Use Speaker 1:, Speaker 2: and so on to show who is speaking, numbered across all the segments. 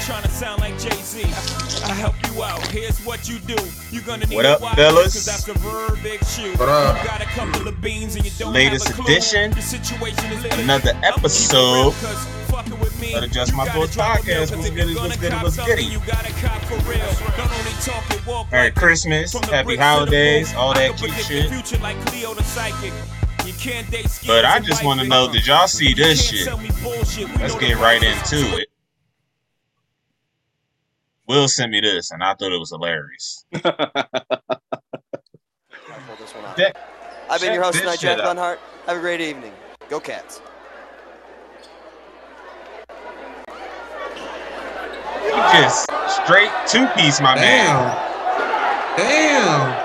Speaker 1: trying to sound like Jay Z. I help you out. Here's what you do. You're gonna need
Speaker 2: What
Speaker 1: a
Speaker 2: up,
Speaker 1: wide
Speaker 2: fellas?
Speaker 1: Cause that's a verb big shoe.
Speaker 3: What up?
Speaker 1: You got a couple of beans and you don't
Speaker 2: Latest
Speaker 1: have a clue.
Speaker 2: edition.
Speaker 1: Your situation is lit.
Speaker 2: Another
Speaker 1: I'ma keep it
Speaker 2: episode
Speaker 1: real 'cause fucking with me,
Speaker 2: of the Just
Speaker 1: you
Speaker 2: My
Speaker 1: gotta
Speaker 2: Boys
Speaker 1: drop a
Speaker 2: podcast.
Speaker 1: bill 'cause
Speaker 2: What's
Speaker 1: if
Speaker 2: good
Speaker 1: you're
Speaker 2: is what's
Speaker 1: gonna
Speaker 2: good and
Speaker 1: cop
Speaker 2: what's
Speaker 1: something,
Speaker 2: goody.
Speaker 1: You gotta cop for real. Don't only talk it, walk
Speaker 2: Merry
Speaker 1: like it.
Speaker 2: Christmas,
Speaker 1: From the
Speaker 2: happy
Speaker 1: bricks to the
Speaker 2: holidays,
Speaker 1: boom,
Speaker 2: all
Speaker 1: I
Speaker 2: that
Speaker 1: can
Speaker 2: cute
Speaker 1: predict
Speaker 2: shit.
Speaker 1: the future like Cleo the psychic. You can't date
Speaker 2: But I
Speaker 1: schemes and
Speaker 2: just
Speaker 1: wife
Speaker 2: want to
Speaker 1: it.
Speaker 2: know, did y'all see
Speaker 1: You
Speaker 2: this
Speaker 1: can't
Speaker 2: shit?
Speaker 1: sell me bullshit. We
Speaker 2: Let's
Speaker 1: know
Speaker 2: get
Speaker 1: the
Speaker 2: right
Speaker 1: process.
Speaker 2: into it. Will sent me this, and I thought it was hilarious. Check-
Speaker 4: I've been
Speaker 2: check
Speaker 4: your host
Speaker 2: this
Speaker 4: tonight,
Speaker 2: shit
Speaker 4: Jack
Speaker 2: out.
Speaker 4: Lunhart. Have a great evening. Go Cats.
Speaker 2: You just straight two piece, my man.
Speaker 3: Damn. Damn.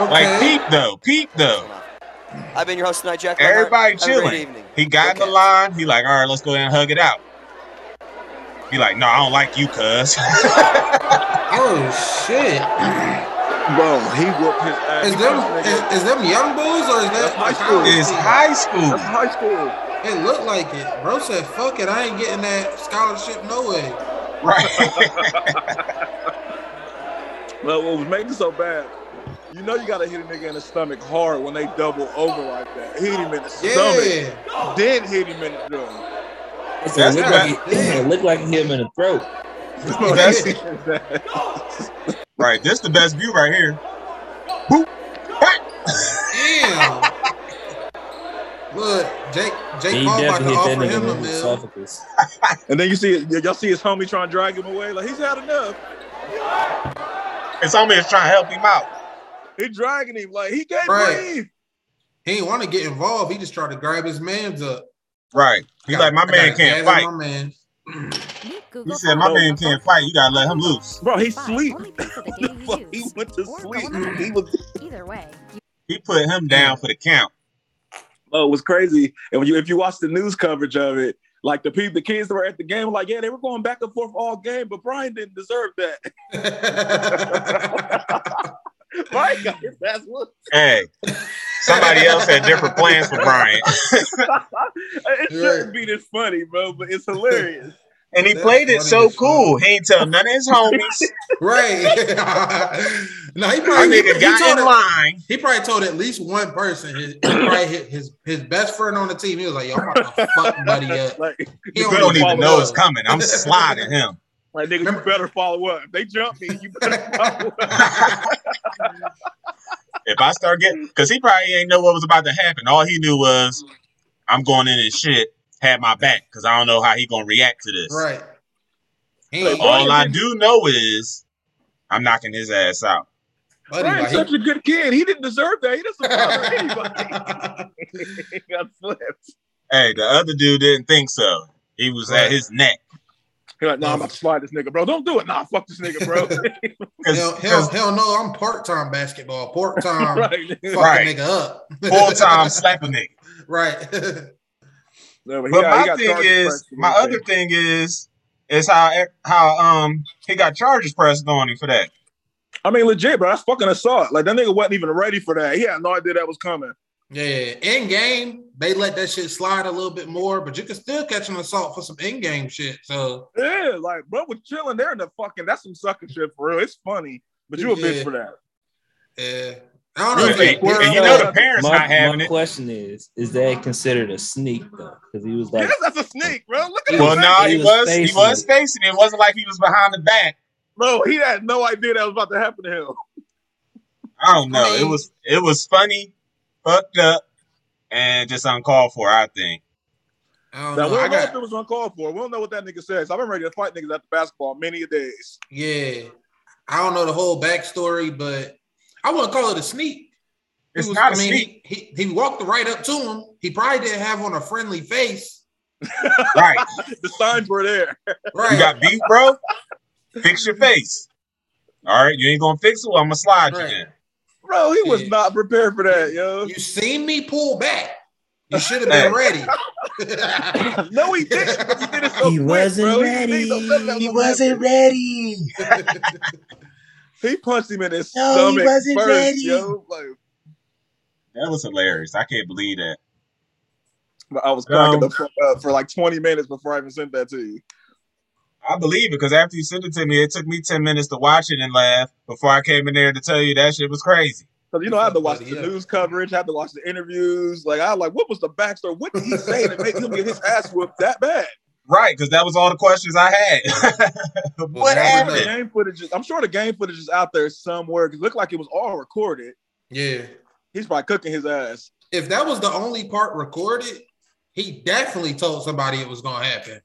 Speaker 3: Okay.
Speaker 2: Like peep though, peep though.
Speaker 4: I've been your host tonight, Jack Lunhart.
Speaker 2: Everybody
Speaker 4: Have a great
Speaker 2: chilling.
Speaker 4: evening.
Speaker 2: He got in the
Speaker 4: Okay.
Speaker 2: line. He like, all right, let's go ahead and hug it out. He like, no, I don't like you, cuz.
Speaker 3: oh shit.
Speaker 5: Boom. He whooped his ass.
Speaker 3: Is them is, is them young bulls or is that
Speaker 5: That's high school.
Speaker 2: it's high school.
Speaker 5: That's high school.
Speaker 3: It looked like it. Bro said, "Fuck it, I ain't getting that scholarship no way."
Speaker 2: Right.
Speaker 5: Well, what was making it so bad, you know you gotta hit a nigga in the stomach hard when they double over like that. Hit him in the stomach,
Speaker 3: Yeah.
Speaker 5: then hit him in the dome.
Speaker 6: It said,
Speaker 2: That's
Speaker 6: look like it look like him in the throat.
Speaker 2: That's- right. This the best view right here.
Speaker 3: Damn. Look, Jake Jake
Speaker 6: he
Speaker 3: Paul about to
Speaker 6: definitely hit
Speaker 3: offer
Speaker 6: that
Speaker 3: him
Speaker 6: nigga
Speaker 3: a
Speaker 6: in the
Speaker 3: meal.
Speaker 6: esophagus.
Speaker 5: and then you see y- y'all see his homie trying to drag him away. Like he's had enough.
Speaker 2: It's only just trying to help him out.
Speaker 5: He dragging him like he can't
Speaker 3: Right.
Speaker 5: breathe.
Speaker 3: He didn't want to get involved. He just tried to grab his man's up.
Speaker 2: Right. He
Speaker 3: Got-
Speaker 2: like, my
Speaker 3: I
Speaker 2: man can't
Speaker 3: gotta gas in
Speaker 2: fight.
Speaker 3: My man.
Speaker 2: He said, my man can't fight. You gotta let him loose.
Speaker 5: Bro, he's sleep. Fuck,
Speaker 7: Fuck,
Speaker 5: he went to sleep. He
Speaker 7: He
Speaker 5: was
Speaker 7: Either way, you
Speaker 2: He put him down for the count.
Speaker 5: Oh, it was crazy. And when you, if you watch the news coverage of it, like the people, the kids that were at the game, were like, yeah, they were going back and forth all game, but Brian didn't deserve that. Brian got his ass whooped.
Speaker 2: Hey, somebody else had different plans for Brian,
Speaker 5: it shouldn't be this funny, bro, but it's hilarious.
Speaker 2: and he
Speaker 3: That's
Speaker 2: played it
Speaker 3: funny
Speaker 2: so
Speaker 3: as fuck.
Speaker 2: cool. He ain't tell none of his homies.
Speaker 3: right. no, he
Speaker 2: That
Speaker 3: probably he,
Speaker 2: nigga got
Speaker 3: told
Speaker 2: in
Speaker 3: at-
Speaker 2: line.
Speaker 3: he probably told at least one person. His, he probably hit his his best friend on the team. He was like, "Yo, I'm about to fuck buddy up."
Speaker 5: like,
Speaker 3: He
Speaker 2: You
Speaker 3: don't
Speaker 2: don't even
Speaker 5: follow
Speaker 2: know
Speaker 3: up.
Speaker 2: it's coming. I'm sliding him.
Speaker 5: like, nigga, you better follow up. If they jump me, you better follow up.
Speaker 2: if I start getting, because he probably ain't know what was about to happen. All he knew was, I'm going in and shit. Had my back because I don't know how he gonna react to this.
Speaker 3: Right. He
Speaker 5: Like,
Speaker 3: ain't
Speaker 2: All I do know is, I'm knocking his ass out.
Speaker 3: buddy
Speaker 5: Brian's
Speaker 3: like,
Speaker 5: such a good kid. He didn't deserve that. He doesn't bother anybody.
Speaker 3: he-
Speaker 5: he got flipped.
Speaker 2: Hey, the other dude didn't think so. He was at
Speaker 3: Right.
Speaker 2: his neck
Speaker 5: He like, nah, I'm about to slide this nigga, bro. Don't do it. Nah, fuck this nigga, bro.
Speaker 3: hell, hell,
Speaker 2: because
Speaker 3: hell no, I'm part time basketball, part time
Speaker 5: right.
Speaker 3: fucking
Speaker 2: Right.
Speaker 3: nigga up.
Speaker 2: full time slapping nigga.
Speaker 3: right.
Speaker 5: No,
Speaker 2: But
Speaker 5: got-
Speaker 2: my
Speaker 5: got
Speaker 2: thing
Speaker 5: charges
Speaker 2: is,
Speaker 5: pressed for
Speaker 2: my
Speaker 5: that
Speaker 2: other thing is, is how how um he got charges pressed on him for that.
Speaker 5: I mean, legit, bro. That's fucking assault. Like that nigga wasn't even ready for that. He had no idea that was coming.
Speaker 3: yeah. In game, they let that shit slide a little bit more, but you can still catch an assault for some in game shit. So
Speaker 5: Yeah, like bro was chilling there in the fucking. That's some sucker shit for real. It's funny, but you a bitch
Speaker 3: Yeah.
Speaker 5: for that.
Speaker 3: yeah. I don't know.
Speaker 2: And,
Speaker 3: if it-
Speaker 5: Well,
Speaker 2: and you know the
Speaker 5: uh,
Speaker 2: parents
Speaker 6: my
Speaker 2: not having
Speaker 6: my
Speaker 2: it.
Speaker 6: question is, is that considered a sneak though? Because he was like,
Speaker 5: yes, that's a sneak, bro. Look at him,
Speaker 2: Well,
Speaker 5: man.
Speaker 2: no, he,
Speaker 6: He was
Speaker 2: was, he
Speaker 6: facing
Speaker 2: was
Speaker 6: it.
Speaker 2: facing it. It wasn't like he was behind the back.
Speaker 5: bro. He had no idea that was about to happen to him.
Speaker 2: I don't know.
Speaker 3: I
Speaker 2: It
Speaker 3: mean-
Speaker 2: was it was funny, fucked up, and just uncalled for. I think.
Speaker 3: I don't
Speaker 5: Now, we
Speaker 3: know. I
Speaker 5: don't know if it
Speaker 3: got
Speaker 5: was uncalled for. We don't know what that nigga says. I've been ready to fight niggas at the basketball many a days.
Speaker 3: yeah. I don't know the whole backstory, but I wouldn't call it a sneak. He
Speaker 2: It's
Speaker 3: was-
Speaker 2: not
Speaker 3: I
Speaker 2: a
Speaker 3: mean,
Speaker 2: sneak,
Speaker 3: He, he he walked right up to him. He probably didn't have on a friendly face.
Speaker 2: right?
Speaker 5: The signs were there.
Speaker 3: Right.
Speaker 2: You got beat, bro. fix your face. All right, you ain't gonna fix it. Well, I'm gonna slide
Speaker 3: Right.
Speaker 2: you in.
Speaker 5: Bro, he was
Speaker 3: Yeah.
Speaker 5: not prepared for that, yo.
Speaker 3: You seen me pull back. You should have been ready.
Speaker 5: no, he didn't. He did it so
Speaker 6: He
Speaker 5: quick,
Speaker 6: wasn't
Speaker 5: bro.
Speaker 6: ready.
Speaker 5: He, no- nothing that was gonna happen.
Speaker 2: ready.
Speaker 5: He punched him in his
Speaker 2: No, he
Speaker 5: stomach
Speaker 2: wasn't
Speaker 5: first,
Speaker 2: ready.
Speaker 5: yo. Like,
Speaker 2: That was hilarious. I can't believe that.
Speaker 5: I was cracking
Speaker 2: Um,
Speaker 5: the fuck up for like 20 minutes before I even sent that to you.
Speaker 2: I believe it because after you sent it to me, it took me ten minutes to watch it and laugh before I came in there to tell you that shit was crazy.
Speaker 5: Because you know, I had to watch
Speaker 3: Buddy,
Speaker 5: the
Speaker 3: yeah.
Speaker 5: news coverage, I had to watch the interviews. Like, I like, what was the backstory? What did he say to make him get his ass whooped that bad?
Speaker 2: Right, because that was all the questions I had. what
Speaker 3: never
Speaker 5: I'm sure the
Speaker 2: happened?
Speaker 3: know.
Speaker 5: game footage is, I'm sure the game footage is out there somewhere. It looked like it was all recorded.
Speaker 3: Yeah.
Speaker 5: He's probably cooking his ass.
Speaker 3: If that was the only part recorded, he definitely told somebody it was gonna happen.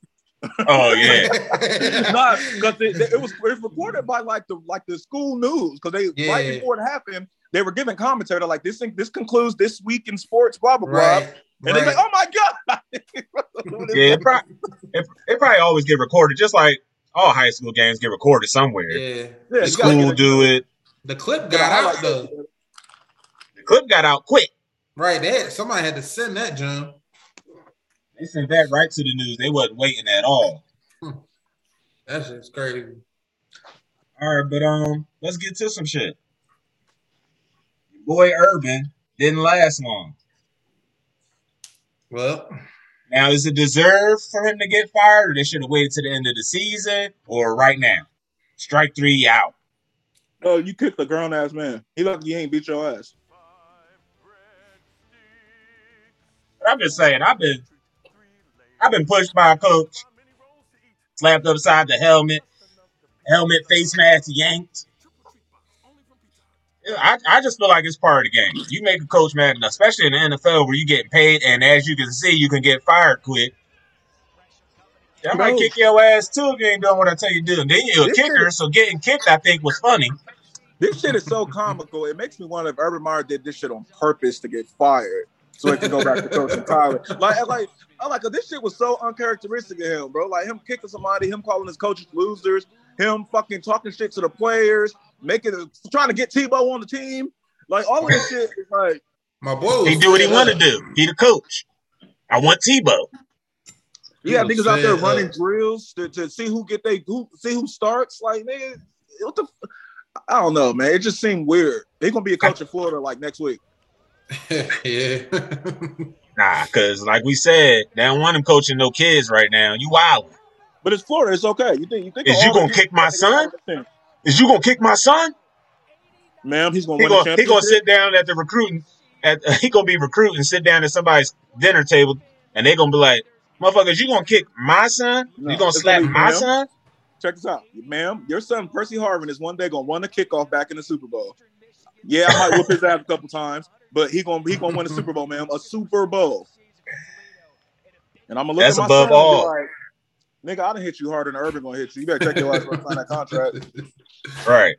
Speaker 2: Oh yeah,
Speaker 5: Not because it, it was it was recorded by like the like the school news because they right
Speaker 3: Yeah.
Speaker 5: before it happened they were giving commentary They're like this thing this concludes this week in sports blah blah blah
Speaker 3: right.
Speaker 5: and it's
Speaker 3: right.
Speaker 5: like oh my god What is
Speaker 2: yeah.
Speaker 5: that?
Speaker 2: It probably, it, it probably always get recorded, just like all high school games get recorded somewhere.
Speaker 3: yeah.
Speaker 5: Yeah,
Speaker 2: The
Speaker 5: you gotta
Speaker 2: school
Speaker 5: get
Speaker 2: do it.
Speaker 3: The clip
Speaker 5: a-
Speaker 3: got out
Speaker 5: highlight
Speaker 3: though.
Speaker 5: reel.
Speaker 2: The clip got out quick.
Speaker 3: Right. They had, somebody had to send that, John.
Speaker 2: They sent that right to the news. They wasn't waiting at all.
Speaker 3: That's just crazy.
Speaker 2: All right, but um, let's get to some shit. Your boy Urban didn't last long.
Speaker 3: Well,
Speaker 2: Now, is it deserved for him to get fired, or they should have waited to the end of the season, or right now? Strike three out.
Speaker 5: Oh, you kicked a grown ass man. He lucky he ain't beat your ass.
Speaker 2: But I'm just saying, I've been, I've been pushed by a coach, slapped upside the helmet, helmet face mask yanked. Yeah, I, I just feel like it's part of the game. You make a coach mad enough, especially in the NFL where you get paid, and as you can see, you can get fired quick. I might
Speaker 5: Bro.
Speaker 2: kick your ass too if you ain't doing what I tell you to do. And then you're a
Speaker 5: This
Speaker 2: kicker,
Speaker 5: is-
Speaker 2: so getting kicked, I think, was funny.
Speaker 5: This shit is so comical. It makes me wonder if Urban Meyer did this shit on purpose to get fired so he could go back to coaching college. Like, like, I'm like, this shit was so uncharacteristic of him, bro. Like him kicking somebody, him calling his coaches losers, him fucking talking shit to the players, making trying to get Tebow on the team. Like all of this shit is like,
Speaker 3: my boy was
Speaker 2: He do what he
Speaker 3: fed
Speaker 2: want to
Speaker 3: up.
Speaker 2: do. He the coach. I want Tebow.
Speaker 5: you got
Speaker 3: He was
Speaker 5: niggas out there
Speaker 3: fed
Speaker 5: running
Speaker 3: up.
Speaker 5: drills to, to see who get they who see who starts. Like, nigga, what the? F- I don't know, man. It just seemed weird. He gonna be a coach in Florida like next week.
Speaker 3: yeah.
Speaker 2: Nah, because like we said, they don't want him coaching no kids right now. You wild.
Speaker 5: But it's Florida. It's okay. You think you think
Speaker 2: Is
Speaker 5: of
Speaker 2: you
Speaker 5: all the
Speaker 2: gonna
Speaker 5: people
Speaker 2: kick my
Speaker 5: that nigga
Speaker 2: son?
Speaker 5: Florida think.
Speaker 2: Is you gonna kick my son?
Speaker 5: Ma'am, he's gonna
Speaker 2: He
Speaker 5: win the
Speaker 2: gonna he
Speaker 5: championship.
Speaker 2: gonna sit down at the recruiting at he gonna be recruiting, sit down at somebody's dinner table, and they gonna be like, "Motherfuckers, you gonna kick my son?
Speaker 5: No,
Speaker 2: you gonna
Speaker 5: it's
Speaker 2: slap
Speaker 5: gonna be
Speaker 2: my
Speaker 5: him.
Speaker 2: son?"
Speaker 5: Check this out, ma'am. Your son Percy Harvin is one day gonna win the kickoff back in the Super Bowl. Yeah, I might whoop his ass a couple times, but he gonna he gonna win the Super Bowl, ma'am. A Super Bowl. And I'm gonna look
Speaker 2: That's
Speaker 5: at my
Speaker 2: above
Speaker 5: son
Speaker 2: all.
Speaker 5: and be like, "Nigga, I done hit you harder than Urban gonna hit you. You better check your ass before you sign that contract."
Speaker 2: Right.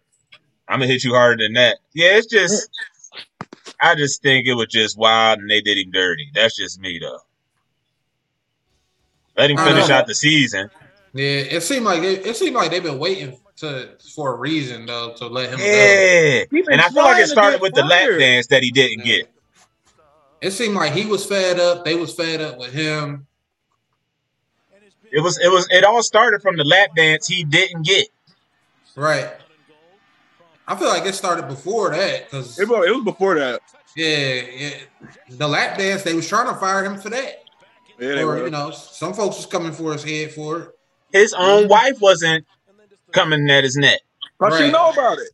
Speaker 2: I'm gonna hit you harder than that. Yeah, it's just I just think it was just wild, and they did him dirty. That's just me though. Let him
Speaker 3: I
Speaker 2: finish
Speaker 3: know.
Speaker 2: out the season.
Speaker 3: Yeah, it seemed like it, it seemed like they've been waiting to for a reason though to let him go.
Speaker 2: Yeah,
Speaker 5: He been
Speaker 2: and I feel like
Speaker 5: trying
Speaker 2: it
Speaker 5: to
Speaker 2: started
Speaker 5: get
Speaker 2: with the lap
Speaker 5: fired.
Speaker 2: dance that he didn't get.
Speaker 3: It seemed like he was fed up. They was fed up with him.
Speaker 2: It was it was it all started from the lap dance he didn't get.
Speaker 3: Right. I feel like it started before that because
Speaker 5: It was, it was before that.
Speaker 3: yeah, yeah, the lap dance they was trying to fire him for that.
Speaker 5: Yeah, they
Speaker 3: or
Speaker 5: were.
Speaker 3: you know, some folks was coming for his head for it.
Speaker 2: His own
Speaker 5: Mm-hmm.
Speaker 3: Mhm.
Speaker 2: wife wasn't coming at his neck.
Speaker 5: But she
Speaker 3: Right.
Speaker 5: know about it.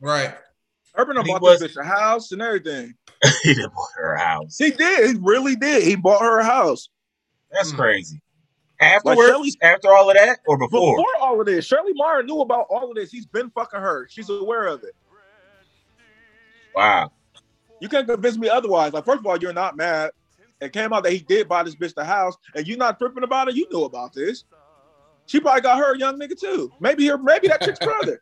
Speaker 3: Right.
Speaker 5: Urban done
Speaker 2: He
Speaker 5: bought
Speaker 2: was-
Speaker 5: this bitch a house and everything.
Speaker 2: he done bought her a house.
Speaker 5: He did. He really did. He bought her a house.
Speaker 2: That's
Speaker 3: Hmm.
Speaker 2: crazy. Afterwards,
Speaker 5: Shelley-
Speaker 2: after all of that, or before?
Speaker 5: before all of this, Shirley Meyer knew about all of this. He's been fucking her. She's aware of it.
Speaker 2: Wow.
Speaker 5: You can't convince me otherwise. Like, first of all, you're not mad. It came out that he did buy this bitch the house, and you're not tripping about it. You knew about this. She probably got her a young nigga too. Maybe her, maybe that chick's brother.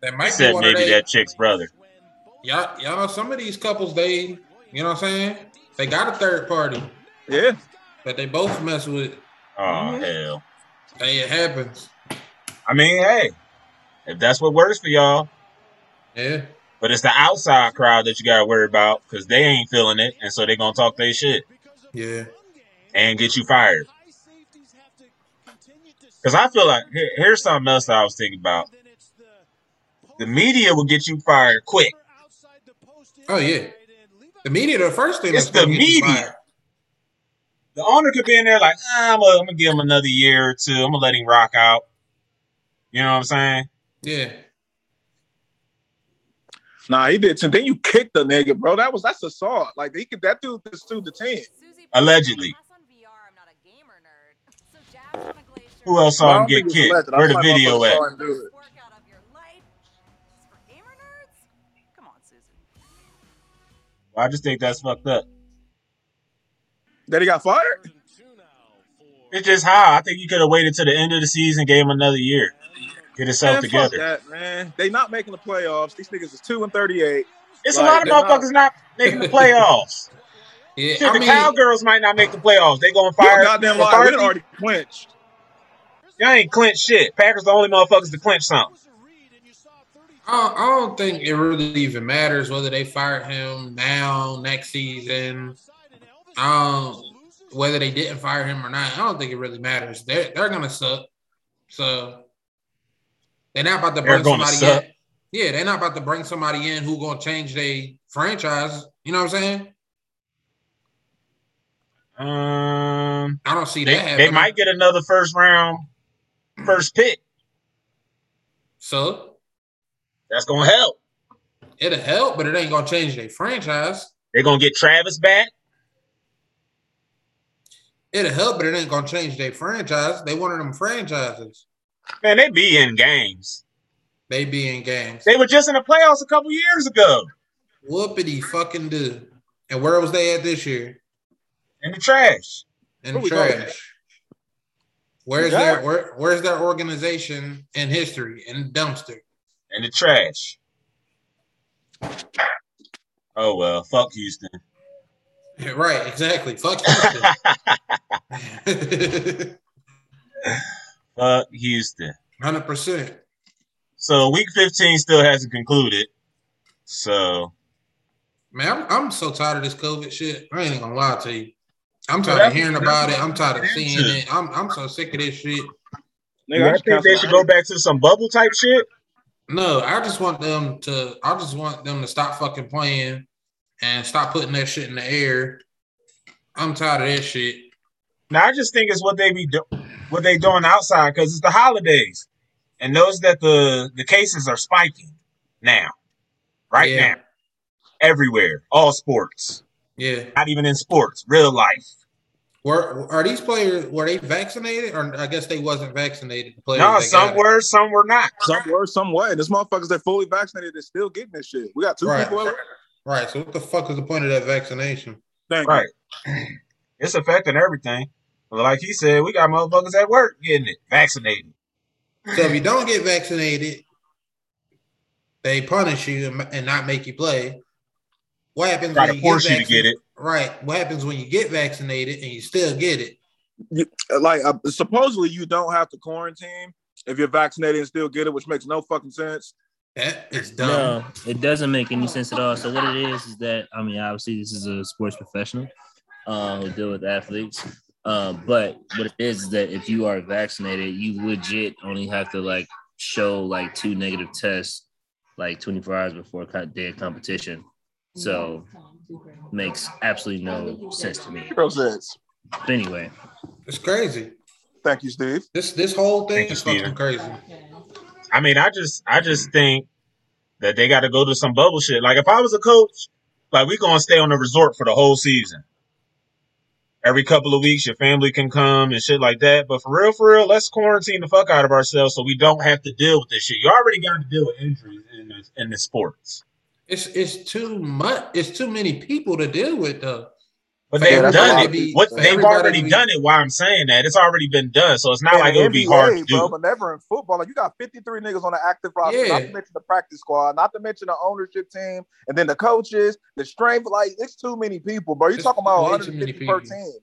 Speaker 3: That
Speaker 2: I
Speaker 3: might be
Speaker 2: said
Speaker 3: one
Speaker 2: maybe
Speaker 3: of they,
Speaker 2: that chick's brother.
Speaker 3: y'all, y'all know some of these couples they you know what I'm saying? They got a third party
Speaker 5: Yeah,
Speaker 3: that they both mess with.
Speaker 2: Oh
Speaker 5: Mhm.
Speaker 2: hell.
Speaker 3: Hey, it happens.
Speaker 2: I mean, hey, if that's what works for y'all,
Speaker 3: Yeah.
Speaker 2: but it's the outside crowd that you gotta worry about because they ain't feeling it, and so they gonna talk their shit
Speaker 3: Yeah.
Speaker 2: and get you fired. Because I feel like here- here's something else I was thinking about. The media will get you fired quick.
Speaker 3: Oh yeah. The media, the first thing
Speaker 2: It's
Speaker 3: that's gonna
Speaker 2: the
Speaker 3: get you
Speaker 2: media.
Speaker 3: fired.
Speaker 2: The owner could be in there like, ah, I'm gonna I'm gonna give him another year or two. I'm gonna let him rock out. You know what I'm saying?
Speaker 3: Yeah.
Speaker 5: Nah, he did. And then you kicked the nigga, bro. That was that's assault. Like he could that dude just sued the team.
Speaker 2: Allegedly. Who else
Speaker 5: Well, I
Speaker 2: saw him
Speaker 5: don't
Speaker 2: get
Speaker 5: think it's
Speaker 2: kicked?
Speaker 5: alleged. I
Speaker 2: Where the
Speaker 5: might
Speaker 2: video
Speaker 5: motherfucker
Speaker 2: at?
Speaker 5: saw him do it.
Speaker 2: I just think that's fucked up.
Speaker 5: That he got fired?
Speaker 2: It's just how I think you could have waited to the end of the season, gave him another year, get
Speaker 5: Man,
Speaker 2: itself
Speaker 5: fuck
Speaker 2: together.
Speaker 5: that, man. They not making the playoffs. These niggas is two and thirty-eight.
Speaker 2: It's
Speaker 5: Like,
Speaker 2: a
Speaker 5: they're
Speaker 2: lot
Speaker 5: not-
Speaker 2: of motherfuckers not making the playoffs.
Speaker 3: Yeah.
Speaker 2: Shit,
Speaker 3: I
Speaker 2: the
Speaker 3: mean,
Speaker 2: cowgirls might not make the playoffs. They going to
Speaker 5: You a
Speaker 2: fire.
Speaker 5: goddamn
Speaker 2: Well,
Speaker 5: liar. We
Speaker 2: first,
Speaker 5: done already clinched.
Speaker 2: Y'all ain't clinch shit. Packers the only motherfuckers to clinch something.
Speaker 3: I don't, I don't think it really even matters whether they fired him now, next season, um, whether they didn't fire him or not. I don't think it really matters. They're they're gonna suck. So they're not about to
Speaker 2: They're
Speaker 3: bring
Speaker 2: gonna
Speaker 3: somebody
Speaker 2: suck.
Speaker 3: in. Yeah, they're not about to bring somebody in who gonna change their franchise. You know what I'm saying?
Speaker 2: Um,
Speaker 3: I don't see that
Speaker 2: they,
Speaker 3: happening.
Speaker 2: they might get another first round, first pick.
Speaker 3: so
Speaker 2: That's going to help.
Speaker 3: it'll help, but it ain't gonna change their franchise.
Speaker 2: They're going to get Travis back.
Speaker 3: It'll help, but it ain't gonna change their franchise. They one of them franchises.
Speaker 2: Man, they be in games.
Speaker 3: They be in games.
Speaker 2: They were just in the playoffs a couple years ago
Speaker 3: Whoopity fucking do. And where was they at this year?
Speaker 2: in the trash.
Speaker 3: In
Speaker 5: Where
Speaker 3: the
Speaker 5: we going?
Speaker 3: trash. Where's
Speaker 5: Yeah.
Speaker 3: their where, where's their organization in history? In the dumpster.
Speaker 2: in the trash. Oh well, fuck Houston.
Speaker 3: Right, exactly. Fuck Houston.
Speaker 2: fuck Houston.
Speaker 3: Hundred percent.
Speaker 2: So week fifteen still hasn't concluded. So
Speaker 3: Man, I'm, I'm so tired of this COVID shit. I ain't gonna lie to you. I'm
Speaker 2: So
Speaker 3: tired
Speaker 2: that's-
Speaker 3: of hearing
Speaker 2: that's
Speaker 3: about
Speaker 2: what
Speaker 3: it. I'm tired of
Speaker 2: I'm
Speaker 3: seeing
Speaker 2: into.
Speaker 3: it. I'm I'm so sick of this shit.
Speaker 5: Nigga,
Speaker 2: I
Speaker 5: just
Speaker 2: think they
Speaker 5: canceled
Speaker 2: should
Speaker 5: my-
Speaker 2: go back to some bubble type shit.
Speaker 3: No, I just want them to. I just want them to stop fucking playing and stop putting that shit in the air. I'm tired of that shit.
Speaker 2: Now I just think it's what they be do- what they doing outside because it's the holidays, and those that the the cases are spiking now, right
Speaker 3: Yeah.
Speaker 2: now, everywhere, all sports,
Speaker 3: Yeah.
Speaker 2: not even in sports, real life.
Speaker 3: Were are these players were they vaccinated or I guess they wasn't vaccinated? The players
Speaker 2: No,
Speaker 3: that got
Speaker 2: some
Speaker 3: it.
Speaker 2: were, some were not.
Speaker 5: Some were, some way. There's motherfuckers that fully vaccinated that's still getting this shit. We got two
Speaker 3: Right.
Speaker 5: people. Over.
Speaker 3: Right. So what the fuck is the point of that vaccination?
Speaker 5: Thank
Speaker 2: Right. It's affecting everything. But like he said, we got motherfuckers at work getting it, vaccinated.
Speaker 3: So if you don't get vaccinated, they punish you and- and not make you play. What happens
Speaker 2: Try
Speaker 3: when
Speaker 2: to
Speaker 3: you
Speaker 2: force you to
Speaker 3: vaccin-
Speaker 2: get it.
Speaker 3: Right. What happens when you get vaccinated and you still get it?
Speaker 5: you. Like uh, supposedly you don't have to quarantine if you're vaccinated and still get it, which makes no fucking sense.
Speaker 3: That is dumb.
Speaker 6: No, it doesn't make any sense at all. So what it is is that I mean, obviously this is a sports professional uh, who deal with athletes. Uh, but what it is is that if you are vaccinated, you legit only have to like show like two negative tests like 24 hours before co- day of competition. So makes absolutely no sense to me.
Speaker 5: Zero sense.
Speaker 6: But anyway,
Speaker 3: It's crazy.
Speaker 5: Thank you, Steve.
Speaker 3: This this whole
Speaker 2: Thank
Speaker 3: thing
Speaker 2: you,
Speaker 3: is fucking
Speaker 2: Steven.
Speaker 3: crazy.
Speaker 2: I mean, I just I just think that they gotta go to some bubble shit. Like if I was a coach, like we gonna stay on the resort for the whole season. Every couple of weeks your family can come and shit like that. But for real, for real, let's quarantine the fuck out of ourselves so we don't have to deal with this shit. You already got to deal with injuries in this in the sports.
Speaker 3: It's it's too much. It's too many people to deal with though.
Speaker 2: But
Speaker 3: For
Speaker 2: they've
Speaker 5: that's a
Speaker 2: done
Speaker 5: lot
Speaker 2: it.
Speaker 3: to
Speaker 5: of
Speaker 3: be-
Speaker 2: What
Speaker 3: for
Speaker 2: they've
Speaker 3: everybody
Speaker 2: already
Speaker 3: to be-
Speaker 2: done it. Why I'm saying that it's already been done, so it's not
Speaker 5: And
Speaker 2: like
Speaker 5: the
Speaker 2: it would be hard to do.
Speaker 5: bro,
Speaker 2: it.
Speaker 5: but never in football. Like you got 53 niggas on the active roster,
Speaker 3: Yeah.
Speaker 5: not to mention the practice squad, not to mention the ownership team, and then the coaches, the strength. Like it's too many people, bro. You
Speaker 3: It's
Speaker 5: talking about
Speaker 3: way too many
Speaker 5: 150 per
Speaker 3: people.
Speaker 5: team.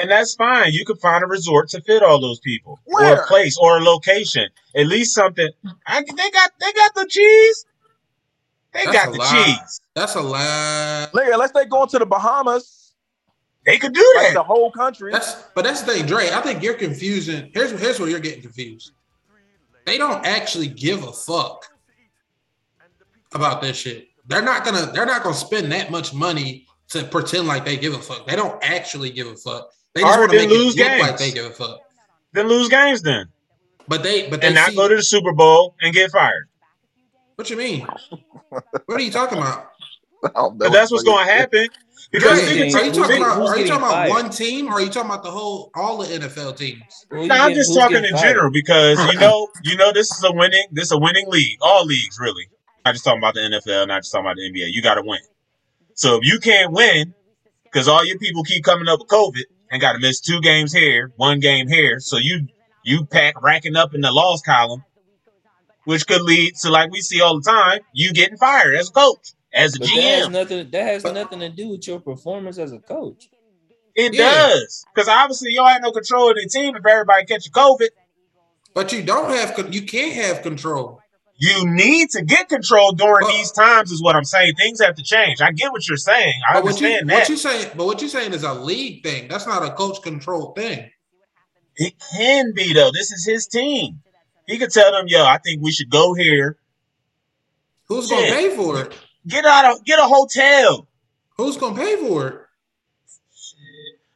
Speaker 2: And that's fine. You could find a resort to fit all those people, or
Speaker 5: Where?
Speaker 2: a place, or a location. At least something. I, they got they got the cheese. They
Speaker 3: That's
Speaker 2: got
Speaker 3: a
Speaker 2: the
Speaker 3: lot.
Speaker 2: cheese.
Speaker 3: That's a lot.
Speaker 5: Nigga, unless they going to the Bahamas,
Speaker 2: They could do
Speaker 5: like the
Speaker 2: that.
Speaker 5: whole country.
Speaker 3: That's but that's the thing, Dre. I think you're confusing. Here's here's where you're getting confused. They don't actually give a fuck about this shit. they're not gonna they're not gonna spend that much money to pretend like they give a fuck. They don't actually give a fuck. They just
Speaker 2: All right,
Speaker 3: want to
Speaker 2: then
Speaker 3: make it
Speaker 2: lose
Speaker 3: look
Speaker 2: games.
Speaker 3: like they give a fuck.
Speaker 2: Then lose games then.
Speaker 3: But they but they
Speaker 2: And not
Speaker 3: see-
Speaker 2: go to the Super Bowl and get fired.
Speaker 3: what you mean? what are you talking about?
Speaker 7: don't know.
Speaker 2: But that's what's going to happen. Because
Speaker 3: Yeah,
Speaker 2: think
Speaker 3: are you
Speaker 2: about-
Speaker 3: talking
Speaker 2: think-
Speaker 3: about,
Speaker 8: who's
Speaker 3: are you
Speaker 8: getting
Speaker 3: talking about
Speaker 8: fired?
Speaker 3: one team or are you talking about the whole all the NFL teams?
Speaker 8: Who you
Speaker 2: No, I'm
Speaker 8: getting-
Speaker 2: just
Speaker 8: who's
Speaker 2: talking
Speaker 8: getting
Speaker 2: in
Speaker 8: fired?
Speaker 2: general because you know, you know, this is a winning, this is a winning league. All leagues, really. Not just talking about the NFL, not just talking about the NBA. You got to win. So if you can't win, because all your people keep coming up with COVID and got to miss two games here, one game here, so you you pack racking up in the loss column, which could lead to like we see all the time, you getting fired as a coach, as a
Speaker 8: But that has
Speaker 2: GM.
Speaker 8: nothing. That has
Speaker 3: But-
Speaker 8: nothing to do with your performance as a coach.
Speaker 2: It
Speaker 3: Yeah.
Speaker 2: does because obviously y'all had no control of the team if everybody catches COVID.
Speaker 3: But you don't have con- you can't have control.
Speaker 2: You need to get control during
Speaker 3: Well-
Speaker 2: these times, is what I'm saying. Things have to change. I get what you're saying. I
Speaker 3: But what you
Speaker 2: understand
Speaker 3: what
Speaker 2: that.
Speaker 3: you saying but what you saying is a league thing. That's not a coach controlled thing.
Speaker 2: it can be though. This is his team. He could tell them, "Yo, I think we should go here.
Speaker 3: Who's gonna
Speaker 2: Shit.
Speaker 3: pay for it?
Speaker 2: Get out of get a hotel."
Speaker 3: Who's gonna pay for it?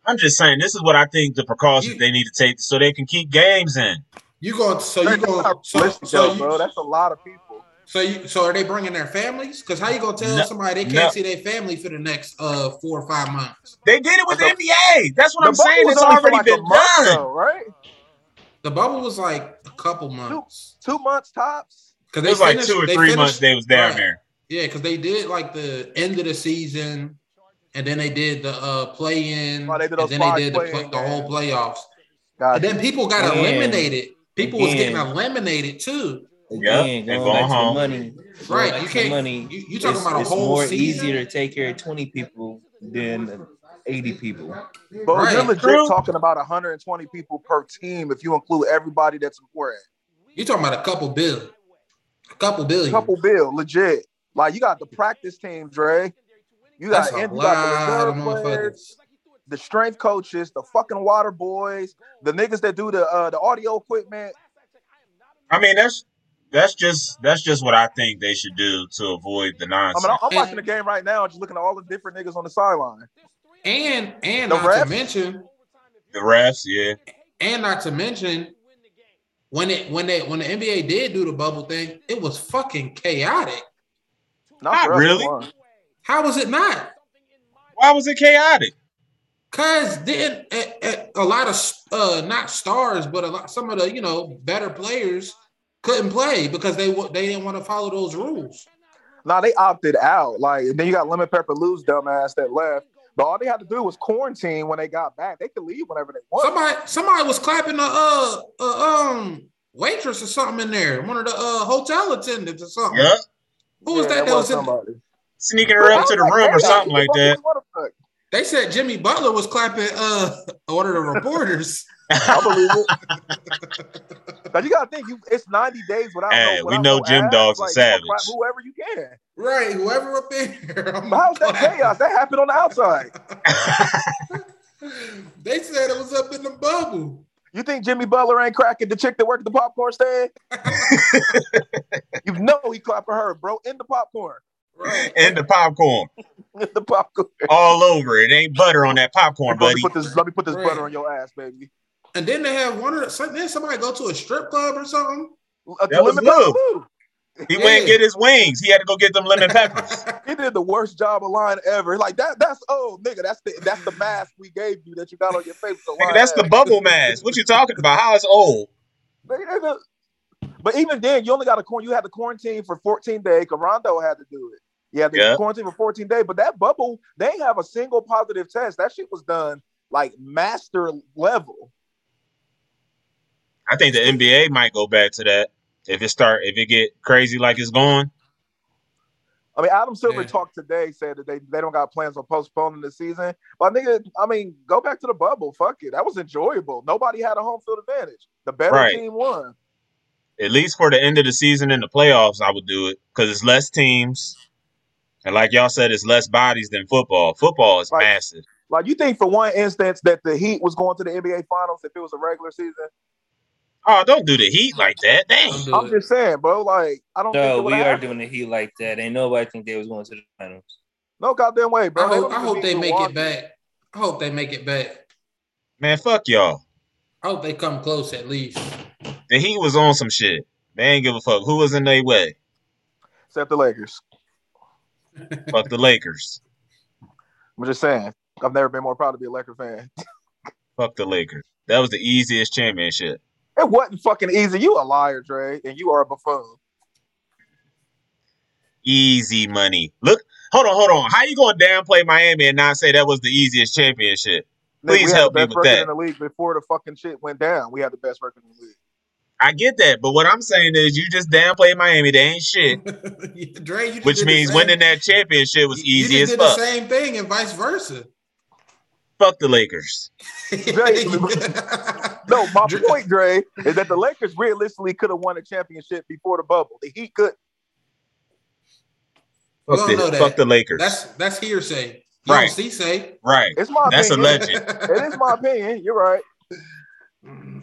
Speaker 2: I'm just saying, this is what I think the precautions
Speaker 3: You-
Speaker 2: they need to take so they can keep games in.
Speaker 3: You going so you
Speaker 5: That's a
Speaker 3: going
Speaker 5: lot of
Speaker 3: so,
Speaker 5: risk,
Speaker 3: so
Speaker 5: though,
Speaker 3: you,
Speaker 5: bro. That's a lot of people.
Speaker 3: So, you, so are they bringing their families? Because how you gonna tell
Speaker 2: No,
Speaker 3: somebody they
Speaker 2: no.
Speaker 3: can't see their family for the next uh four or five months?
Speaker 2: They did it with the
Speaker 5: The-
Speaker 2: NBA. That's what
Speaker 5: The
Speaker 2: I'm saying.
Speaker 5: bubble was
Speaker 2: It's
Speaker 5: only for
Speaker 2: already
Speaker 5: like a
Speaker 2: been
Speaker 5: month,
Speaker 2: done.
Speaker 5: though, right?
Speaker 3: The bubble was like a couple months
Speaker 5: Two months tops.
Speaker 3: because
Speaker 2: It was like two or three months they was down
Speaker 3: right.
Speaker 2: there.
Speaker 3: Yeah, because they did like the end of the season, and then they did the uh play in,
Speaker 5: Oh, they did
Speaker 3: and
Speaker 5: those
Speaker 3: then they
Speaker 5: five
Speaker 3: did the, play,
Speaker 5: play-in
Speaker 3: the whole playoffs,
Speaker 5: God,
Speaker 3: and then people got
Speaker 8: Man.
Speaker 3: eliminated. People was getting
Speaker 8: Again.
Speaker 3: eliminated too.
Speaker 2: Yeah,
Speaker 8: Again,
Speaker 2: and
Speaker 8: going
Speaker 2: going
Speaker 8: back to the
Speaker 2: home.
Speaker 8: money. Going
Speaker 3: Right,
Speaker 8: back
Speaker 3: you
Speaker 8: to
Speaker 3: can't-
Speaker 8: Money.
Speaker 3: you- you talking
Speaker 8: it's,
Speaker 3: about a
Speaker 8: it's
Speaker 3: whole
Speaker 8: more
Speaker 3: season?
Speaker 8: easier to take care of twenty people than eighty people.
Speaker 5: Bro,
Speaker 3: Right.
Speaker 5: you're legit
Speaker 2: True.
Speaker 5: talking about 120 people per team if you include everybody that's important.
Speaker 3: You talking about a couple bill, a couple billion,
Speaker 5: Couple bill, legit. Like you got the practice team, Dre. You
Speaker 3: That's
Speaker 5: got,
Speaker 3: a
Speaker 5: and you
Speaker 3: lot
Speaker 5: got
Speaker 3: of
Speaker 5: the reserve players,
Speaker 3: motherfuckers.
Speaker 5: the strength coaches, the fucking water boys, the niggas that do the uh, the audio equipment.
Speaker 2: I mean, that's that's just that's just what I think they should do to avoid the
Speaker 5: I
Speaker 2: nonsense.
Speaker 5: mean, I'm, I'm
Speaker 3: And-
Speaker 5: watching the game right now, just looking at all the different niggas on the sideline.
Speaker 3: And and
Speaker 5: The
Speaker 3: not to
Speaker 5: refs?
Speaker 3: mention,
Speaker 2: the refs, yeah.
Speaker 3: and not to mention, when it when they when the NBA did do the bubble thing, it was fucking chaotic.
Speaker 2: Not
Speaker 5: for us,
Speaker 2: really.
Speaker 5: one.
Speaker 3: How was it not?
Speaker 2: Why was it chaotic?
Speaker 3: Cause then a, a- a lot of uh not stars, but a lot some of the you know better players couldn't play because they wa- they didn't want to follow those rules.
Speaker 5: Nah, they opted out. Like then you got Lemon Pepper Lou's dumbass that left. But all they had to do was quarantine when they got back. They could leave whenever they want.
Speaker 3: Somebody somebody was clapping a uh a, um waitress or something in there, one of the uh hotel attendants or something.
Speaker 2: Yeah.
Speaker 3: Who was
Speaker 5: Yeah,
Speaker 3: that? That was in,
Speaker 5: somebody.
Speaker 2: Sneaking her up to the room or something like that.
Speaker 3: They said Jimmy Butler was clapping uh one of the reporters.
Speaker 5: I believe it. Now you gotta think you it's 90 days without.
Speaker 2: Hey, we
Speaker 5: no, without
Speaker 2: know
Speaker 5: no
Speaker 2: Jim
Speaker 5: ads.
Speaker 2: Dogs are
Speaker 5: Like, you gonna
Speaker 2: savage.
Speaker 5: clap Whoever you can.
Speaker 3: right, whoever up in here. I'm
Speaker 5: But how's that
Speaker 3: clapping.
Speaker 5: chaos? That happened on the outside.
Speaker 3: They said it was up in the bubble.
Speaker 5: You think Jimmy Butler ain't cracking the chick that worked at the popcorn stand? you know he clapping her, bro, in the popcorn.
Speaker 3: Right.
Speaker 2: and the popcorn
Speaker 5: In the popcorn.
Speaker 2: all over. It ain't butter on that popcorn,
Speaker 5: Bro, let
Speaker 2: buddy.
Speaker 5: me put this, let me put this
Speaker 3: Right.
Speaker 5: butter on your ass, baby.
Speaker 3: And then they have one of the, some- then somebody go to a strip club or something.
Speaker 5: Uh,
Speaker 2: That was
Speaker 5: Lemon Pepper
Speaker 2: Lou.
Speaker 5: Lou.
Speaker 2: He went and
Speaker 3: Yeah.
Speaker 2: get his wings. He had to go get them lemon peppers.
Speaker 5: He did the worst job of lying ever. Like that. That's oh nigga. That's the that's the mask we gave you that you got on your face. So
Speaker 2: Nigga, that's the bubble mask. What you talking about? How it's old?
Speaker 5: But even then, you only got a quarantine. You had to quarantine for 14 days. Rondo had to do it. Yeah, the
Speaker 2: Yeah.
Speaker 5: quarantine for 14 days. But that bubble, they ain't have a single positive test. That shit was done like master level.
Speaker 2: I think the NBA might go back to that if it start if it get crazy like it's going.
Speaker 5: I mean, Adam Silver
Speaker 3: Yeah.
Speaker 5: talked today, said that they, they don't got plans on postponing the season. But nigga, I mean, go back to the bubble. Fuck it. That was enjoyable. Nobody had a home field advantage. The better
Speaker 2: Right.
Speaker 5: team won.
Speaker 2: At least for the end of the season and the playoffs, I would do it because it's less teams. And like y'all said, it's less bodies than football. Football is
Speaker 5: Right.
Speaker 2: massive.
Speaker 5: Like you think for one instance that the Heat was going to the NBA finals if it was a regular season?
Speaker 2: Oh, don't do the Heat like that. Dang.
Speaker 3: Don't do
Speaker 5: I'm
Speaker 3: it.
Speaker 5: just saying, bro. Like, I don't. think
Speaker 6: No,
Speaker 5: it
Speaker 6: we
Speaker 5: would've
Speaker 6: are
Speaker 5: happened.
Speaker 6: doing the heat like that. Ain't nobody think they was going to the finals.
Speaker 5: No goddamn way, bro.
Speaker 3: I
Speaker 5: They
Speaker 3: hope,
Speaker 5: don't
Speaker 3: I
Speaker 5: even
Speaker 3: hope
Speaker 5: beat
Speaker 3: they make
Speaker 5: Milwaukee.
Speaker 3: it back. I hope they make it back.
Speaker 2: Man, fuck y'all.
Speaker 3: I hope they come close at least.
Speaker 2: The Heat was on some shit. They ain't give a fuck who was in their way.
Speaker 5: Except the Lakers.
Speaker 2: fuck the Lakers.
Speaker 5: I'm just saying. I've never been more proud to be a Laker fan.
Speaker 2: Fuck the Lakers. That was the easiest championship.
Speaker 5: It wasn't fucking easy. You a liar, Dre, and you are a buffoon.
Speaker 2: Easy money. Look, hold on, hold on. How you gonna downplay Miami and not say that was the easiest championship?
Speaker 5: Nigga,
Speaker 2: Please
Speaker 5: we had
Speaker 2: help
Speaker 5: the
Speaker 2: me
Speaker 5: best
Speaker 2: with
Speaker 5: record
Speaker 2: that.
Speaker 5: in the league before the fucking shit went down. We had the best record in the league.
Speaker 2: I get that, but what I'm saying is you just downplayed Miami. They ain't shit.
Speaker 3: Dre, you just
Speaker 2: Which
Speaker 3: did the
Speaker 2: means
Speaker 3: same-
Speaker 2: winning that championship was
Speaker 3: you-
Speaker 2: easy
Speaker 3: you
Speaker 2: as
Speaker 3: just did
Speaker 2: fuck.
Speaker 3: the same thing and vice versa.
Speaker 2: Fuck the Lakers.
Speaker 5: Dre, No, my
Speaker 3: Dre-
Speaker 5: point, Dre, is that the Lakers realistically could have won a championship before the bubble. The Heat could.
Speaker 3: We
Speaker 2: Fuck
Speaker 3: all know
Speaker 2: the,
Speaker 3: that.
Speaker 2: fuck the Lakers.
Speaker 3: That's that's hearsay. You
Speaker 2: Right.
Speaker 3: don't see say.
Speaker 2: right.
Speaker 5: It's my
Speaker 2: That's a
Speaker 5: opinion.
Speaker 2: legend.
Speaker 5: it is my opinion. You're right.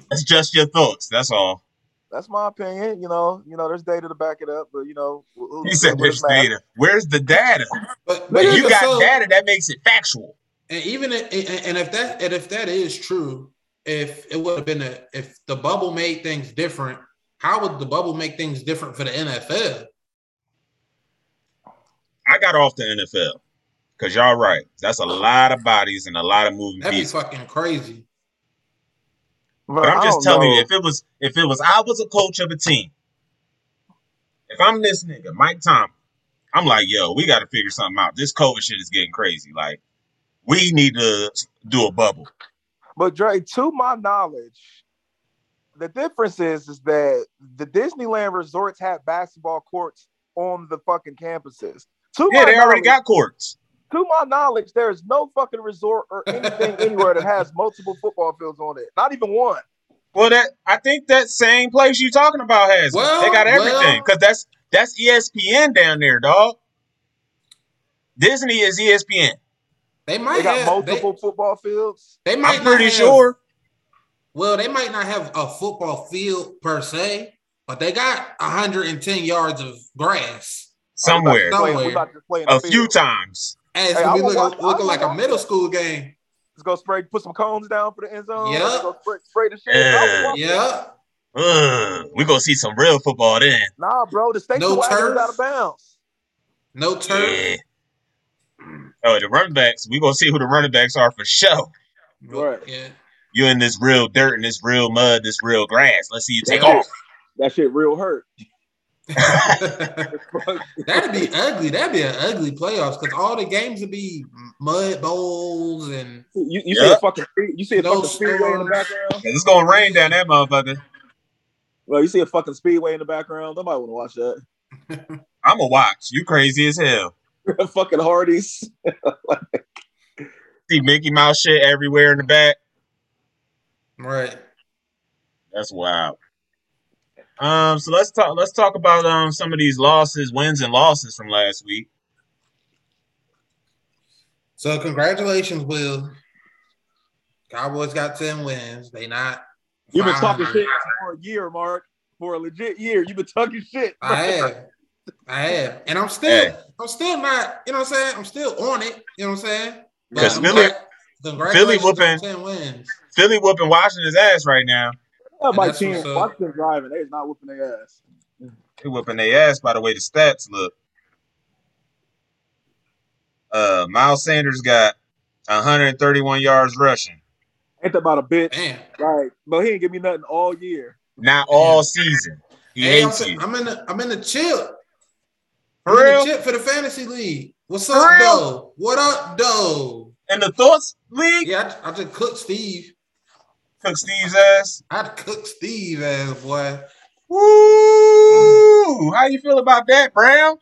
Speaker 2: That's just your thoughts. That's all.
Speaker 5: That's my opinion. You know, you know, there's data to back it up, but you know, who- who-
Speaker 2: He said
Speaker 5: what does
Speaker 2: there's
Speaker 5: it matter?
Speaker 2: data. Where's the data?
Speaker 3: But,
Speaker 5: But
Speaker 3: but
Speaker 5: Yeah,
Speaker 2: You
Speaker 3: even
Speaker 2: got
Speaker 3: so,
Speaker 2: data that makes it factual.
Speaker 3: And even if, and and if that and if that is true, if it would have been a if the bubble made things different, how would the bubble make things different for the NFL?
Speaker 2: I got off the NFL. Cause y'all right. That's a lot of bodies and a lot of moving
Speaker 3: That'd be
Speaker 2: pieces.
Speaker 3: fucking crazy.
Speaker 2: But I'm
Speaker 5: I
Speaker 2: just
Speaker 5: don't
Speaker 2: telling
Speaker 5: know.
Speaker 2: you, if it was if it was I was a coach of a team, if I'm this nigga, Mike Tom, I'm like, yo, we gotta figure something out. This COVID shit is getting crazy. Like, we need to do a bubble.
Speaker 5: But Dre, to my knowledge, the difference is is that the Disneyland resorts have basketball courts on the fucking campuses. To
Speaker 2: Yeah,
Speaker 5: my
Speaker 2: they already
Speaker 5: knowledge-
Speaker 2: got courts.
Speaker 5: To my knowledge, there is no fucking resort or anything anywhere that has multiple football fields on it. Not even one.
Speaker 2: Well, that I think that same place you talking about has one. they
Speaker 3: Well,
Speaker 2: got
Speaker 3: well-
Speaker 2: everything because that's that's E ESPN down there, dog. Disney is E ESPN.
Speaker 3: They might
Speaker 5: They got
Speaker 3: have,
Speaker 5: multiple football fields.
Speaker 3: They, they might
Speaker 2: I'm
Speaker 3: not
Speaker 2: pretty
Speaker 3: have-
Speaker 2: sure.
Speaker 3: Well, they might not have a football field per se, but they got 110 yards of grass.
Speaker 5: We
Speaker 2: Somewhere,
Speaker 5: about to play- we
Speaker 3: Somewhere.
Speaker 5: about to play in the
Speaker 2: a few
Speaker 5: field.
Speaker 2: times.
Speaker 3: As
Speaker 5: Hey, I
Speaker 3: we
Speaker 5: will
Speaker 3: look,
Speaker 5: watch- I
Speaker 3: looking
Speaker 5: will
Speaker 3: like a
Speaker 5: watch
Speaker 3: middle
Speaker 5: that.
Speaker 3: school game.
Speaker 5: Let's go spray, put some cones down for the end zone.
Speaker 3: Yeah.
Speaker 5: Let's go spray, spray the shit.
Speaker 2: Yeah.
Speaker 5: I will watch that.
Speaker 3: Yeah.
Speaker 2: Ugh, we gonna see some real football then.
Speaker 5: Nah, bro, the station
Speaker 3: No
Speaker 5: wagon
Speaker 3: turf.
Speaker 5: is out of bounds.
Speaker 3: No turf.
Speaker 2: Yeah. Oh, the running backs. We gonna see who the running backs are for sure.
Speaker 5: Right.
Speaker 3: Yeah.
Speaker 2: You in this real dirt and this real mud, this real grass. Let's see you take
Speaker 5: Yeah.
Speaker 2: off.
Speaker 5: That shit real hurt.
Speaker 3: That'd be ugly. That'd be an ugly playoffs because all the games would be mud bowls and
Speaker 5: You, you see
Speaker 2: Yeah.
Speaker 5: a fucking spe- you see a
Speaker 3: No
Speaker 5: fucking speedway in the
Speaker 3: storms.
Speaker 5: background.
Speaker 2: 'Cause It's gonna rain down that motherfucker.
Speaker 5: Well, you see a fucking speedway in the background. Nobody want to watch that.
Speaker 2: I'ma watch. You crazy as hell.
Speaker 5: fucking Hardee's.
Speaker 2: See Mickey Mouse shit everywhere in the back.
Speaker 3: right.
Speaker 2: That's wild. Um, so let's talk. Let's talk about um some of these losses, wins, and losses from last week.
Speaker 3: So congratulations, Will. Cowboys got ten wins. They not.
Speaker 5: You've been talking
Speaker 3: 500.
Speaker 5: shit for a year, Mark. For a legit year, you've been talking shit.
Speaker 3: I have. I have, and I'm still.
Speaker 2: Hey.
Speaker 3: I'm still not. You know what I'm saying? I'm still on it. You know what I'm saying? But
Speaker 2: 'Cause
Speaker 3: I'm
Speaker 2: Philly-
Speaker 3: glad- congratulations
Speaker 2: Philly whooping-
Speaker 3: on ten wins.
Speaker 2: Philly whooping Washington's ass right now.
Speaker 5: That my
Speaker 3: that's
Speaker 5: team.
Speaker 3: what's up.
Speaker 5: Watch them driving. They is not whooping their ass.
Speaker 2: They whooping their ass by the way the stats look. Uh, Miles Sanders got 131 yards rushing.
Speaker 5: Ain't that about a bitch?
Speaker 3: Man,
Speaker 5: Right. But he ain't give me nothing all year.
Speaker 2: Not all season. He
Speaker 3: hey, I'm,
Speaker 2: hates you.
Speaker 3: I'm in the. I'm in the chip.
Speaker 2: For
Speaker 3: I'm in
Speaker 2: real?
Speaker 3: the chip for the fantasy league. What's
Speaker 2: For
Speaker 3: up,
Speaker 2: real?
Speaker 3: though? What up, though?
Speaker 2: In the thoughts league,
Speaker 3: Yeah, I, I just cooked Steve.
Speaker 2: took Steve's ass.
Speaker 3: I cooked Steve as boy.
Speaker 2: Woo! How you feel about that, Brown?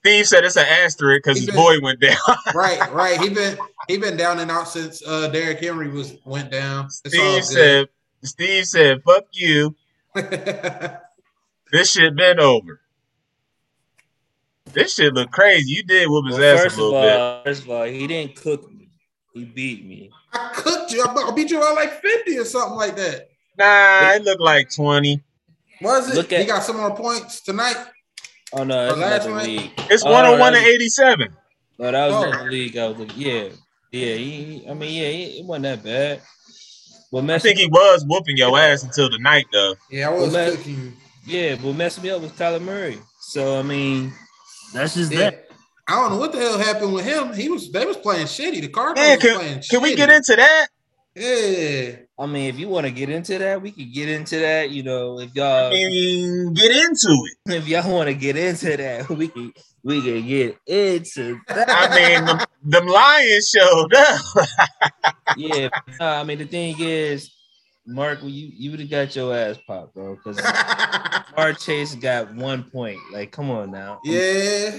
Speaker 2: Steve said it's an asterisk because his boy went down.
Speaker 3: Right, right. He been he been down and out since uh Derrick Henry was went down. It's all
Speaker 2: Steve said, Steve said, fuck you.
Speaker 3: good.
Speaker 2: This shit been over. This shit look crazy. You did whoop his
Speaker 6: Well,
Speaker 2: ass
Speaker 6: first
Speaker 2: a
Speaker 6: of
Speaker 2: little bit.
Speaker 6: all, first of all, he didn't cook me. He beat me.
Speaker 3: I cooked you. I bu- I beat you by like fifty or something like that.
Speaker 2: Nah, it looked like 20.
Speaker 3: Was it?
Speaker 6: Look at-
Speaker 3: he got some more points tonight.
Speaker 8: Oh no, that's
Speaker 3: The last
Speaker 8: another
Speaker 3: one?
Speaker 8: league.
Speaker 2: It's
Speaker 8: Oh,
Speaker 2: 101 to
Speaker 8: that was-
Speaker 2: 87.
Speaker 8: No, that was
Speaker 3: Oh.
Speaker 8: another league. I was like, yeah, yeah. He, I mean, yeah, he, it wasn't that bad. What
Speaker 2: I
Speaker 8: messed
Speaker 2: think he was whooping your ass until the night, though.
Speaker 3: Yeah, I was
Speaker 8: Well, man.
Speaker 3: cooking.
Speaker 8: yeah, what messed me up was Kyler Murray. So I mean,
Speaker 6: That's just
Speaker 3: Yeah.
Speaker 6: that.
Speaker 3: I don't know what the hell happened with him. He was they was playing shitty. The Cardinals
Speaker 2: Man,
Speaker 3: was playing shitty.
Speaker 2: Can we get into that?
Speaker 3: Yeah.
Speaker 8: I mean, if you want to get into that, we could get into that. You know, if y'all
Speaker 2: I mean, get into it.
Speaker 8: if y'all want to get into that, we can we can get into that.
Speaker 2: I mean, them, them Lions showed up.
Speaker 8: yeah, no, I mean the thing is, Mark, you you would have got your ass popped, bro, because Mar Chase got one point. Like, come on now.
Speaker 3: yeah.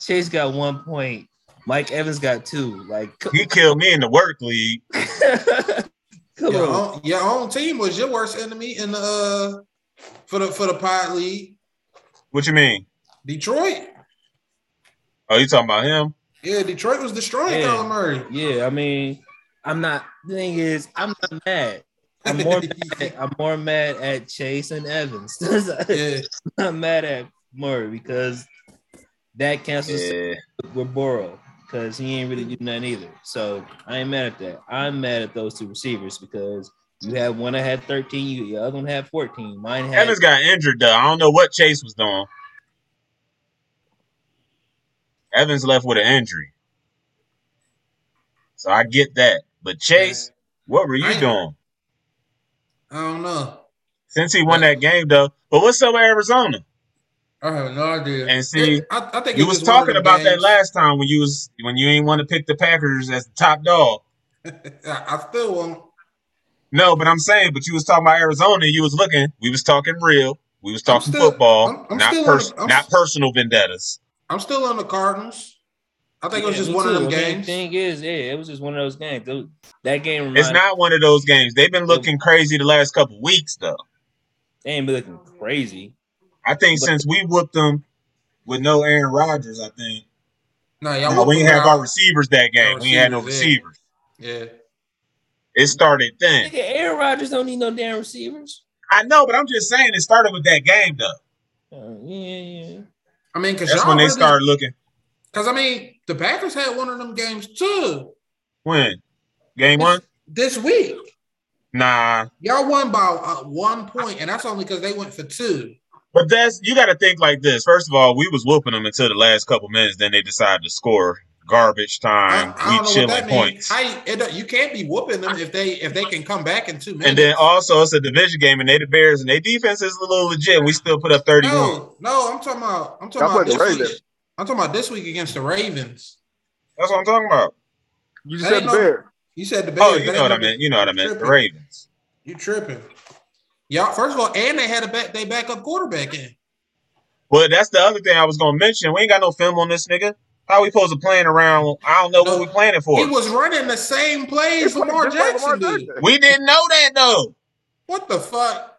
Speaker 8: Chase got one point. Mike Evans got two. Like, c-
Speaker 2: He killed me in the work league.
Speaker 8: come
Speaker 3: Your
Speaker 8: on.
Speaker 3: own, your own team was your worst enemy in the uh for the for the pod league.
Speaker 2: What you mean?
Speaker 3: Detroit.
Speaker 2: Oh, you talking about him?
Speaker 3: Yeah, Detroit was destroying
Speaker 8: Yeah.
Speaker 3: Kyler Murray.
Speaker 8: Yeah, I mean, I'm not. The thing is, I'm not mad. I'm more mad. I'm more mad at Chase and Evans.
Speaker 3: Yeah.
Speaker 8: I'm not mad at Murray because that cancels
Speaker 2: Yeah.
Speaker 8: with Burrow because he ain't really do nothing either. So I ain't mad at that. I'm mad at those two receivers because you had one that had 13, you the other one had 14. Mine had
Speaker 2: Evans got injured, though. I don't know what Chase was doing. Evans left with an injury. So I get that. But Chase, what were you doing?
Speaker 3: I don't know.
Speaker 2: Since he won that game, though. But what's up with Arizona?
Speaker 3: I have no idea.
Speaker 2: And see,
Speaker 3: It- I, I think
Speaker 2: You
Speaker 3: it
Speaker 2: was
Speaker 3: just one of
Speaker 2: talking
Speaker 3: them
Speaker 2: about that
Speaker 3: games-
Speaker 2: last time when you was when you ain't want to pick the Packers as the top dog.
Speaker 3: I, I still won't.
Speaker 2: No, but I'm saying, but you was talking about Arizona. You was looking. We was talking real. We was talking
Speaker 3: still-
Speaker 2: football,
Speaker 3: I'm- I'm
Speaker 2: not
Speaker 3: still
Speaker 2: pers-
Speaker 3: on- I'm
Speaker 2: not
Speaker 3: s-
Speaker 2: personal vendettas.
Speaker 3: I'm still on the Cardinals. I think it was
Speaker 8: Yeah,
Speaker 3: just
Speaker 8: me
Speaker 3: one of
Speaker 8: too.
Speaker 3: them
Speaker 8: I mean,
Speaker 3: games.
Speaker 8: thing is, yeah, it was just one of those games. Those- That game reminded
Speaker 2: It's not one of those games. They've been looking crazy the last couple weeks, though.
Speaker 8: they ain't been looking crazy.
Speaker 2: I think
Speaker 8: But-
Speaker 2: since we whooped them with no Aaron Rodgers, I think
Speaker 3: no, y'all
Speaker 2: no,
Speaker 3: won't
Speaker 2: we didn't have our receivers that game.
Speaker 3: Our
Speaker 2: we ain't had no
Speaker 3: receivers, yeah.
Speaker 2: receivers.
Speaker 3: Yeah.
Speaker 2: It started then.
Speaker 8: Nigga, Aaron Rodgers don't need no damn receivers.
Speaker 2: I know, but I'm just saying it started with that game, though.
Speaker 8: Uh, yeah, yeah.
Speaker 3: I mean, because
Speaker 2: That's when they started looking.
Speaker 3: Because I mean, the Packers had one of them games too
Speaker 2: When game one?
Speaker 3: this week.
Speaker 2: Nah,
Speaker 3: Y'all won by uh, one point, and that's only because they went for two.
Speaker 2: But that's you got to think like this. First of all, we was whooping them until the last couple minutes. Then they decided to score garbage
Speaker 3: I,
Speaker 2: time.
Speaker 3: I
Speaker 2: we
Speaker 3: don't know what
Speaker 2: chilling
Speaker 3: that means.
Speaker 2: points.
Speaker 3: How you, it, don't- you can't be whooping them if they if they can come back in two minutes.
Speaker 2: And then also it's a division game, and they the Bears, and their defense is a little legit. And we still put up thirty-one.
Speaker 3: no, no, I'm talking about I'm
Speaker 5: Y'all
Speaker 3: talking about
Speaker 5: play
Speaker 3: this
Speaker 5: the
Speaker 3: week.
Speaker 5: Ravens.
Speaker 3: I'm talking about this week against the Ravens.
Speaker 2: That's what I'm talking about.
Speaker 5: You
Speaker 3: That
Speaker 5: just said
Speaker 3: ain't
Speaker 5: the
Speaker 3: no-
Speaker 5: bear.
Speaker 3: You said the Bears.
Speaker 2: Oh, you
Speaker 3: That
Speaker 2: know what I
Speaker 3: ain't no-
Speaker 2: meant. You know what I meant. The
Speaker 3: tripping.
Speaker 2: Ravens.
Speaker 3: You tripping? Y'all. First of all, and they had a back. They backup quarterback in.
Speaker 2: Well, that's the other thing I was gonna mention. We ain't got no film on this nigga. How we supposed to playing around? I don't know
Speaker 3: No.
Speaker 2: what we planning
Speaker 3: He
Speaker 2: for.
Speaker 3: was running the same plays
Speaker 5: Just like-
Speaker 3: Lamar
Speaker 5: just like
Speaker 3: Jackson
Speaker 5: Lamar
Speaker 3: did.
Speaker 5: Jackson.
Speaker 2: we didn't know that though.
Speaker 3: What the fuck?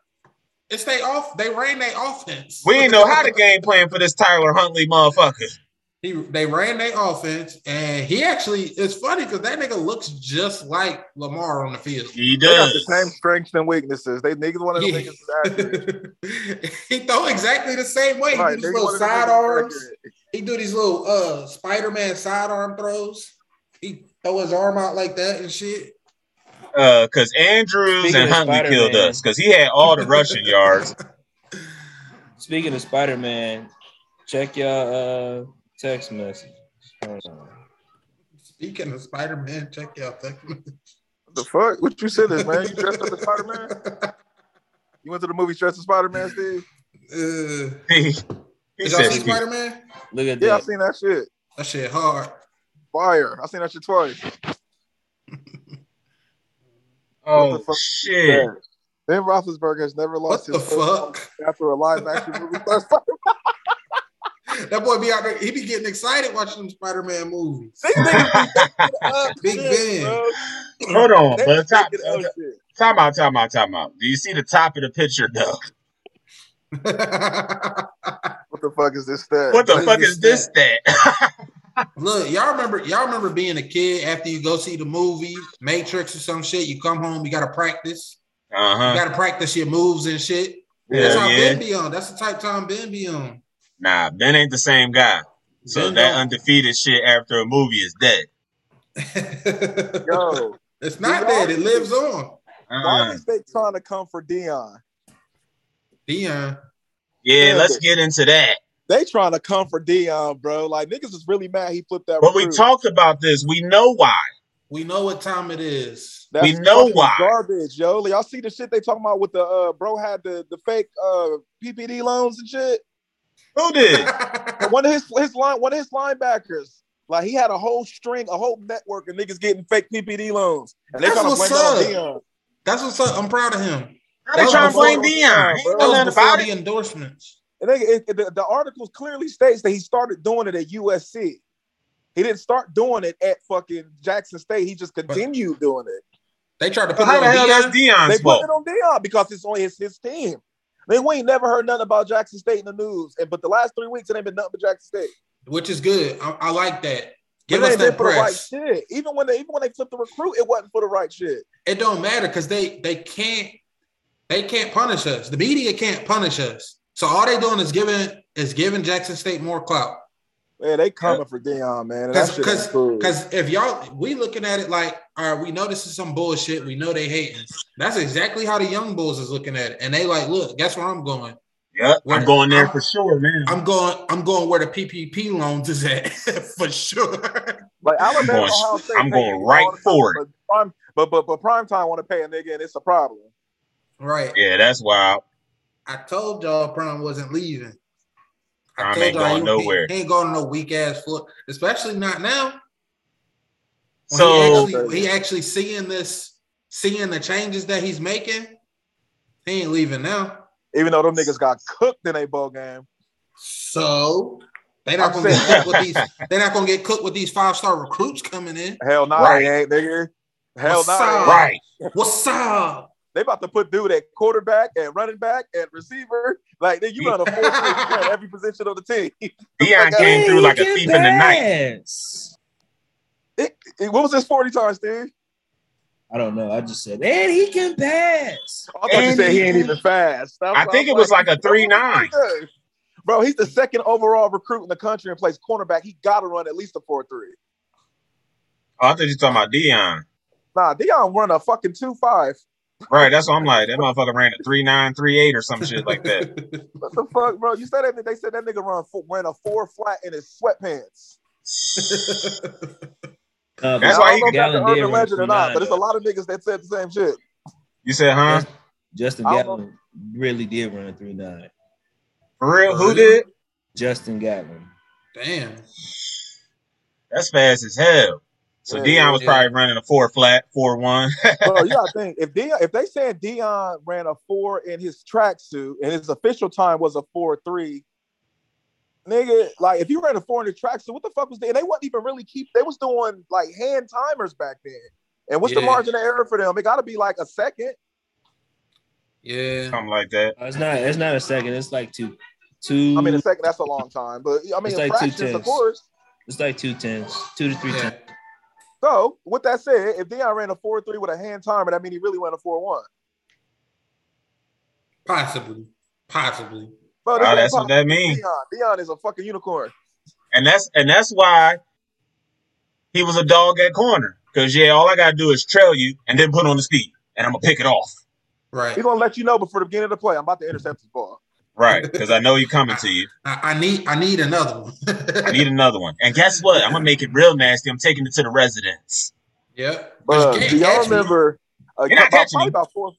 Speaker 3: It's they off. They ran their offense.
Speaker 2: We didn't know how the game plan for this Tyler Huntley motherfucker.
Speaker 3: He, they ran their offense, and he actually. It's funny because that nigga looks just like Lamar on the field.
Speaker 2: He
Speaker 5: They got
Speaker 2: does.
Speaker 5: the same strengths and weaknesses. They niggas one of them
Speaker 3: Yeah.
Speaker 5: niggas is accurate.
Speaker 3: he throw exactly the same way. He
Speaker 5: Right,
Speaker 3: do
Speaker 5: niggas
Speaker 3: these little
Speaker 5: one of them niggas is
Speaker 3: sidearms.
Speaker 5: accurate.
Speaker 3: He do these little uh Spider-Man sidearm throws. He throw his arm out like that and shit.
Speaker 2: because Uh, Andrews
Speaker 8: Speaking
Speaker 2: and
Speaker 8: of
Speaker 2: Huntley
Speaker 8: Spider-Man.
Speaker 2: killed us because he had all the rushing yards.
Speaker 8: Speaking of Spider Man, check y'all uh, text message. Hold on.
Speaker 3: Speaking of Spider-Man, check out that.
Speaker 5: The fuck? What you said this, man? You dressed up as Spider Man? You went to the movie dressed as Spider Man, Steve?
Speaker 3: Uh,
Speaker 2: he he
Speaker 3: did y'all
Speaker 2: said,
Speaker 3: see Spider Man?
Speaker 8: Look at
Speaker 5: Yeah, I
Speaker 8: that.
Speaker 5: seen that shit.
Speaker 3: That shit hard.
Speaker 5: Fire. I seen that shit twice.
Speaker 2: "Oh
Speaker 5: What the fuck
Speaker 2: shit,
Speaker 5: Yeah. Ben Roethlisberger has never
Speaker 3: What
Speaker 5: lost
Speaker 3: the
Speaker 5: his first
Speaker 3: fuck?
Speaker 5: after a live action movie. starts Spider-Man.
Speaker 3: That boy be out there. He be getting excited watching them Spider Man movies.
Speaker 5: These niggas be thinking up
Speaker 3: Big Ben.
Speaker 5: shit, bro.
Speaker 2: hold on,
Speaker 5: They be
Speaker 2: but top,
Speaker 5: thinking up shit.
Speaker 2: time out, time out, time out. Do you see the top of the picture though?
Speaker 5: What the fuck is this stat?
Speaker 2: What the
Speaker 3: What
Speaker 2: fuck
Speaker 3: is
Speaker 2: is this that?
Speaker 3: Look, y'all remember y'all remember being a kid after you go see the movie Matrix or some shit. You come home, you gotta practice.
Speaker 2: Uh
Speaker 3: You
Speaker 2: huh.
Speaker 3: gotta practice your moves and shit. That's
Speaker 2: Yeah,
Speaker 3: how
Speaker 2: yeah.
Speaker 3: Ben be on. That's the type time Ben be on.
Speaker 2: Nah, Ben ain't the same guy. So
Speaker 3: Ben
Speaker 2: that
Speaker 3: don't-
Speaker 2: undefeated shit after a movie is dead.
Speaker 5: Yo,
Speaker 3: it's not dead. It lives on.
Speaker 5: why
Speaker 2: Uh-uh.
Speaker 5: is they trying to come for Dion?
Speaker 3: Dion.
Speaker 2: Yeah,
Speaker 5: Yeah.
Speaker 2: let's get into that.
Speaker 5: They trying to come for Dion, bro. Like niggas is really mad he flipped that.
Speaker 2: But we
Speaker 5: recruit.
Speaker 2: talked about this. We know why.
Speaker 3: We know what time it is.
Speaker 5: That's
Speaker 2: we know
Speaker 5: fucking
Speaker 2: why.
Speaker 5: Garbage, yo. Like, y'all see the shit they talking about with the uh, bro had the the fake uh PPD loans and shit.
Speaker 2: Who did?
Speaker 5: And one of his his line one of his linebackers. Like he had a whole string, a whole network of niggas getting fake PPD loans, and they
Speaker 3: That's
Speaker 5: trying to blame
Speaker 3: what's
Speaker 5: it on
Speaker 3: up.
Speaker 5: Dion.
Speaker 3: That's what's up. I'm proud of him.
Speaker 2: How they
Speaker 3: That
Speaker 2: trying
Speaker 3: was
Speaker 2: to blame
Speaker 5: before-
Speaker 2: Dion? He
Speaker 5: that
Speaker 2: ain't
Speaker 3: That
Speaker 2: know nothing
Speaker 5: was
Speaker 3: was before
Speaker 2: about it.
Speaker 3: the endorsements.
Speaker 5: And they, it, it- the, the article clearly states that he started doing it at USC. He didn't start doing it at fucking Jackson State. He just continued doing it.
Speaker 3: They tried to
Speaker 2: So
Speaker 3: put
Speaker 2: how
Speaker 3: it
Speaker 2: the
Speaker 3: on
Speaker 2: hell
Speaker 3: Deion.
Speaker 2: that's Dion's
Speaker 5: They put
Speaker 2: fault?
Speaker 5: it on Dion because it's on his, his team. Man, we ain't never heard nothing about Jackson State in the news. And but the last three weeks it ain't been nothing but Jackson State.
Speaker 3: which is good. I, I like that.
Speaker 5: But
Speaker 3: Give
Speaker 5: it
Speaker 3: us
Speaker 5: ain't been
Speaker 3: that
Speaker 5: for the right
Speaker 3: press.
Speaker 5: shit. Even when they even when they flipped the recruit, it wasn't for the right shit.
Speaker 3: It don't matter because they they can't they can't punish us. The media can't punish us. So all they doing is giving is giving Jackson State more clout.
Speaker 5: Man, they coming for Dion, man. And that shit
Speaker 3: Because
Speaker 5: is cool.
Speaker 3: because if y'all we looking at it like all right, we know this is some bullshit. We know they hating. That's exactly how the young bulls is looking at it, and they like, look, guess where I'm going.
Speaker 2: Yep,
Speaker 3: Where-
Speaker 2: I'm going there
Speaker 3: I'm-
Speaker 2: for sure, man.
Speaker 3: I'm going. I'm going where the PPP loans is at for sure.
Speaker 5: Like Alabama,
Speaker 2: going-
Speaker 5: Ohio State
Speaker 2: I'm
Speaker 5: pay
Speaker 2: going
Speaker 5: people
Speaker 2: right
Speaker 5: all the time,
Speaker 2: for it.
Speaker 5: But prime, but but, but prime time want to pay a nigga, and it's a problem.
Speaker 3: right.
Speaker 2: Yeah, that's wild.
Speaker 3: I told y'all Prime wasn't leaving. I
Speaker 2: Prime
Speaker 3: told
Speaker 2: ain't
Speaker 3: y'all
Speaker 2: going
Speaker 3: he-
Speaker 2: nowhere.
Speaker 3: He, ain't going no weak ass foot, especially not now. When
Speaker 2: So
Speaker 3: he actually when he actually seeing this, seeing the changes that he's making, he ain't leaving now.
Speaker 5: Even though them niggas got cooked in a bowl game.
Speaker 3: So they're not
Speaker 5: I'm
Speaker 3: gonna get
Speaker 2: saying-
Speaker 3: cooked with these. They're not gonna get cooked with these five star recruits coming in.
Speaker 5: Hell nah,
Speaker 2: Right.
Speaker 5: they ain't nigga. Hell
Speaker 3: What's
Speaker 5: nah. they ain't.
Speaker 3: up?
Speaker 2: right,
Speaker 3: What's up?
Speaker 5: They about to put dude at quarterback and running back and receiver. Like then you run a four at every position of the team.
Speaker 2: Dion came through like a thief in the night.
Speaker 6: night.
Speaker 5: Hey, What was this 40 times, Steve?
Speaker 6: I don't know. I just said, and he can pass. Uh,
Speaker 5: I thought you
Speaker 2: And
Speaker 5: said he
Speaker 2: he-
Speaker 5: ain't even fast. That's
Speaker 2: I
Speaker 5: why
Speaker 2: think
Speaker 5: I'm
Speaker 2: it was like a three nine.
Speaker 5: Bro, he's the second overall recruit in the country and plays cornerback. He gotta run at least a 4-3.
Speaker 2: Oh, I thought you were talking about Dion.
Speaker 5: Nah, Dion run a fucking 2-5.
Speaker 2: Right, that's what I'm like. That motherfucker ran a three nine, three eight, or some shit like that.
Speaker 5: What the fuck, bro? You said that they said that nigga run four, ran a four flat in his sweatpants.
Speaker 6: Uh,
Speaker 2: That's
Speaker 5: Now,
Speaker 2: why
Speaker 5: I
Speaker 2: he-
Speaker 5: don't know if that's an
Speaker 6: Gallon did
Speaker 5: urban
Speaker 6: run
Speaker 5: legend or
Speaker 6: two
Speaker 5: not,
Speaker 6: nine,
Speaker 5: but it's a
Speaker 6: though.
Speaker 5: lot of niggas that said the same shit.
Speaker 2: You said, huh?
Speaker 6: Justin
Speaker 5: I don't
Speaker 6: Gatlin really did run three nine.
Speaker 2: For real?
Speaker 3: For
Speaker 2: Who
Speaker 3: real?
Speaker 2: did?
Speaker 6: Justin Gatlin.
Speaker 3: Damn.
Speaker 2: That's fast as hell. So
Speaker 5: Yeah,
Speaker 2: Dion was
Speaker 3: yeah. Mm-hmm.
Speaker 2: probably running a four flat, four one.
Speaker 5: Bro, you gotta think if Dion, if they said Dion ran a four in his tracksuit and his official time was a four three, nigga, like if you ran a four in the tracksuit, what the fuck was they? And they wasn't even really keep. They was doing like hand timers back then. And what's the
Speaker 3: Yeah.
Speaker 5: margin of error for them? It gotta be like a second.
Speaker 3: Yeah.
Speaker 2: something like that.
Speaker 6: Uh, It's not. It's not a second. It's like two, two.
Speaker 5: I
Speaker 8: Mm-hmm.
Speaker 5: mean, a second that's a long time, but I
Speaker 6: It's
Speaker 5: mean, in
Speaker 6: like two
Speaker 5: fractions, of
Speaker 6: tenths.
Speaker 5: course.
Speaker 6: it's like two tens, two to three
Speaker 3: Yeah.
Speaker 6: tens.
Speaker 5: So, with that said, if Deion ran a 4 3 with a hand timer, that means he really went a 4 1.
Speaker 3: Possibly. Possibly.
Speaker 5: Bro,
Speaker 2: Oh, that's what that means.
Speaker 5: Deion. Deion is a fucking unicorn.
Speaker 2: And that's and that's why he was a dog at corner. Cause yeah, all I gotta do is trail you and then put on the speed. And I'm gonna pick it off.
Speaker 3: Right.
Speaker 5: He's going to let you know before the beginning of the play, I'm about to intercept this ball.
Speaker 2: Right. Because I know he coming to you.
Speaker 3: I, I need I need another one.
Speaker 2: I need another one. And guess what? I'm gonna make it real nasty. I'm taking it to the residents.
Speaker 3: Yep. But
Speaker 5: But
Speaker 3: you
Speaker 5: do
Speaker 3: can't
Speaker 5: y'all
Speaker 3: catch me.
Speaker 5: remember uh,
Speaker 2: You're not
Speaker 5: about,
Speaker 2: catching
Speaker 5: probably
Speaker 2: me.
Speaker 5: about four,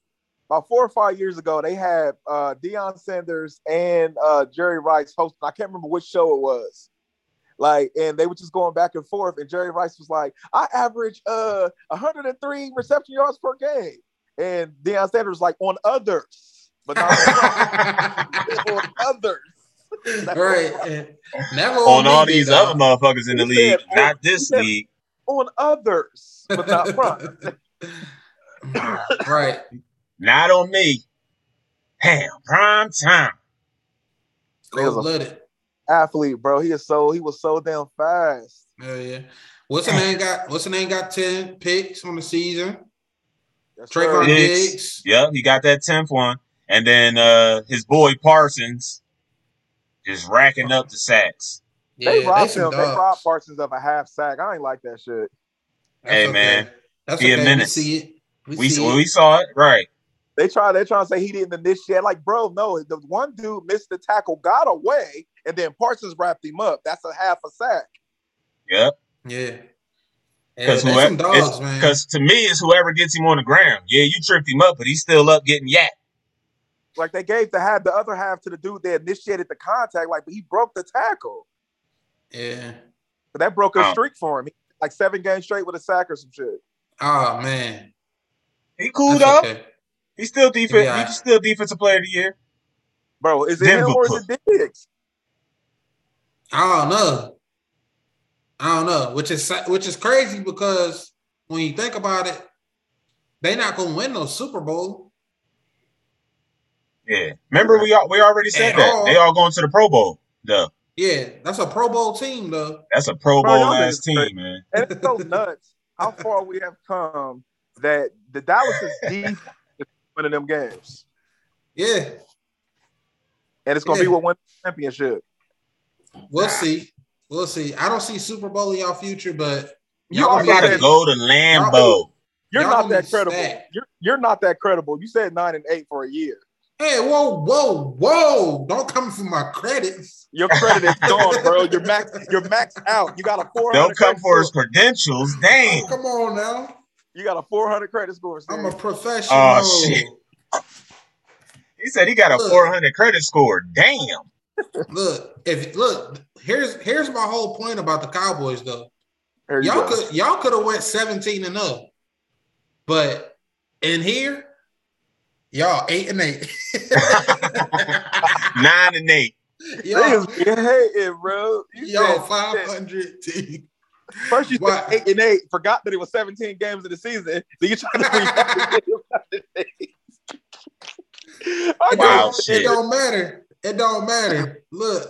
Speaker 5: about four or five years ago, they had uh, Deion Sanders and uh, Jerry Rice hosting. I can't remember which show it was. Like, and they were just going back and forth. And Jerry Rice was like, I average uh, 103 reception yards per game. And Deion Sanders was like, on others, but not on us." on others.
Speaker 3: right. and Never
Speaker 2: On
Speaker 3: Oh, me,
Speaker 2: all
Speaker 3: big
Speaker 2: these
Speaker 3: dog.
Speaker 2: other motherfuckers in the
Speaker 5: He
Speaker 2: league,
Speaker 5: said-
Speaker 2: not this
Speaker 5: he said-
Speaker 2: league.
Speaker 5: On others, but not from.
Speaker 3: right.
Speaker 2: Not on me. Damn, prime time.
Speaker 3: Cold blooded.
Speaker 5: Athlete, bro. He is so he was so damn fast.
Speaker 3: Hell yeah. What's the name got what's the name got 10 picks on the season?
Speaker 5: Yes, sir.
Speaker 3: Trayvon
Speaker 2: Diggs.
Speaker 3: Diggs.
Speaker 2: Yep, he got that tenth one, and then uh his boy Parsons is racking up the sacks.
Speaker 3: Yeah,
Speaker 5: They robbed
Speaker 3: some
Speaker 5: him. They
Speaker 3: dogs.
Speaker 5: robbed Parsons of a half sack. I ain't like that shit.
Speaker 3: That's
Speaker 2: Hey,
Speaker 3: okay.
Speaker 2: man.
Speaker 3: That's
Speaker 2: He a
Speaker 3: okay.
Speaker 2: menace.
Speaker 3: We see it. We,
Speaker 2: We
Speaker 3: see
Speaker 2: well,
Speaker 3: it.
Speaker 2: we saw it right.
Speaker 5: They try. They trying to say he didn't initiate. Like, bro, no. The one dude missed the tackle, got away, and then Parsons wrapped him up. That's a half a sack.
Speaker 2: Yep,
Speaker 3: Yeah. Yeah,
Speaker 2: because
Speaker 3: that's some dogs, man.
Speaker 2: because to me it's whoever gets him on the ground. Yeah, you tripped him up, but he's still up getting yak.
Speaker 5: Like they gave the half, the other half to the dude that initiated the contact. Like, but he broke the tackle.
Speaker 3: Yeah.
Speaker 5: But that broke a
Speaker 2: Oh.
Speaker 5: streak for him. He, like seven games straight with a sack or some shit.
Speaker 3: Oh man.
Speaker 2: He cooled
Speaker 3: That's
Speaker 2: off.
Speaker 3: okay.
Speaker 2: He's still defense.
Speaker 3: Yeah.
Speaker 2: He's still defensive player of the year.
Speaker 5: Bro, is it
Speaker 2: Denver
Speaker 5: him or is it Diggs?
Speaker 3: I don't know. I don't know, which is sa- which is crazy because when you think about it, they not gonna win no Super Bowl.
Speaker 2: Yeah, remember we all, we already said
Speaker 3: At
Speaker 2: that
Speaker 3: all.
Speaker 2: they all going to the Pro Bowl. Though
Speaker 3: Yeah, that's a Pro Bowl team though.
Speaker 2: that's a Pro
Speaker 5: Bro, y'all
Speaker 2: Bowl ass
Speaker 5: niggas
Speaker 2: team,
Speaker 5: crazy.
Speaker 2: man.
Speaker 5: And it's so nuts how far we have come that the Dallas is deep in one of them games.
Speaker 3: Yeah,
Speaker 5: And it's gonna be
Speaker 3: Yeah.
Speaker 5: what wins the championship.
Speaker 3: we'll see. We'll see. I don't see Super Bowl in y'all future, but
Speaker 5: You
Speaker 3: y'all
Speaker 5: also
Speaker 2: You got
Speaker 3: gonna
Speaker 2: to
Speaker 5: said-
Speaker 3: be-
Speaker 2: go to Lambeau.
Speaker 5: You're
Speaker 3: Y'all
Speaker 5: not
Speaker 3: gonna
Speaker 5: that
Speaker 3: be
Speaker 5: credible.
Speaker 3: stacked.
Speaker 5: You're you're not that credible. You said nine and eight for a year.
Speaker 3: Hey, whoa, whoa, whoa! Don't come for my credits.
Speaker 5: Your credit is gone, bro. You're max. You're maxed out. You got a four.
Speaker 2: Don't come for his credentials. Dang.
Speaker 3: Oh, come on now.
Speaker 5: You got a four hundred credit score. Steve.
Speaker 3: I'm a professional.
Speaker 2: Oh, shit. He said he got a
Speaker 3: Look.
Speaker 2: 400 credit score. Damn.
Speaker 3: Look, if look, here's here's my whole point about the Cowboys though.
Speaker 5: There you
Speaker 3: Y'all
Speaker 5: go.
Speaker 3: could y'all could have went 17 and 0. But in here, y'all 8 and 8.
Speaker 2: Nine and eight.
Speaker 3: y'all,
Speaker 5: Niggas be hating, bro. You
Speaker 3: y'all
Speaker 5: said-
Speaker 3: 500 team.
Speaker 5: First you said
Speaker 3: Why-
Speaker 5: eight and eight, forgot that it was 17 games of the season. Then you try to I
Speaker 3: It
Speaker 2: Wow,
Speaker 5: wow.
Speaker 3: don't,
Speaker 2: shit.
Speaker 3: It don't matter. It don't matter. Look,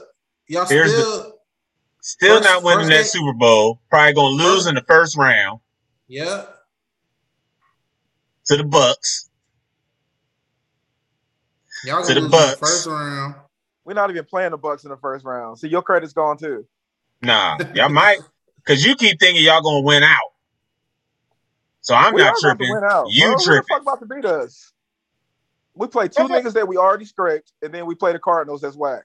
Speaker 3: y'all
Speaker 2: Here's the-
Speaker 3: still
Speaker 2: Still
Speaker 3: First-
Speaker 2: not winning
Speaker 3: first
Speaker 2: that
Speaker 3: game-
Speaker 2: Super Bowl. Probably gonna lose in the first round
Speaker 3: yeah.
Speaker 2: to the Bucks.
Speaker 3: Y'all
Speaker 2: To the
Speaker 3: gonna lose in the
Speaker 2: Bucks.
Speaker 3: first round.
Speaker 5: We're not even playing the Bucks in the first round. See, your credit's gone too.
Speaker 2: Nah, y'all might, cause you keep thinking y'all gonna win out. So I'm
Speaker 5: we
Speaker 2: not
Speaker 5: are about to
Speaker 2: tripping.
Speaker 5: win out.
Speaker 2: You
Speaker 5: bro. Who the
Speaker 2: tripping?
Speaker 5: fuck about to beat us? We play two niggas that we already scraped, and then we play the Cardinals. That's whack.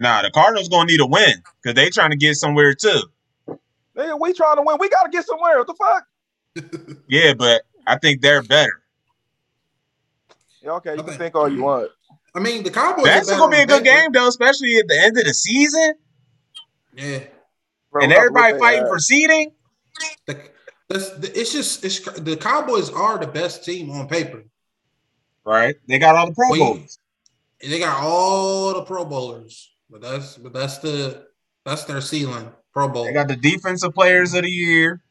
Speaker 2: Nah, the Cardinals gonna need a win because they trying to get somewhere too.
Speaker 5: Nigga, we trying to win. We gotta get somewhere. What the fuck?
Speaker 2: Yeah, but I think they're better.
Speaker 5: Yeah, okay, you
Speaker 3: Okay.
Speaker 5: can think all you want.
Speaker 3: I mean, the Cowboys. are
Speaker 2: That's
Speaker 3: better
Speaker 2: gonna be a
Speaker 3: on
Speaker 2: good
Speaker 3: paper.
Speaker 2: game though, especially at the end of the season
Speaker 3: Yeah.
Speaker 5: Bro,
Speaker 2: and
Speaker 5: we about to
Speaker 2: everybody
Speaker 5: whoop their
Speaker 2: fighting
Speaker 5: ass.
Speaker 2: for seeding.
Speaker 3: The, the- the- it's just it's, cr- the Cowboys are the best team on paper.
Speaker 2: Right? They got all the Pro
Speaker 3: Well, you-
Speaker 2: Bowls.
Speaker 3: And they got all the Pro Bowlers, but that's but that's the that's their ceiling. Pro Bowl.
Speaker 2: They got the defensive players of the year.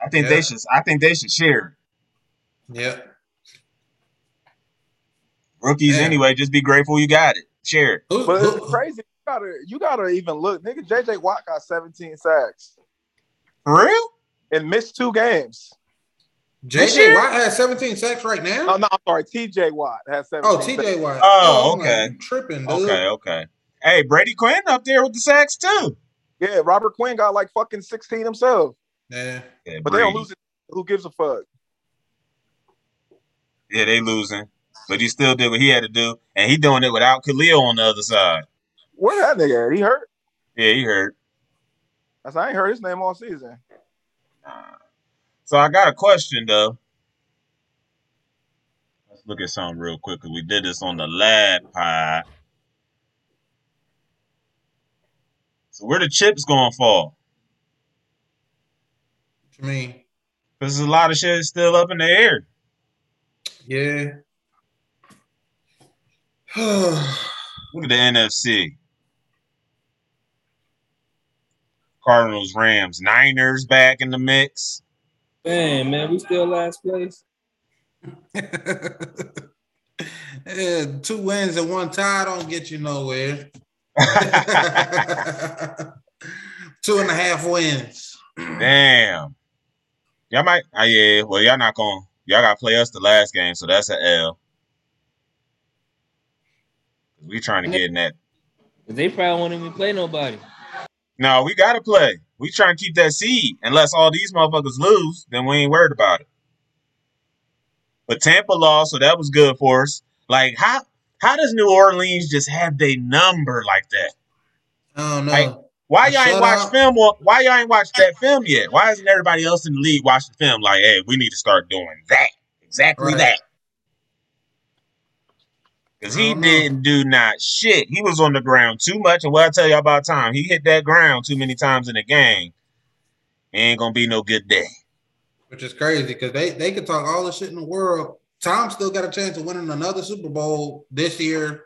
Speaker 2: I think
Speaker 3: Yeah.
Speaker 2: they should. I think they should share
Speaker 3: yeah.
Speaker 2: it. rookies
Speaker 3: Yeah.
Speaker 2: anyway. Just be grateful you got it. Share it.
Speaker 3: Who,
Speaker 5: But
Speaker 3: who-
Speaker 5: it's crazy. You gotta, you gotta even look. Nigga, JJ Watt got 17 sacks
Speaker 2: For real?
Speaker 5: and missed two games.
Speaker 2: This year?
Speaker 3: JJ Watt has 17 sacks right now.
Speaker 5: Oh, no, I'm sorry. TJ Watt has 17.
Speaker 3: oh, TJ Watt.
Speaker 2: Oh,
Speaker 3: I'm
Speaker 2: okay.
Speaker 3: like, you tripping,
Speaker 5: Mm-hmm.
Speaker 3: dude.
Speaker 2: Okay, okay. Hey, Brady Quinn up there with the sacks too.
Speaker 5: Yeah, Robert Quinn got like fucking 16 himself.
Speaker 3: Yeah.
Speaker 2: Yeah,
Speaker 5: But they
Speaker 2: Brady.
Speaker 5: don't lose it. Who gives a fuck?
Speaker 2: Yeah, they losing, but he still did what he had to do, and he doing it without Khalil on the other side.
Speaker 5: Where that nigga at? He hurt?
Speaker 2: Yeah, he hurt.
Speaker 5: I said, I ain't heard his name all season.
Speaker 2: So I got a question though. Let's look at something real quick 'cause we did this on the lab pod. So where the chips gonna fall?
Speaker 3: What you mean?
Speaker 2: Because there's a lot of shit that's still up in the air.
Speaker 3: Yeah.
Speaker 2: Look at the NFC. Cardinals, Rams, Niners back in the mix.
Speaker 8: Damn, man, we still last place.
Speaker 3: yeah, two wins and one tie don't get you nowhere. Two and a half wins.
Speaker 2: Damn. Y'all might. Oh yeah. Well, y'all not going. Y'all got to play us the last game, so that's an L. We trying to get in that.
Speaker 8: They probably won't even play nobody.
Speaker 2: No, we got to play. We trying to keep that seed. Unless all these motherfuckers lose, then we ain't worried about it. But Tampa lost, so that was good for us. Like how how does New Orleans just have their number like that?
Speaker 3: I don't know.
Speaker 2: Like, Why y'all ain't
Speaker 3: Shut
Speaker 2: watch
Speaker 3: up.
Speaker 2: film? or- Why y'all ain't watched that film yet? Why isn't everybody else in the league watching film? Like, hey, we need to start doing that exactly
Speaker 3: Right.
Speaker 2: that. Cause
Speaker 3: I
Speaker 2: he
Speaker 3: don't know.
Speaker 2: didn't do not shit. He was on the ground too much, and what I tell y'all about time, he hit that ground too many times in the game. It ain't gonna be no good day.
Speaker 3: which is crazy because they they could talk all the shit in the world. Tom still got a chance of winning another Super Bowl this year,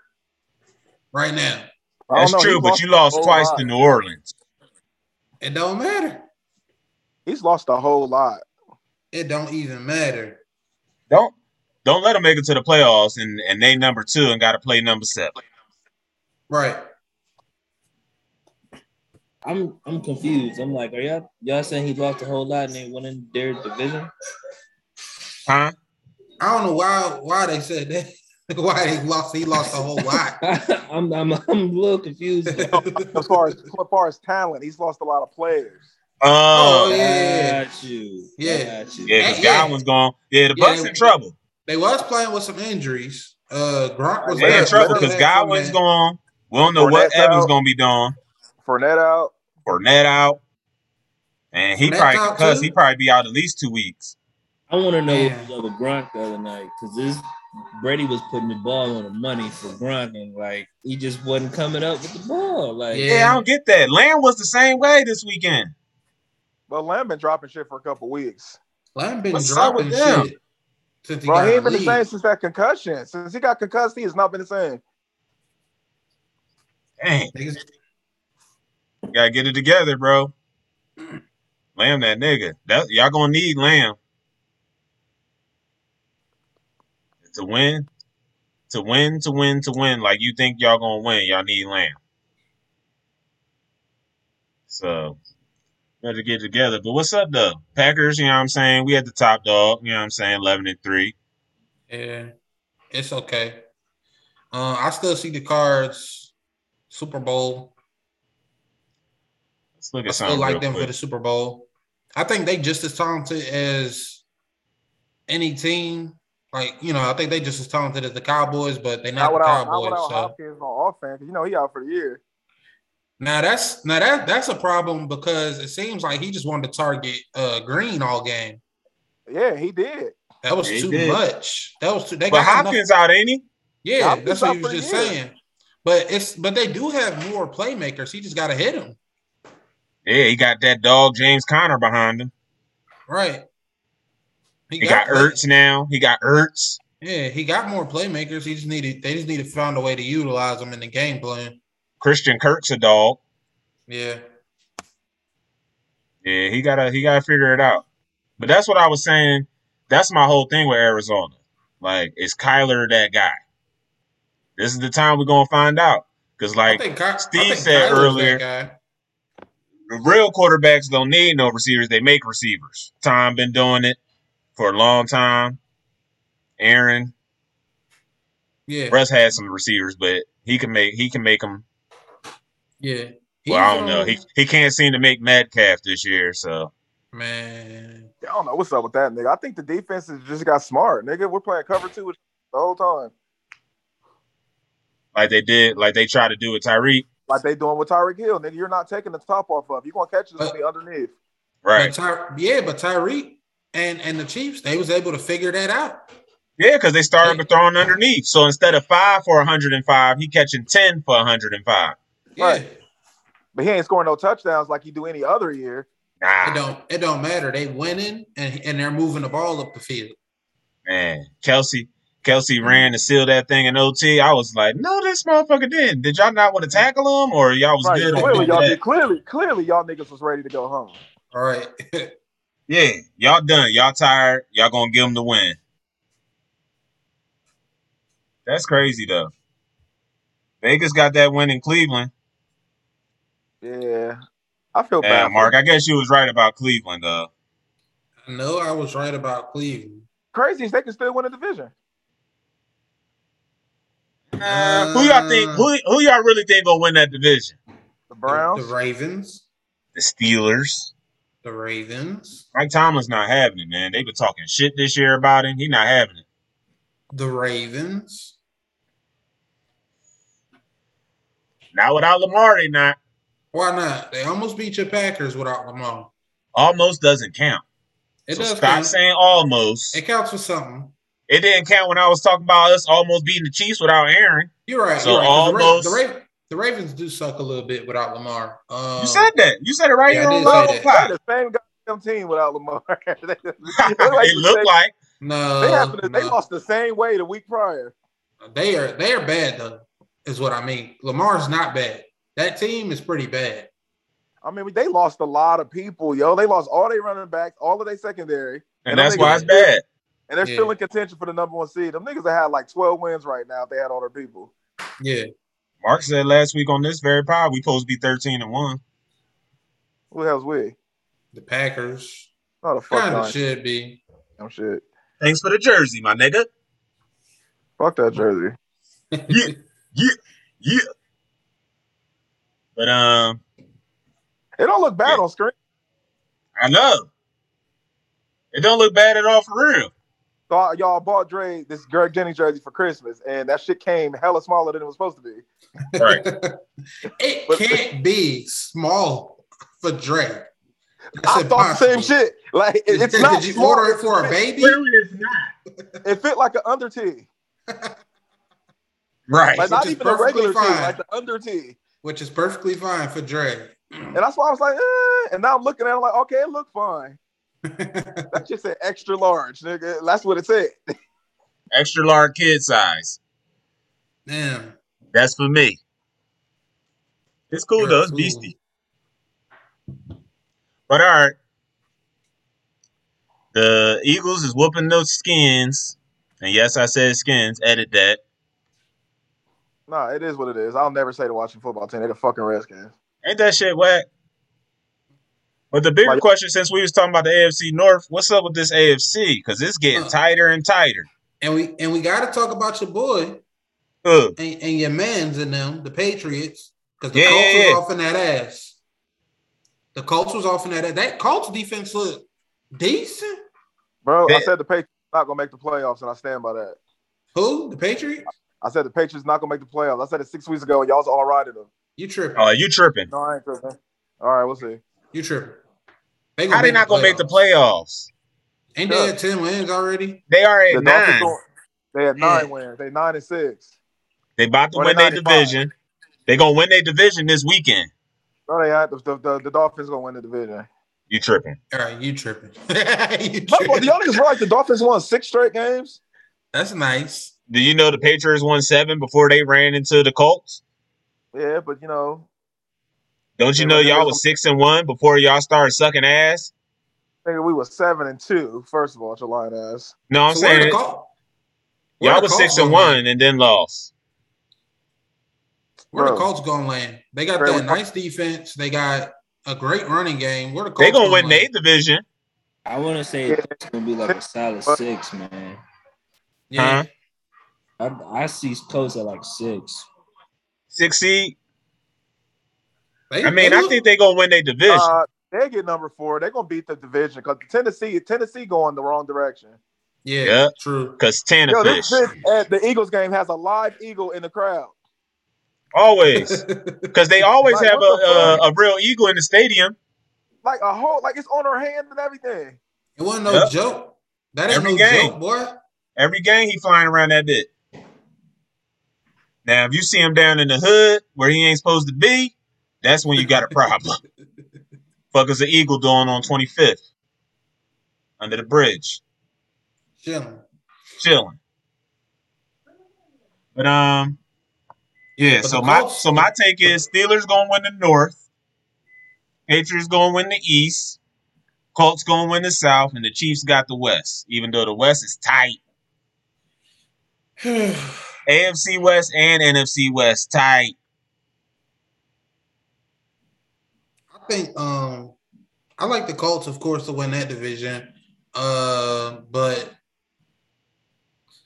Speaker 3: right now.
Speaker 5: I don't
Speaker 2: That's
Speaker 5: know, he
Speaker 2: true, but
Speaker 5: lost
Speaker 2: you
Speaker 5: the
Speaker 2: lost
Speaker 5: whole
Speaker 2: twice
Speaker 5: lot.
Speaker 2: to New Orleans.
Speaker 3: It don't matter.
Speaker 5: He's lost a whole lot.
Speaker 3: It don't even matter.
Speaker 2: Don't don't let them make it to the playoffs and and they number two and got to play number seven.
Speaker 3: Right.
Speaker 8: I'm I'm confused. I'm like, are y'all y'all saying he lost a whole lot and they won in their division?
Speaker 2: Huh?
Speaker 3: I don't know why why they said that. why he lost he lost a whole lot.
Speaker 8: I'm, I'm I'm a little confused. Got
Speaker 5: As far as as far as talent, he's lost a lot of players.
Speaker 3: Oh,
Speaker 2: Oh,
Speaker 3: yeah.
Speaker 8: you.
Speaker 3: Yeah.
Speaker 8: Got you.
Speaker 2: yeah, because
Speaker 3: yeah.
Speaker 2: Godwin's gone. Yeah, the
Speaker 3: Yeah,
Speaker 2: Bucks
Speaker 3: they-
Speaker 2: in trouble.
Speaker 3: They was playing with some injuries. Uh Gronk was
Speaker 2: They in
Speaker 3: out.
Speaker 5: Let her-
Speaker 2: trouble
Speaker 5: let her
Speaker 2: because
Speaker 5: have
Speaker 2: Godwin's
Speaker 3: gone.
Speaker 2: gone. We don't know what
Speaker 5: Fournette's
Speaker 2: Evans
Speaker 5: out.
Speaker 2: gonna be doing.
Speaker 5: Fournette out.
Speaker 2: Fournette out, and he
Speaker 3: Fournette's
Speaker 2: probably
Speaker 3: out
Speaker 2: because
Speaker 3: too?
Speaker 2: he probably be out at least two weeks.
Speaker 8: I want to know
Speaker 3: Man.
Speaker 8: what was up with Gronk the other night because this Brady was putting the ball on the money for Gronk and like he just wasn't coming up with the ball. Like
Speaker 3: Yeah.
Speaker 2: Yeah, I don't get that. Lamb was the same way this weekend.
Speaker 5: But Lamb been dropping shit for a couple weeks.
Speaker 3: Lamb been
Speaker 2: What's up with
Speaker 3: dropping
Speaker 2: them?
Speaker 3: shit since he
Speaker 5: Bro,
Speaker 3: got
Speaker 5: he
Speaker 3: in
Speaker 5: ain't
Speaker 3: the
Speaker 5: been the
Speaker 3: league.
Speaker 5: same since that concussion. Since he got concussed, he has not been the same.
Speaker 2: Dang,
Speaker 3: Niggas-
Speaker 2: gotta get it together, bro. Lamb that nigga. That y'all gonna need Lamb to win, to win, to win, to win. Like you think y'all gonna win, y'all need Lamb. So better get together. But what's up though? Packers, you know what I'm saying? We at the top dog, you know what I'm saying? Eleven and three.
Speaker 3: Yeah, it's okay. Uh, I still see the cards. Super Bowl.
Speaker 2: Let's look
Speaker 3: I
Speaker 2: at
Speaker 3: still
Speaker 2: something
Speaker 3: like
Speaker 2: real
Speaker 3: them for
Speaker 2: quick.
Speaker 3: the Super Bowl. I think they just as talented as any team. Like you know, I think they just as talented as the Cowboys, but they're not
Speaker 5: Not
Speaker 3: the
Speaker 5: without, not
Speaker 3: Cowboys.
Speaker 5: without
Speaker 3: So
Speaker 5: Hopkins on offense. You know he out for the year.
Speaker 3: now that's now that that's a problem because it seems like he just wanted to target uh Green all game.
Speaker 5: Yeah, he did.
Speaker 3: That was
Speaker 2: He
Speaker 3: too
Speaker 2: did.
Speaker 3: much. That was too. They
Speaker 2: But
Speaker 3: got enough-
Speaker 2: Hopkins out, ain't he?
Speaker 3: Yeah,
Speaker 5: Hopkins
Speaker 3: that's what
Speaker 5: out
Speaker 3: he was
Speaker 5: for the
Speaker 3: just
Speaker 5: year.
Speaker 3: saying. But it's but they do have more playmakers. He just got to hit them
Speaker 2: Yeah, he got that dog James Conner behind him.
Speaker 3: right.
Speaker 2: He got
Speaker 3: play-
Speaker 2: Ertz now. He got Ertz.
Speaker 3: Yeah, he got more playmakers. He just needed they just need to find a way to utilize them in the game plan.
Speaker 2: Christian Kirk's a dog.
Speaker 3: Yeah.
Speaker 2: Yeah, he gotta he gotta figure it out. But that's what I was saying. That's my whole thing with Arizona. Like, is Kyler that guy? This is the time we're gonna find out. Cause
Speaker 3: I
Speaker 2: like
Speaker 3: think Ky- I
Speaker 2: Steve
Speaker 3: think
Speaker 2: said
Speaker 3: Kyler's
Speaker 2: earlier-
Speaker 3: that guy.
Speaker 2: the real quarterbacks don't need no receivers. They make receivers. Tom been doing it for a long time. Aaron,
Speaker 3: Yeah.
Speaker 2: Russ had some receivers, but he can make he can make them.
Speaker 3: Yeah.
Speaker 2: Well, I don't know.
Speaker 3: um,
Speaker 2: He he can't seem to make Metcalf this year. So
Speaker 3: man.
Speaker 5: I don't know what's up with that nigga. I think the defense has just got smart, nigga. We're playing cover two the whole time,
Speaker 2: like they did, like they tried to do with Tyreek,
Speaker 5: like they doing with Tyreek Hill, nigga. You're not taking the top off of. You gonna catch it
Speaker 3: But-
Speaker 5: be underneath.
Speaker 2: right?
Speaker 3: But Ty- yeah, but Tyreek and and the Chiefs, they was able to figure that out.
Speaker 2: Yeah, because they started throwing underneath. So instead of five for 105, he catching 10 for 105.
Speaker 3: Yeah.
Speaker 5: Right. But he ain't scoring no touchdowns like he do any other year.
Speaker 3: It
Speaker 2: Nah,
Speaker 3: don't it don't matter. They winning and and they're moving the ball up the field.
Speaker 2: man. Kelsey, Kelsey ran to seal that thing in OT. I was like, no, this motherfucker did. Did y'all not want to tackle him, or y'all was
Speaker 5: Right.
Speaker 2: good on
Speaker 5: Clearly
Speaker 2: doing
Speaker 5: y'all
Speaker 2: that?
Speaker 5: did, clearly, clearly y'all niggas was ready to go home.
Speaker 3: All right.
Speaker 2: Yeah, y'all done. Y'all tired. Y'all gonna give him the win. That's crazy though. Vegas got that win in Cleveland.
Speaker 5: Yeah. I feel
Speaker 2: Damn,
Speaker 5: bad.
Speaker 2: Mark. I guess you was right about Cleveland though.
Speaker 3: know I was right about Cleveland.
Speaker 5: Crazy is they can still win the division.
Speaker 2: Uh, who y'all think? Who who y'all really think gonna win that division?
Speaker 5: The
Speaker 3: The
Speaker 5: Browns.
Speaker 3: Ravens.
Speaker 2: The Steelers.
Speaker 3: The Ravens.
Speaker 2: Mike Tomlin's not having it, man. They've been talking shit this year about him. He not having it.
Speaker 3: The Ravens.
Speaker 2: Not without Lamar, they not.
Speaker 3: Why not? They almost beat your Packers without Lamar.
Speaker 2: Almost doesn't count.
Speaker 3: It
Speaker 2: so
Speaker 3: does
Speaker 2: stop
Speaker 3: count.
Speaker 2: saying almost.
Speaker 3: It counts for something.
Speaker 2: It didn't count when I was talking about us almost beating the Chiefs without Aaron.
Speaker 3: You're right.
Speaker 2: So
Speaker 3: you're right. 'cause
Speaker 2: almost-
Speaker 3: The, Ra- the, Ra- the Ravens do suck a little bit without Lamar. Um,
Speaker 2: You said that. You said it right
Speaker 3: yeah,
Speaker 2: here
Speaker 3: I
Speaker 2: on
Speaker 3: did say
Speaker 2: Loud
Speaker 3: that.
Speaker 2: and
Speaker 5: They're
Speaker 2: Proud.
Speaker 5: the same goddamn team without Lamar. they, they
Speaker 2: It looked like
Speaker 3: no.
Speaker 5: they, happened to- they
Speaker 3: no.
Speaker 5: lost the same way the week prior.
Speaker 3: They are they are bad though, is what I mean. Lamar's not bad. That team is pretty bad.
Speaker 5: I mean, they lost a lot of people, yo. They lost all their running backs, all of their secondary,
Speaker 2: and
Speaker 5: I
Speaker 2: that's
Speaker 5: think
Speaker 2: why
Speaker 5: it
Speaker 2: it's
Speaker 5: was-
Speaker 2: bad.
Speaker 5: and they're
Speaker 3: Yeah.
Speaker 5: still in contention for the number one seed. Them niggas have had like 12 wins right now if they had all their people.
Speaker 3: Yeah.
Speaker 2: Mark said last week on this very pod, we supposed to be thirteen and one.
Speaker 5: Who the hell's we?
Speaker 3: The Packers
Speaker 5: Not the Oh, fuck
Speaker 3: kind of
Speaker 5: Giants.
Speaker 3: should be.
Speaker 5: Damn shit.
Speaker 2: Thanks for the jersey, my nigga.
Speaker 5: Fuck that jersey.
Speaker 2: Yeah. But um,
Speaker 5: It don't look bad
Speaker 2: Yeah.
Speaker 5: on screen.
Speaker 2: I know it don't look bad at all for real.
Speaker 5: So I- y'all bought Dre this Greg Jennings jersey for Christmas, and that shit came hella smaller than it was supposed to be.
Speaker 2: Right.
Speaker 3: it
Speaker 5: But-
Speaker 3: can't be small for Drake.
Speaker 5: I thought the same shit. Like it- it's
Speaker 3: Did
Speaker 5: not.
Speaker 3: you
Speaker 5: small.
Speaker 3: order it for a baby?
Speaker 2: it's not.
Speaker 5: It fit like an under tee,
Speaker 2: Right.
Speaker 5: like not
Speaker 3: Which is
Speaker 5: even a regular
Speaker 3: perfectly
Speaker 5: tee,
Speaker 3: fine.
Speaker 5: like the under tee.
Speaker 3: Which is perfectly fine for Dre.
Speaker 5: And that's why I was like, eh. and now I'm looking at it like, okay, it looked fine. That just said extra large, nigga. That's what it said.
Speaker 2: Extra large kid size.
Speaker 3: Damn.
Speaker 2: That's for me. It's cool
Speaker 3: You're a
Speaker 2: though. It's
Speaker 3: fool.
Speaker 2: beastie. But all right. The Eagles is whooping those skins. And yes, I said skins. Edit that.
Speaker 5: Nah, it is what it is. I'll never say the Washington football team. They the fucking Redskins.
Speaker 2: Ain't that shit whack? But the bigger
Speaker 5: Like-
Speaker 2: question, since we was talking about the AFC North, what's up with this AFC? Because it's getting
Speaker 3: Uh.
Speaker 2: tighter and tighter.
Speaker 3: And we and we gotta talk about your boy
Speaker 2: Ugh.
Speaker 3: and, and your mans in them, the Patriots. Because the
Speaker 2: Yeah,
Speaker 3: Colts
Speaker 2: yeah, yeah.
Speaker 3: was off in that ass. The Colts was off in that ass. That Colts defense looked decent.
Speaker 5: Bro, I
Speaker 2: That-
Speaker 5: said the Patriots not gonna make the playoffs, and I stand by that.
Speaker 3: Who? The Patriots?
Speaker 5: I said the Patriots not gonna make the playoffs. I said it six weeks ago, and y'all was all right at them.
Speaker 3: You tripping.
Speaker 2: Oh, you tripping.
Speaker 5: No, I ain't tripping. All right, we'll see.
Speaker 3: You tripping. They
Speaker 2: How they not going to make the playoffs?
Speaker 3: Ain't they at 10 wins already?
Speaker 2: They are at
Speaker 5: The Dolphins
Speaker 2: nine.
Speaker 5: going, they had nine
Speaker 3: Yeah.
Speaker 5: wins. They nine and six.
Speaker 2: They about to
Speaker 5: Or they
Speaker 2: win their
Speaker 5: 95.
Speaker 2: division. They going to win their division this weekend.
Speaker 5: No, they had the, the, the, the Dolphins gonna win the division.
Speaker 2: You tripping.
Speaker 3: All right, you tripping. you
Speaker 5: Y'all
Speaker 3: tripping.
Speaker 5: niggas like the Dolphins won six straight games.
Speaker 3: That's nice.
Speaker 2: Do you know the Patriots won seven before they ran into the Colts?
Speaker 5: Yeah, but you know,
Speaker 2: Don't you
Speaker 5: They
Speaker 2: know
Speaker 5: ran
Speaker 2: y'all
Speaker 5: into
Speaker 2: was
Speaker 5: some-
Speaker 2: six and one before y'all started sucking ass?
Speaker 5: nigga, we was seven and two. First of all, your lying ass.
Speaker 2: No, I'm
Speaker 3: So where the
Speaker 2: saying
Speaker 3: Col- where
Speaker 2: y'all
Speaker 3: the
Speaker 2: was
Speaker 3: Colts
Speaker 2: six and
Speaker 3: gonna
Speaker 2: one
Speaker 3: land?
Speaker 2: and then lost.
Speaker 3: Where the
Speaker 5: Bro.
Speaker 3: Colts gonna land? They got
Speaker 5: Bro,
Speaker 3: that
Speaker 5: we-
Speaker 3: nice defense. They got a great running game. Where the Colts
Speaker 2: They gonna win their
Speaker 3: land?
Speaker 2: division.
Speaker 6: I want to say
Speaker 5: Yeah.
Speaker 6: it's gonna be like a solid six, man.
Speaker 3: Yeah.
Speaker 2: Huh?
Speaker 6: I, I see Colts at like six.
Speaker 2: Six seed.
Speaker 3: They-
Speaker 2: I mean,
Speaker 3: they
Speaker 2: I
Speaker 3: look-
Speaker 2: think they gonna win their division.
Speaker 5: Uh, they get number four. They're gonna beat the division because Tennessee, Tennessee going the wrong direction.
Speaker 3: yeah,
Speaker 2: Yeah.
Speaker 3: true.
Speaker 2: Cause ten
Speaker 5: Yo,
Speaker 2: of
Speaker 5: this
Speaker 2: fish.
Speaker 5: bitch at the Eagles game has a live eagle in the crowd.
Speaker 2: Always. Cause they always
Speaker 5: Like,
Speaker 2: have a,
Speaker 5: what the
Speaker 2: a
Speaker 5: fuck?
Speaker 2: a real eagle in the stadium.
Speaker 5: Like a whole, like it's on her hand and everything.
Speaker 3: It wasn't no
Speaker 2: Yep.
Speaker 3: joke. That ain't
Speaker 2: Every
Speaker 3: no
Speaker 2: game.
Speaker 3: joke, boy.
Speaker 2: Every game he flying around that bit. Now if you see him down in the hood where he ain't supposed to be, that's when you got a problem. Fuck is the eagle doing on twenty fifth? Under the bridge.
Speaker 3: Chilling.
Speaker 2: Chilling. But um yeah,
Speaker 3: But the
Speaker 2: so my
Speaker 3: Colts-
Speaker 2: so my take is Steelers gonna win the North, Patriots gonna win the East, Colts gonna win the South, and the Chiefs got the West, even though the West is tight. AFC West and NFC West tight.
Speaker 3: I think um I like the Colts, of course, to win that division. Uh, but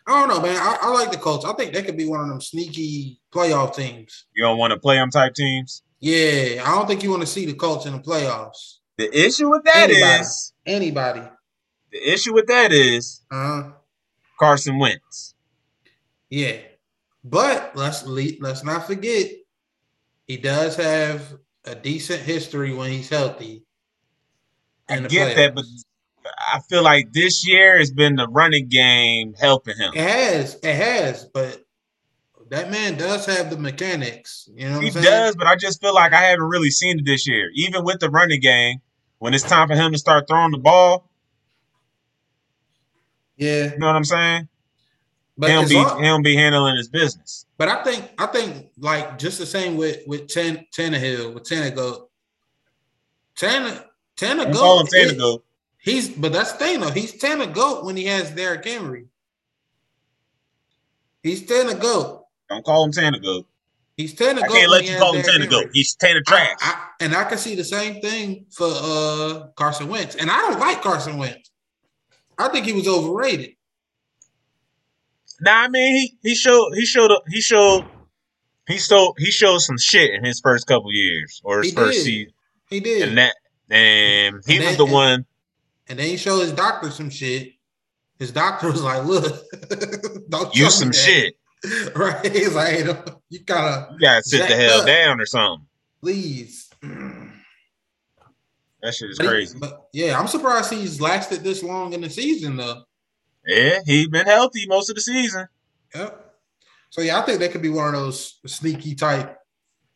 Speaker 3: I don't know, man. I, I like the Colts. I think they could be one of them sneaky playoff teams.
Speaker 2: You don't want to play them type teams.
Speaker 3: Yeah, I don't think you want to see the Colts in the playoffs.
Speaker 2: The issue with that is
Speaker 3: Anybody. Anybody?
Speaker 2: the issue with that is
Speaker 3: Uh huh.
Speaker 2: Carson Wentz.
Speaker 3: Yeah, but let's le- let's not forget he does have a decent history when he's healthy.
Speaker 2: I
Speaker 3: in the
Speaker 2: get that, but
Speaker 3: playoffs.
Speaker 2: I feel like this year has been the running game helping him.
Speaker 3: It has, it has, but that man does have the mechanics. You know, what
Speaker 2: He
Speaker 3: I'm saying?
Speaker 2: does, but I just feel like I haven't really seen it this year. Even with the running game, when it's time for him to start throwing the ball,
Speaker 3: Yeah,
Speaker 2: you know what I'm saying?
Speaker 3: but
Speaker 2: he'll
Speaker 3: as
Speaker 2: be
Speaker 3: long-
Speaker 2: he'll be handling his business.
Speaker 3: but I think I think like just the same with with Tan, Tannehill with Tannehill. Tanner
Speaker 2: I'm calling
Speaker 3: Tannehill.
Speaker 2: Tannehill.
Speaker 3: He's but that's the thing though. He's ten a goat when he has Derrick Henry. He's ten a goat.
Speaker 2: Don't call him Tannehill.
Speaker 3: He's ten a
Speaker 2: I
Speaker 3: goat.
Speaker 2: can't
Speaker 3: when
Speaker 2: let
Speaker 3: he
Speaker 2: you
Speaker 3: has
Speaker 2: call him
Speaker 3: Derrick
Speaker 2: Tannehill.
Speaker 3: Henry.
Speaker 2: He's Tanner trash.
Speaker 3: I, I, and I can see the same thing for uh Carson Wentz. And I don't like Carson Wentz. I think he was overrated.
Speaker 2: Nah, I mean he he showed he showed up he showed he stole he showed some shit in his first couple years or his
Speaker 3: He
Speaker 2: first
Speaker 3: did.
Speaker 2: season,
Speaker 3: He did.
Speaker 2: and that and he
Speaker 3: And
Speaker 2: was
Speaker 3: that-
Speaker 2: the one.
Speaker 3: And then he showed his doctor some shit. His doctor was like, "Look, don't tell me
Speaker 2: Use some
Speaker 3: that."
Speaker 2: shit.
Speaker 3: right?" He's like, hey, don't- "You gotta
Speaker 2: You gotta sit the
Speaker 3: Jacked
Speaker 2: hell
Speaker 3: up.
Speaker 2: down or something.
Speaker 3: please."
Speaker 2: That shit is
Speaker 3: But he-
Speaker 2: crazy.
Speaker 3: But yeah, I'm surprised he's lasted this long in the season though.
Speaker 2: Yeah, he been healthy most of the season.
Speaker 3: Yep. So yeah, I think they could be one of those sneaky type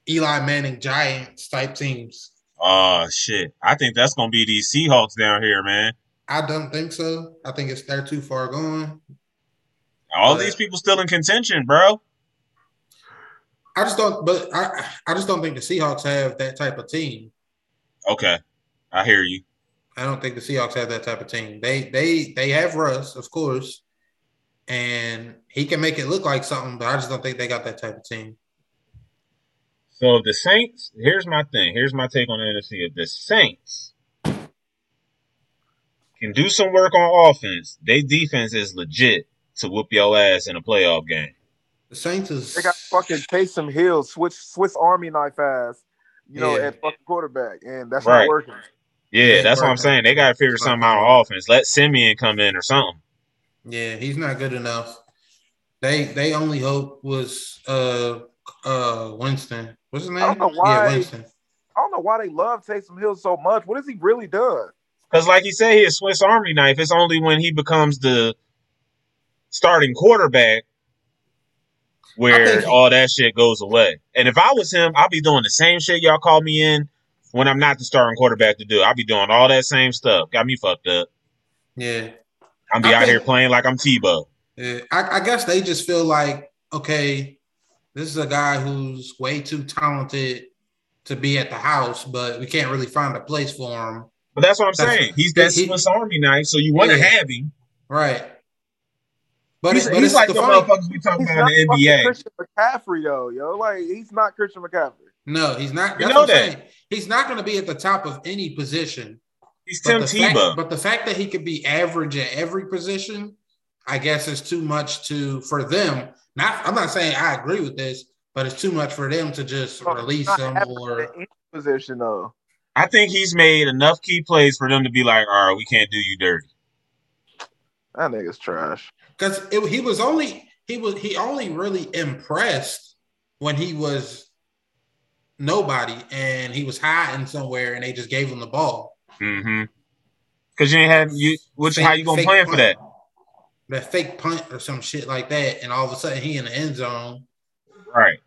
Speaker 3: Eli Manning Giants type teams.
Speaker 2: Oh shit. I think that's gonna be these Seahawks down here, man.
Speaker 3: I don't think so. I think it's they're too far gone.
Speaker 2: All
Speaker 3: But-
Speaker 2: these people still in contention, bro.
Speaker 3: I just don't but I I just don't think the Seahawks have that type of team.
Speaker 2: Okay. I hear you.
Speaker 3: I don't think the Seahawks have that type of team. They they they have Russ, of course, and he can make it look like something, but I just don't think they got that type of team.
Speaker 2: So the Saints, here's my thing. Here's my take on the NFC. If the Saints can do some work on offense, their defense is legit to whoop your ass in a playoff game.
Speaker 3: The Saints is
Speaker 5: They got fucking Taysom Hill, Swiss Swiss Army knife ass, you know,
Speaker 3: Yeah.
Speaker 5: at fucking quarterback, and that's
Speaker 2: Right.
Speaker 5: not working.
Speaker 2: Yeah,
Speaker 3: Yeah,
Speaker 2: that's what I'm
Speaker 3: working.
Speaker 2: saying. They gotta figure
Speaker 3: It's not
Speaker 2: something out
Speaker 3: coming.
Speaker 2: on offense. Let Simeon come in or something.
Speaker 3: Yeah, he's not good enough. They they only hope was uh uh Winston. What's his name?
Speaker 5: don't know
Speaker 3: Yeah,
Speaker 5: why-
Speaker 3: Winston.
Speaker 5: I don't know why they love Taysom Hill so much. What has he really done?
Speaker 2: Because like he said, he a Swiss Army knife. It's only when he becomes the starting quarterback
Speaker 3: I
Speaker 2: where
Speaker 3: think he-
Speaker 2: all that shit goes away. And if I was him, I'd be doing the same shit y'all call me in when I'm not the starting quarterback to do. I'd be doing all that same stuff. Got me fucked up.
Speaker 3: Yeah.
Speaker 2: I'm be
Speaker 3: I
Speaker 2: out
Speaker 3: think-
Speaker 2: here playing like I'm Tebow.
Speaker 3: yeah. I, I guess they just feel like, okay, this is a guy who's way too talented to be at the house, but we can't really find a place for him.
Speaker 2: But that's what I'm
Speaker 3: That's-
Speaker 2: saying. He's that
Speaker 3: he- he-
Speaker 2: Swiss Army knife, so you want to
Speaker 3: Yeah.
Speaker 2: have him.
Speaker 3: Right. But
Speaker 2: He's,
Speaker 3: it, but
Speaker 2: he's
Speaker 3: it's
Speaker 2: like
Speaker 3: the
Speaker 2: the
Speaker 3: funny.
Speaker 2: motherfuckers we talking
Speaker 5: He's
Speaker 2: about
Speaker 5: not
Speaker 2: in the
Speaker 5: fucking
Speaker 2: NBA.
Speaker 5: Christian McCaffrey though, yo. Like he's not Christian McCaffrey.
Speaker 3: No, he's not.
Speaker 2: You
Speaker 3: That's
Speaker 2: know
Speaker 3: what I'm
Speaker 2: that.
Speaker 3: saying. He's not going to be at the top of any position.
Speaker 2: He's
Speaker 3: But
Speaker 2: Tim
Speaker 3: the
Speaker 2: Tebow.
Speaker 3: fact, but the fact that he could be average at every position, I guess is too much to for them. Not, I'm not saying I agree with this, but it's too much for them to just
Speaker 5: No,
Speaker 3: release
Speaker 5: Not
Speaker 3: him
Speaker 5: average
Speaker 3: or
Speaker 5: at any position though.
Speaker 2: I think he's made enough key plays for them to be like, all right, we can't do you dirty.
Speaker 5: That nigga's trash.
Speaker 3: because he was only he was he only really impressed when he was nobody and he was hiding somewhere and they just gave him the ball.
Speaker 2: Mm-hmm. Cause you ain't had you. Which
Speaker 3: Fake-
Speaker 2: how you gonna
Speaker 3: fake
Speaker 2: plan for
Speaker 3: punt.
Speaker 2: that?
Speaker 3: That fake punt or some shit like that, and all of a sudden he in the end zone.
Speaker 2: Right.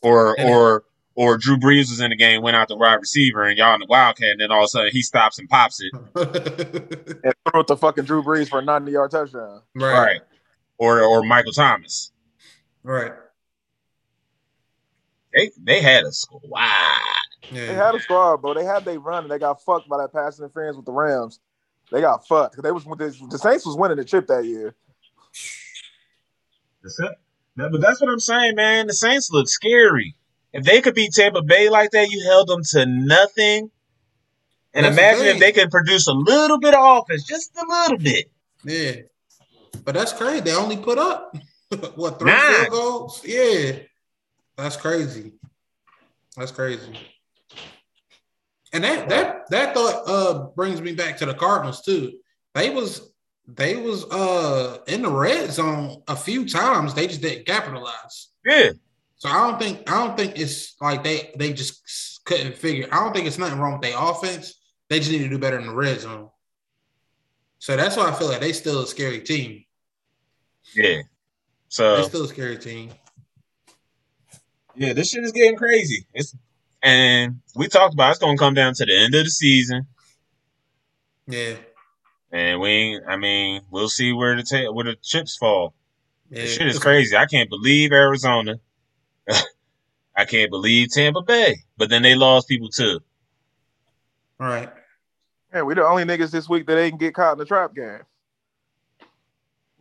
Speaker 2: Or
Speaker 3: And it-
Speaker 2: or or Drew Brees was in the game, went out the wide receiver, and y'all in the Wildcat, and then all of a sudden he stops and pops it.
Speaker 3: right.
Speaker 5: And throw it to fucking Drew Brees for a 90 yard touchdown.
Speaker 2: Right. Or or Michael Thomas.
Speaker 3: Right.
Speaker 2: They they had a squad.
Speaker 5: They
Speaker 3: Yeah.
Speaker 5: had a squad, bro. They had they run and they got fucked by that pass interference with the Rams. They got fucked. They was the Saints was winning the chip that year.
Speaker 2: No, but that's what I'm saying, man. The Saints look scary. If they could beat Tampa Bay like that, you held them to nothing. And
Speaker 3: That's the
Speaker 2: imagine if
Speaker 3: thing.
Speaker 2: they could produce a little bit of offense, just a little bit.
Speaker 3: Yeah. But that's crazy. They only put up what three
Speaker 2: Nine.
Speaker 3: field goals? Yeah. That's crazy. That's crazy. And that that that thought uh brings me back to the Cardinals too. They was they was uh in the red zone a few times. They just didn't capitalize.
Speaker 2: Yeah.
Speaker 3: So I don't think I don't think it's like they they just couldn't figure. I don't think it's nothing wrong with their offense. They just need to do better in the red zone. So that's why I feel like they still a scary team.
Speaker 2: Yeah.
Speaker 3: They
Speaker 2: So
Speaker 3: still a scary team.
Speaker 2: yeah, this shit is getting crazy. It's and we talked about it's gonna come down to the end of the season.
Speaker 3: Yeah.
Speaker 2: And we ain't- I mean, we'll see where the ta- where the chips fall.
Speaker 3: yeah.
Speaker 2: This shit is crazy. I can't believe Arizona. I can't believe Tampa Bay. But then they lost people too.
Speaker 3: All right.
Speaker 5: Man, we the only niggas this week that ain't get caught in the trap game.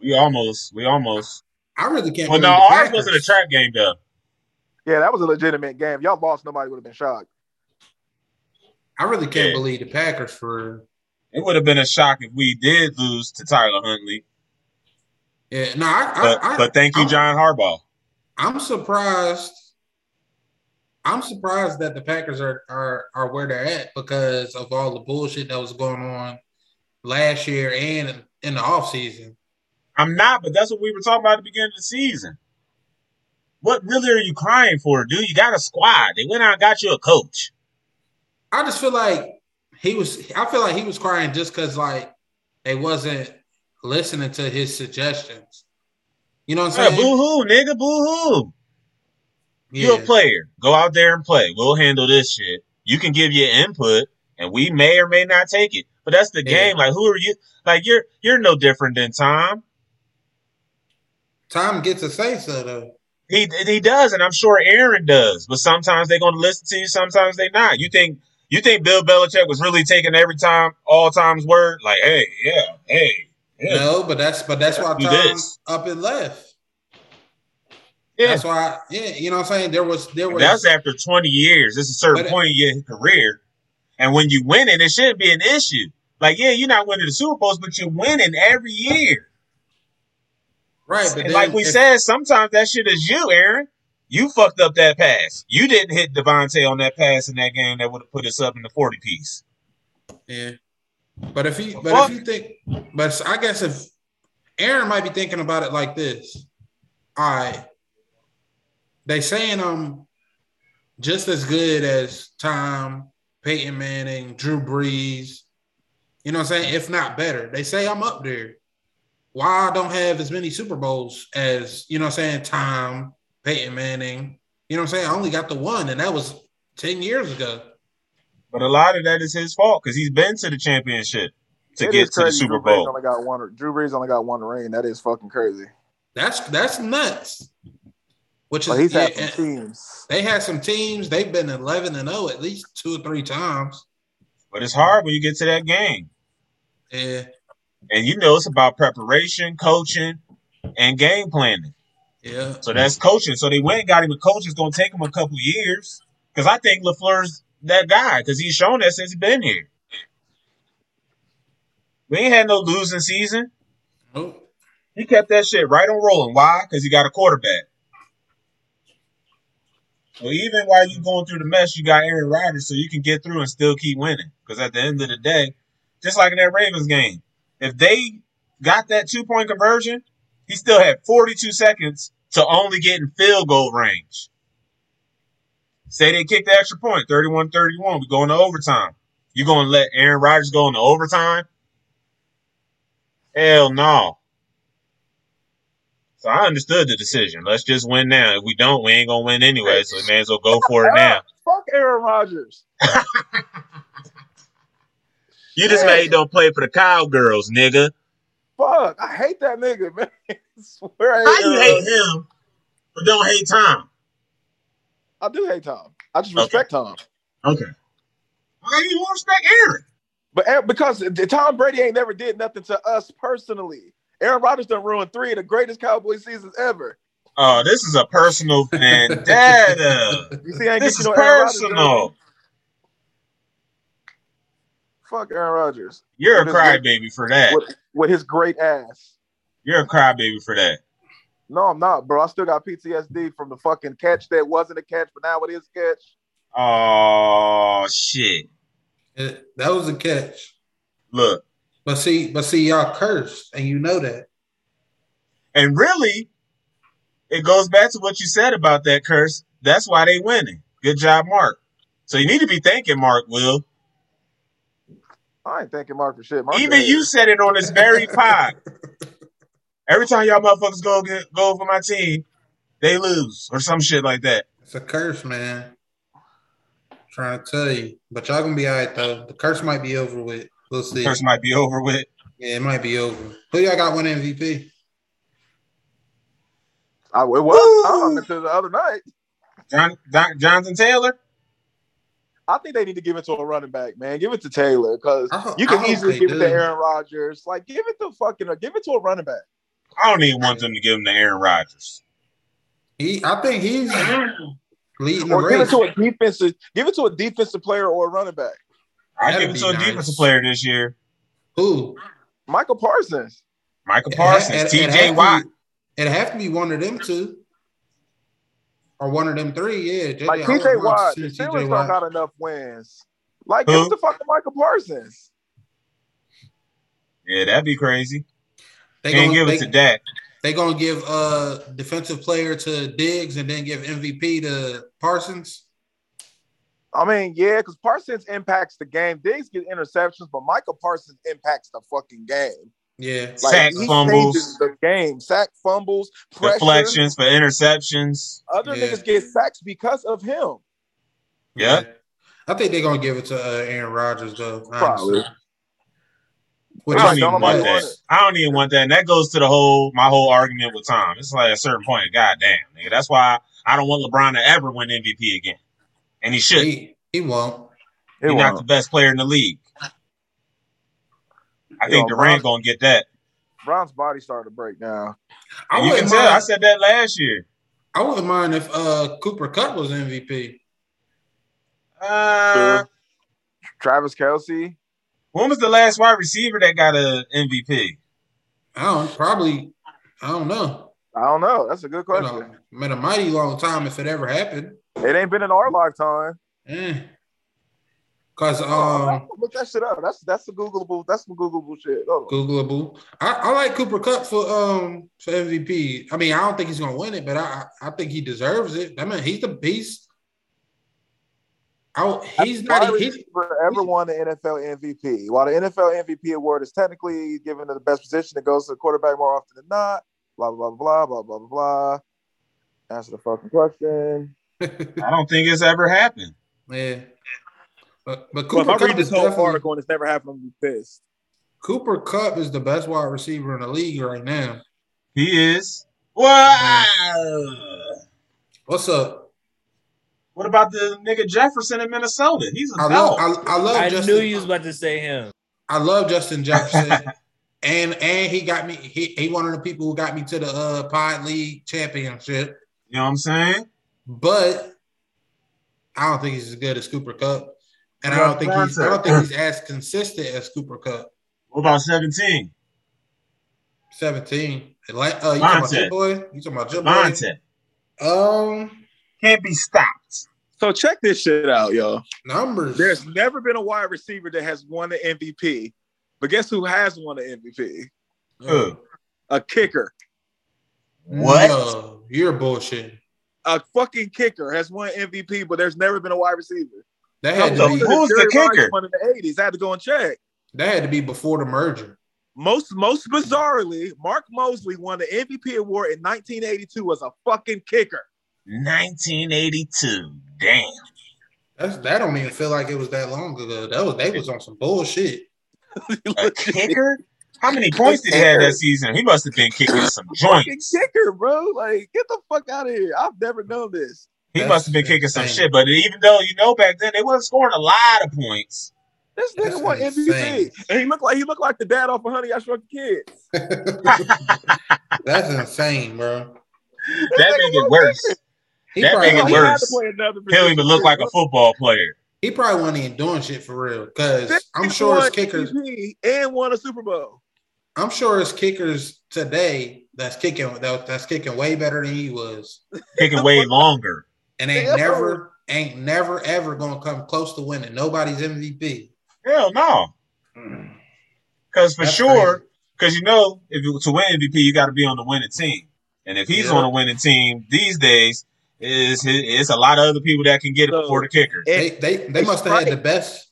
Speaker 2: We almost we almost
Speaker 3: I really can't.
Speaker 2: Well no,
Speaker 3: believe the
Speaker 2: ours
Speaker 3: Packers.
Speaker 2: wasn't a trap game though.
Speaker 5: Yeah, that was a legitimate game. Y'all lost, nobody would have been shocked.
Speaker 3: I really can't
Speaker 2: Yeah.
Speaker 3: believe the Packers for.
Speaker 2: It would have been a shock if we did lose to Tyler Huntley.
Speaker 3: Yeah. No, I.
Speaker 2: But
Speaker 3: I, I
Speaker 2: but thank you,
Speaker 3: I'm-
Speaker 2: John Harbaugh.
Speaker 3: I'm surprised. I'm surprised that the Packers are are are where they're at because of all the bullshit that was going on last year and in the offseason.
Speaker 2: I'm not, but that's what we were talking about at the beginning of the season. What really are you crying for, dude? You got a squad. They went out and got you a coach.
Speaker 3: I just feel like he was. I feel like he was crying just because like they wasn't listening to his suggestions. You know what
Speaker 2: Yeah,
Speaker 3: I'm
Speaker 2: boo
Speaker 3: saying?
Speaker 2: hoo, nigga, boo hoo.
Speaker 3: Yeah.
Speaker 2: You're a player. Go out there and play. We'll handle this shit. You can give your input, and we may or may not take it. But that's the
Speaker 3: Yeah.
Speaker 2: game. Like, who are you? Like, you're you're no different than Tom.
Speaker 3: Tom gets a say so though.
Speaker 2: He he does, and I'm sure Aaron does. But sometimes they're going to listen to you. Sometimes they not. You think you think Bill Belichick was really taking every time all time's word? Like, hey, yeah, hey, yeah,
Speaker 3: No, but that's but that's why
Speaker 2: Do
Speaker 3: Tom
Speaker 2: this.
Speaker 3: up and left.
Speaker 2: yeah.
Speaker 3: That's why. Yeah. You know what I'm saying? There was there was
Speaker 2: That's after 20 years. It's a certain
Speaker 3: But-
Speaker 2: point in your career. And when you win it, it shouldn't be an issue. Like, yeah, you're not winning the Super Bowls, but you're winning every year.
Speaker 3: right. But
Speaker 2: And
Speaker 3: then
Speaker 2: like we
Speaker 3: if-
Speaker 2: said, sometimes that shit is you, Aaron. You fucked up that pass. You didn't hit Devontae on that pass in that game that would have put us up in the 40 piece.
Speaker 3: Yeah. But if you but
Speaker 2: Fuck.
Speaker 3: if you think but I guess if Aaron might be thinking about it like this. All right. They saying I'm just as good as Tom, Peyton Manning, Drew Brees. You know what I'm saying? If not better. They say I'm up there. Why I don't have as many Super Bowls as, you know what I'm saying, Tom, Peyton Manning. You know what I'm saying? I only got the one, and that was 10 years ago.
Speaker 2: But a lot of that is his fault because he's been to the championship to
Speaker 5: It
Speaker 2: get
Speaker 5: is
Speaker 2: to the
Speaker 5: crazy
Speaker 2: Super
Speaker 5: Drew Brees
Speaker 2: Bowl.
Speaker 5: Only got one, Drew Brees only got one ring. That is fucking crazy.
Speaker 3: That's that's nuts. Which is
Speaker 5: But he's had
Speaker 3: yeah,
Speaker 5: some teams.
Speaker 3: they had some teams. They've been eleven and zero at least two or three times.
Speaker 2: But it's hard when you get to that game.
Speaker 3: Yeah,
Speaker 2: And you know it's about preparation, coaching, and game planning.
Speaker 3: yeah,
Speaker 2: So that's coaching. So they went and got him a coach. It's going to take him a couple years because I think Lafleur's that guy because he's shown that since he's been here. We ain't had no losing season.
Speaker 3: Nope.
Speaker 2: He kept that shit right on rolling. Why? Because he got a quarterback. So even while you going through the mess, you got Aaron Rodgers, so you can get through and still keep winning. Because at the end of the day, just like in that Ravens game, if they got that two point conversion, he still had 42 seconds to only get in field goal range. Say they kick the extra point, 31 31, we go into overtime. You going to let Aaron Rodgers go into overtime? Hell no. So I understood the decision. Let's just win now. If we don't, we ain't going to win anyway. So we may as well go for it now.
Speaker 5: Fuck Aaron Rodgers.
Speaker 2: You just made don't play for the cowgirls, nigga.
Speaker 5: Fuck, I hate that nigga, man. I swear I hate
Speaker 2: How you
Speaker 5: Aaron
Speaker 2: hate
Speaker 5: Rodgers.
Speaker 2: him, but don't hate Tom?
Speaker 5: I do hate Tom. I just
Speaker 2: Okay.
Speaker 5: respect Tom.
Speaker 2: Okay. Why do you want to respect Aaron?
Speaker 5: But Aaron- because Tom Brady ain't never did nothing to us personally. Aaron Rodgers done ruined three of the greatest Cowboy seasons ever.
Speaker 2: Oh, this is a personal vendetta.
Speaker 5: You see, I ain't
Speaker 2: this
Speaker 5: get
Speaker 2: is
Speaker 5: you no Aaron Rodgers jersey.
Speaker 2: personal.
Speaker 5: Fuck Aaron Rodgers
Speaker 2: You're a
Speaker 5: What is that?
Speaker 2: crybaby for that.
Speaker 5: with, with his great ass.
Speaker 2: You're a crybaby for that.
Speaker 5: No, I'm not, bro. I still got PTSD from the fucking catch that wasn't a catch, but now it is a catch.
Speaker 2: Oh shit!
Speaker 3: Eh, That was a catch.
Speaker 2: Look,
Speaker 3: But see, but see, y'all cursed, and you know that.
Speaker 2: and really, it goes back to what you said about that curse. That's why they winning. Good job, Mark. So you need to be thanking Mark. Will
Speaker 5: I ain't thanking Mark for shit. Mark
Speaker 2: even
Speaker 5: ain't-
Speaker 2: you said it on this very pod. Every time y'all motherfuckers go get, go over my team, they lose or some shit like that.
Speaker 3: It's a curse, man. trying to tell you, but y'all gonna be all right though. The curse might be over with. We'll see.
Speaker 2: Curse might be over with.
Speaker 3: Yeah, it might be over. Who y'all got winning MVP?
Speaker 5: I, it was
Speaker 2: Woo!
Speaker 5: time until the other night.
Speaker 2: John, Don, Jonathan Taylor.
Speaker 5: I think they need to give it to a running back, man. Give it to Taylor because
Speaker 3: I ho-
Speaker 5: you
Speaker 3: I
Speaker 5: can
Speaker 3: hope
Speaker 5: easily
Speaker 3: they
Speaker 5: give it to
Speaker 3: do.
Speaker 5: Aaron Rodgers. Like, give it to fucking, uh, give it to a running back.
Speaker 2: I don't even want them to give him to Aaron Rodgers.
Speaker 3: He, I think he's leading the
Speaker 5: Or give it
Speaker 3: race.
Speaker 5: to a defensive, give it to a defensive player or a running back.
Speaker 2: I
Speaker 3: That'd
Speaker 2: give it
Speaker 3: be
Speaker 2: to a
Speaker 3: nice.
Speaker 2: defensive player this year.
Speaker 3: Who?
Speaker 5: Michael Parsons.
Speaker 2: Michael Parsons, T.J. Watt.
Speaker 3: It'd have to be one of them two, or one of them three. Yeah,
Speaker 5: Like
Speaker 3: I would love to
Speaker 5: TJ Watt.
Speaker 3: see
Speaker 5: The
Speaker 3: a
Speaker 5: Steelers
Speaker 3: T.J.
Speaker 5: don't
Speaker 3: Watt.
Speaker 5: got enough wins. Like
Speaker 2: Who?
Speaker 5: give it to fucking Michael Parsons.
Speaker 2: Yeah, that'd be crazy.
Speaker 3: They
Speaker 2: Can't
Speaker 3: gonna,
Speaker 2: give it
Speaker 3: they,
Speaker 2: to Dak.
Speaker 3: they gonna give uh defensive player to Diggs and then give MVP to Parsons.
Speaker 5: I mean, yeah, because Parsons impacts the game. Diggs get interceptions, but Michael Parsons impacts the fucking game.
Speaker 3: Yeah,
Speaker 5: Like
Speaker 2: Sacks,
Speaker 5: he
Speaker 2: fumbles,
Speaker 5: changes the game. Sack fumbles, pressure.
Speaker 2: deflections for interceptions.
Speaker 5: Other
Speaker 3: Yeah.
Speaker 5: niggas get sacks because of him.
Speaker 2: Yeah.
Speaker 3: I think they're gonna give it to uh, Aaron Rodgers though. honestly.
Speaker 5: Probably.
Speaker 3: Which
Speaker 2: I
Speaker 3: is-
Speaker 2: don't even
Speaker 5: Right, nobody
Speaker 2: want
Speaker 5: want
Speaker 2: that.
Speaker 5: it.
Speaker 2: I don't even want that. And that goes to the whole my whole argument with Tom. It's like at a certain point, goddamn, nigga. That's why I don't want LeBron to ever win MVP again. And he should.
Speaker 3: he, he won't.
Speaker 5: It
Speaker 2: He's not the
Speaker 5: won't.
Speaker 2: best player in the league. I
Speaker 5: It
Speaker 2: think
Speaker 5: won't.
Speaker 2: Durant gonna get that.
Speaker 5: Brown's body started to break down.
Speaker 3: I
Speaker 2: you can
Speaker 3: wouldn't
Speaker 2: tell
Speaker 3: mind.
Speaker 2: I said that last year.
Speaker 3: I wouldn't mind if uh Cooper Cup was MVP.
Speaker 2: Uh,
Speaker 5: Travis Kelsey.
Speaker 2: when was the last wide receiver that got a MVP?
Speaker 3: I don't probably. I don't know.
Speaker 5: I don't know. That's a good
Speaker 3: Been
Speaker 5: question.
Speaker 3: a, been a mighty long time if it ever happened.
Speaker 5: It ain't been in our lifetime.
Speaker 3: Eh. Cause um
Speaker 5: Oh, look that shit up. That's that's the Googleable. That's some Googleable shit. Hold on.
Speaker 3: Googleable. I, I like Cooper Cup for um for MVP. I mean, I don't think he's gonna win it, but I I I think he deserves it. I mean, he's the beast. I, he's
Speaker 5: Wide
Speaker 3: not. He's,
Speaker 5: receiver ever won the NFL MVP. While the NFL MVP award is technically given to the best position, it goes to the quarterback more often than not. Blah blah blah blah blah blah blah. Answer the fucking question.
Speaker 2: I don't think it's ever happened.
Speaker 3: yeah. But, but
Speaker 5: Well,
Speaker 3: Cooper
Speaker 5: if I
Speaker 3: Cup
Speaker 5: read this
Speaker 3: is
Speaker 5: whole
Speaker 3: definitely-
Speaker 5: article and it's never happened, I'm gonna be pissed.
Speaker 3: Cooper Cup is the best wide receiver in the league right now.
Speaker 2: He is. Wow.
Speaker 3: What's up?
Speaker 2: What about the nigga Jefferson in Minnesota? He's a
Speaker 3: I
Speaker 2: dog.
Speaker 3: love I, I love
Speaker 8: I
Speaker 3: Justin.
Speaker 8: knew you was about to say him.
Speaker 3: I love Justin Jefferson. and and he got me he, he one of the people who got me to the uh pod league championship.
Speaker 2: you know what I'm saying?
Speaker 3: But I don't think he's as good as Cooper Cup. And I don't think he's I don't think he's as consistent as Cooper Cup.
Speaker 2: What about 17?
Speaker 3: 17. Atla- uh, you talking about
Speaker 2: Vontae.
Speaker 3: your boy? You talking about your boy?
Speaker 2: Vontae.
Speaker 3: Um
Speaker 2: Can't be stopped.
Speaker 5: So check this shit out, yo.
Speaker 3: numbers.
Speaker 5: There's never been a wide receiver that has won the MVP, but guess who has won the MVP?
Speaker 2: Who?
Speaker 5: A kicker.
Speaker 2: What?
Speaker 3: No, you're bullshit.
Speaker 5: a fucking kicker has won MVP, but there's never been a wide receiver.
Speaker 3: That
Speaker 2: How
Speaker 3: had
Speaker 2: the
Speaker 3: to be
Speaker 2: fuck? Who's the
Speaker 5: Jerry Rice
Speaker 2: kicker?
Speaker 5: Won in the 80s. I had to go and check.
Speaker 3: that had to be before the merger.
Speaker 5: Most most bizarrely, Mark Mosley won the MVP award in 1982 as a fucking kicker.
Speaker 2: 1982. Damn.
Speaker 3: That's that don't even feel like it was that long ago. That was they was on some bullshit.
Speaker 2: A kicker? How many points did he have that season? He must have been kicking some
Speaker 5: fucking
Speaker 2: joints.
Speaker 5: kicker, bro. Like, get the fuck out of here. I've never known this.
Speaker 2: He must have been
Speaker 3: That's
Speaker 2: kicking some
Speaker 3: insane.
Speaker 2: shit. But even though, you know, back then they wasn't scoring a lot of points.
Speaker 5: This
Speaker 3: That's
Speaker 5: nigga won
Speaker 3: insane.
Speaker 5: MVP. And he looked like he looked like the dad off of Honey I Shrunk the Kids.
Speaker 3: That's insane, bro.
Speaker 2: That make it worse.
Speaker 3: He
Speaker 2: That
Speaker 3: probably
Speaker 2: make it
Speaker 5: He
Speaker 3: like-
Speaker 5: Oh, had to
Speaker 2: worse.
Speaker 5: play another
Speaker 2: He don't
Speaker 5: position,
Speaker 2: even look
Speaker 5: too,
Speaker 2: like
Speaker 5: bro.
Speaker 2: a football player.
Speaker 3: He probably wasn't even doing shit for real because I'm sure his
Speaker 5: 51
Speaker 3: kickers.
Speaker 5: MVP and won a Super Bowl.
Speaker 3: I'm sure his kickers today that's kicking that, that's kicking way better than he was,
Speaker 2: Taking way longer.
Speaker 3: and ain't
Speaker 5: Yeah.
Speaker 3: never ain't never ever gonna come close to winning nobody's MVP.
Speaker 2: Hell no. Because for
Speaker 3: Hmm. That's
Speaker 2: sure,
Speaker 3: crazy.
Speaker 2: because you know, if you, to win MVP, you got to be on the winning team. And if he's
Speaker 3: Yeah.
Speaker 2: on a winning team these days, is it's a lot of other people that can get it
Speaker 5: So-
Speaker 2: before the kicker.
Speaker 5: And
Speaker 3: they they, they must have had the best.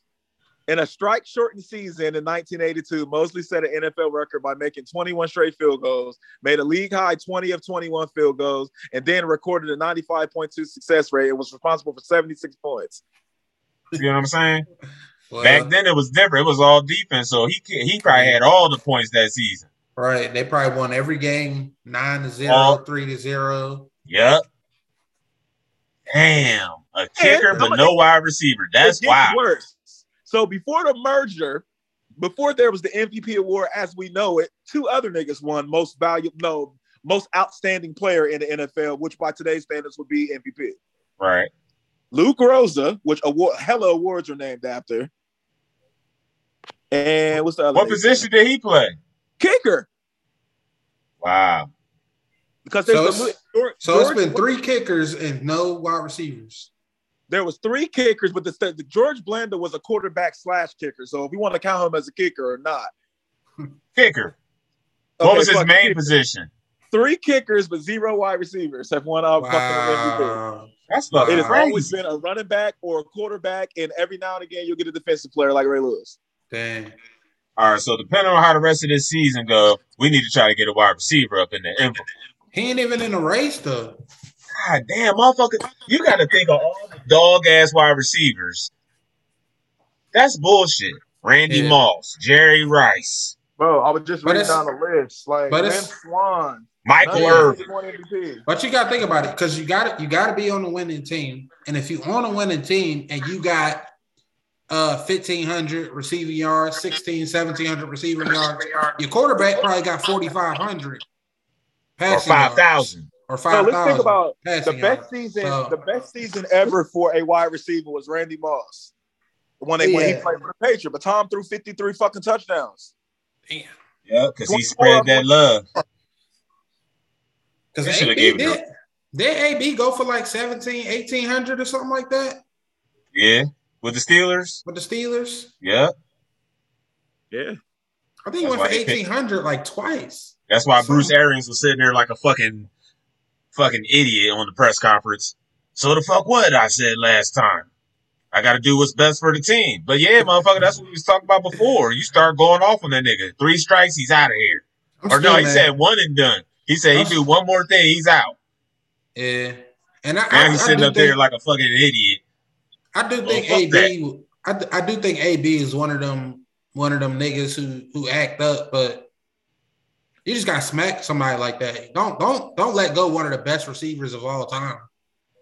Speaker 5: in a strike shortened season in 1982, Mosley set an NFL record by making 21 straight field goals, made a league high 20 of 21 field goals, and then recorded a 95.2 success rate and was responsible for 76 points.
Speaker 2: You know what I'm saying?
Speaker 3: Well,
Speaker 2: Back then it was different. It was all defense, so he he probably had all the points that season.
Speaker 3: right? They probably won every game nine to zero,
Speaker 2: All-
Speaker 3: three to zero.
Speaker 2: Yep. Damn, a kicker
Speaker 5: I'm
Speaker 2: but
Speaker 5: a-
Speaker 2: no wide receiver. That's
Speaker 5: it gets
Speaker 2: wild.
Speaker 5: worse. So before the merger, before there was the MVP award as we know it, two other niggas won most valuable, no, most outstanding player in the NFL, which by today's standards would be MVP.
Speaker 2: Right.
Speaker 5: Luke Rosa, which award hella awards are named after. And what's the other?
Speaker 2: What
Speaker 5: nigga?
Speaker 2: position did he play?
Speaker 5: Kicker.
Speaker 2: Wow.
Speaker 5: Because there's
Speaker 3: So
Speaker 5: the-
Speaker 3: it's-
Speaker 5: George-
Speaker 3: So it's
Speaker 5: George-
Speaker 3: been three kickers and no wide receivers.
Speaker 5: There was three kickers, but the, the George Blanda was a quarterback slash kicker. So if you want to count him as a kicker or not,
Speaker 2: Kicker. What
Speaker 5: Okay,
Speaker 2: was his
Speaker 5: fuck
Speaker 2: main
Speaker 5: kicker.
Speaker 2: position?
Speaker 5: Three kickers, but zero wide receivers have won all fucking MVP.
Speaker 3: Wow.
Speaker 2: That's
Speaker 3: Wow.
Speaker 2: fucking
Speaker 5: It has
Speaker 2: crazy.
Speaker 5: always been a running back or a quarterback, and every now and again you'll get a defensive player like Ray Lewis.
Speaker 3: Dang.
Speaker 2: All right, so depending on how the rest of this season go, we need to try to get a wide receiver up in the envelope.
Speaker 3: He ain't even in the race though.
Speaker 2: God damn, motherfucker, you got to think of all the dog ass wide receivers. That's bullshit. Randy
Speaker 3: Yeah.
Speaker 2: Moss, Jerry Rice,
Speaker 5: Bro, I was just
Speaker 3: But
Speaker 5: reading
Speaker 3: it's-
Speaker 5: down the list. Like
Speaker 3: but
Speaker 5: Lynn
Speaker 3: it's-
Speaker 5: Swan,
Speaker 2: Michael
Speaker 5: none of
Speaker 2: Irvin.
Speaker 5: them won MVP.
Speaker 3: But you gotta think about it because you got to you got to be on the winning team, and if you on a winning team and you got uh 1500 receiving yards, 16, 1700 receiving yards, your quarterback probably got 4500
Speaker 2: or
Speaker 3: passing yards.
Speaker 2: five thousand.
Speaker 3: or
Speaker 5: So
Speaker 3: five
Speaker 5: let's think
Speaker 3: thousand.
Speaker 5: about the
Speaker 3: passing
Speaker 5: best
Speaker 3: yards.
Speaker 5: season,
Speaker 3: So-
Speaker 5: the best season ever for a wide receiver was Randy Moss. The one they when he
Speaker 3: Yeah.
Speaker 5: played for the Patriots, but Tom threw 53 fucking touchdowns.
Speaker 2: Yeah, because he
Speaker 5: 24
Speaker 2: spread that love. They
Speaker 3: Because
Speaker 2: shoulda
Speaker 3: AB
Speaker 2: gave it
Speaker 3: did, did AB go for like 17, 1800 or something like that
Speaker 2: Yeah, with the Steelers.
Speaker 3: with the Steelers?
Speaker 2: Yeah,
Speaker 5: Yeah.
Speaker 3: I think he
Speaker 2: That's
Speaker 3: went for
Speaker 2: why he picked-
Speaker 3: eighteen hundred like twice.
Speaker 2: that's why
Speaker 3: So-
Speaker 2: Bruce Arians was sitting there like a fucking, fucking idiot on the press conference. So the fuck what I said last time. I got to do what's best for the team. But yeah, motherfucker, that's what we was talking about before. You start going off on that nigga. Three strikes, he's out of here.
Speaker 3: I'm
Speaker 2: or no,
Speaker 3: still
Speaker 2: he
Speaker 3: mad.
Speaker 2: said one and done. He said he
Speaker 3: I'm
Speaker 2: do
Speaker 3: s-
Speaker 2: one more thing, he's out.
Speaker 3: yeah, and I, I,
Speaker 2: Now he's
Speaker 3: I
Speaker 2: sitting
Speaker 3: do
Speaker 2: up there
Speaker 3: think,
Speaker 2: like a fucking idiot.
Speaker 3: I do
Speaker 2: Oh,
Speaker 3: think
Speaker 2: fuck
Speaker 3: AB. w- I, d- I do think AB is one of them one of them niggas who who act up, but you just got to smack somebody like that. Don't don't don't let go one of the best receivers of all time.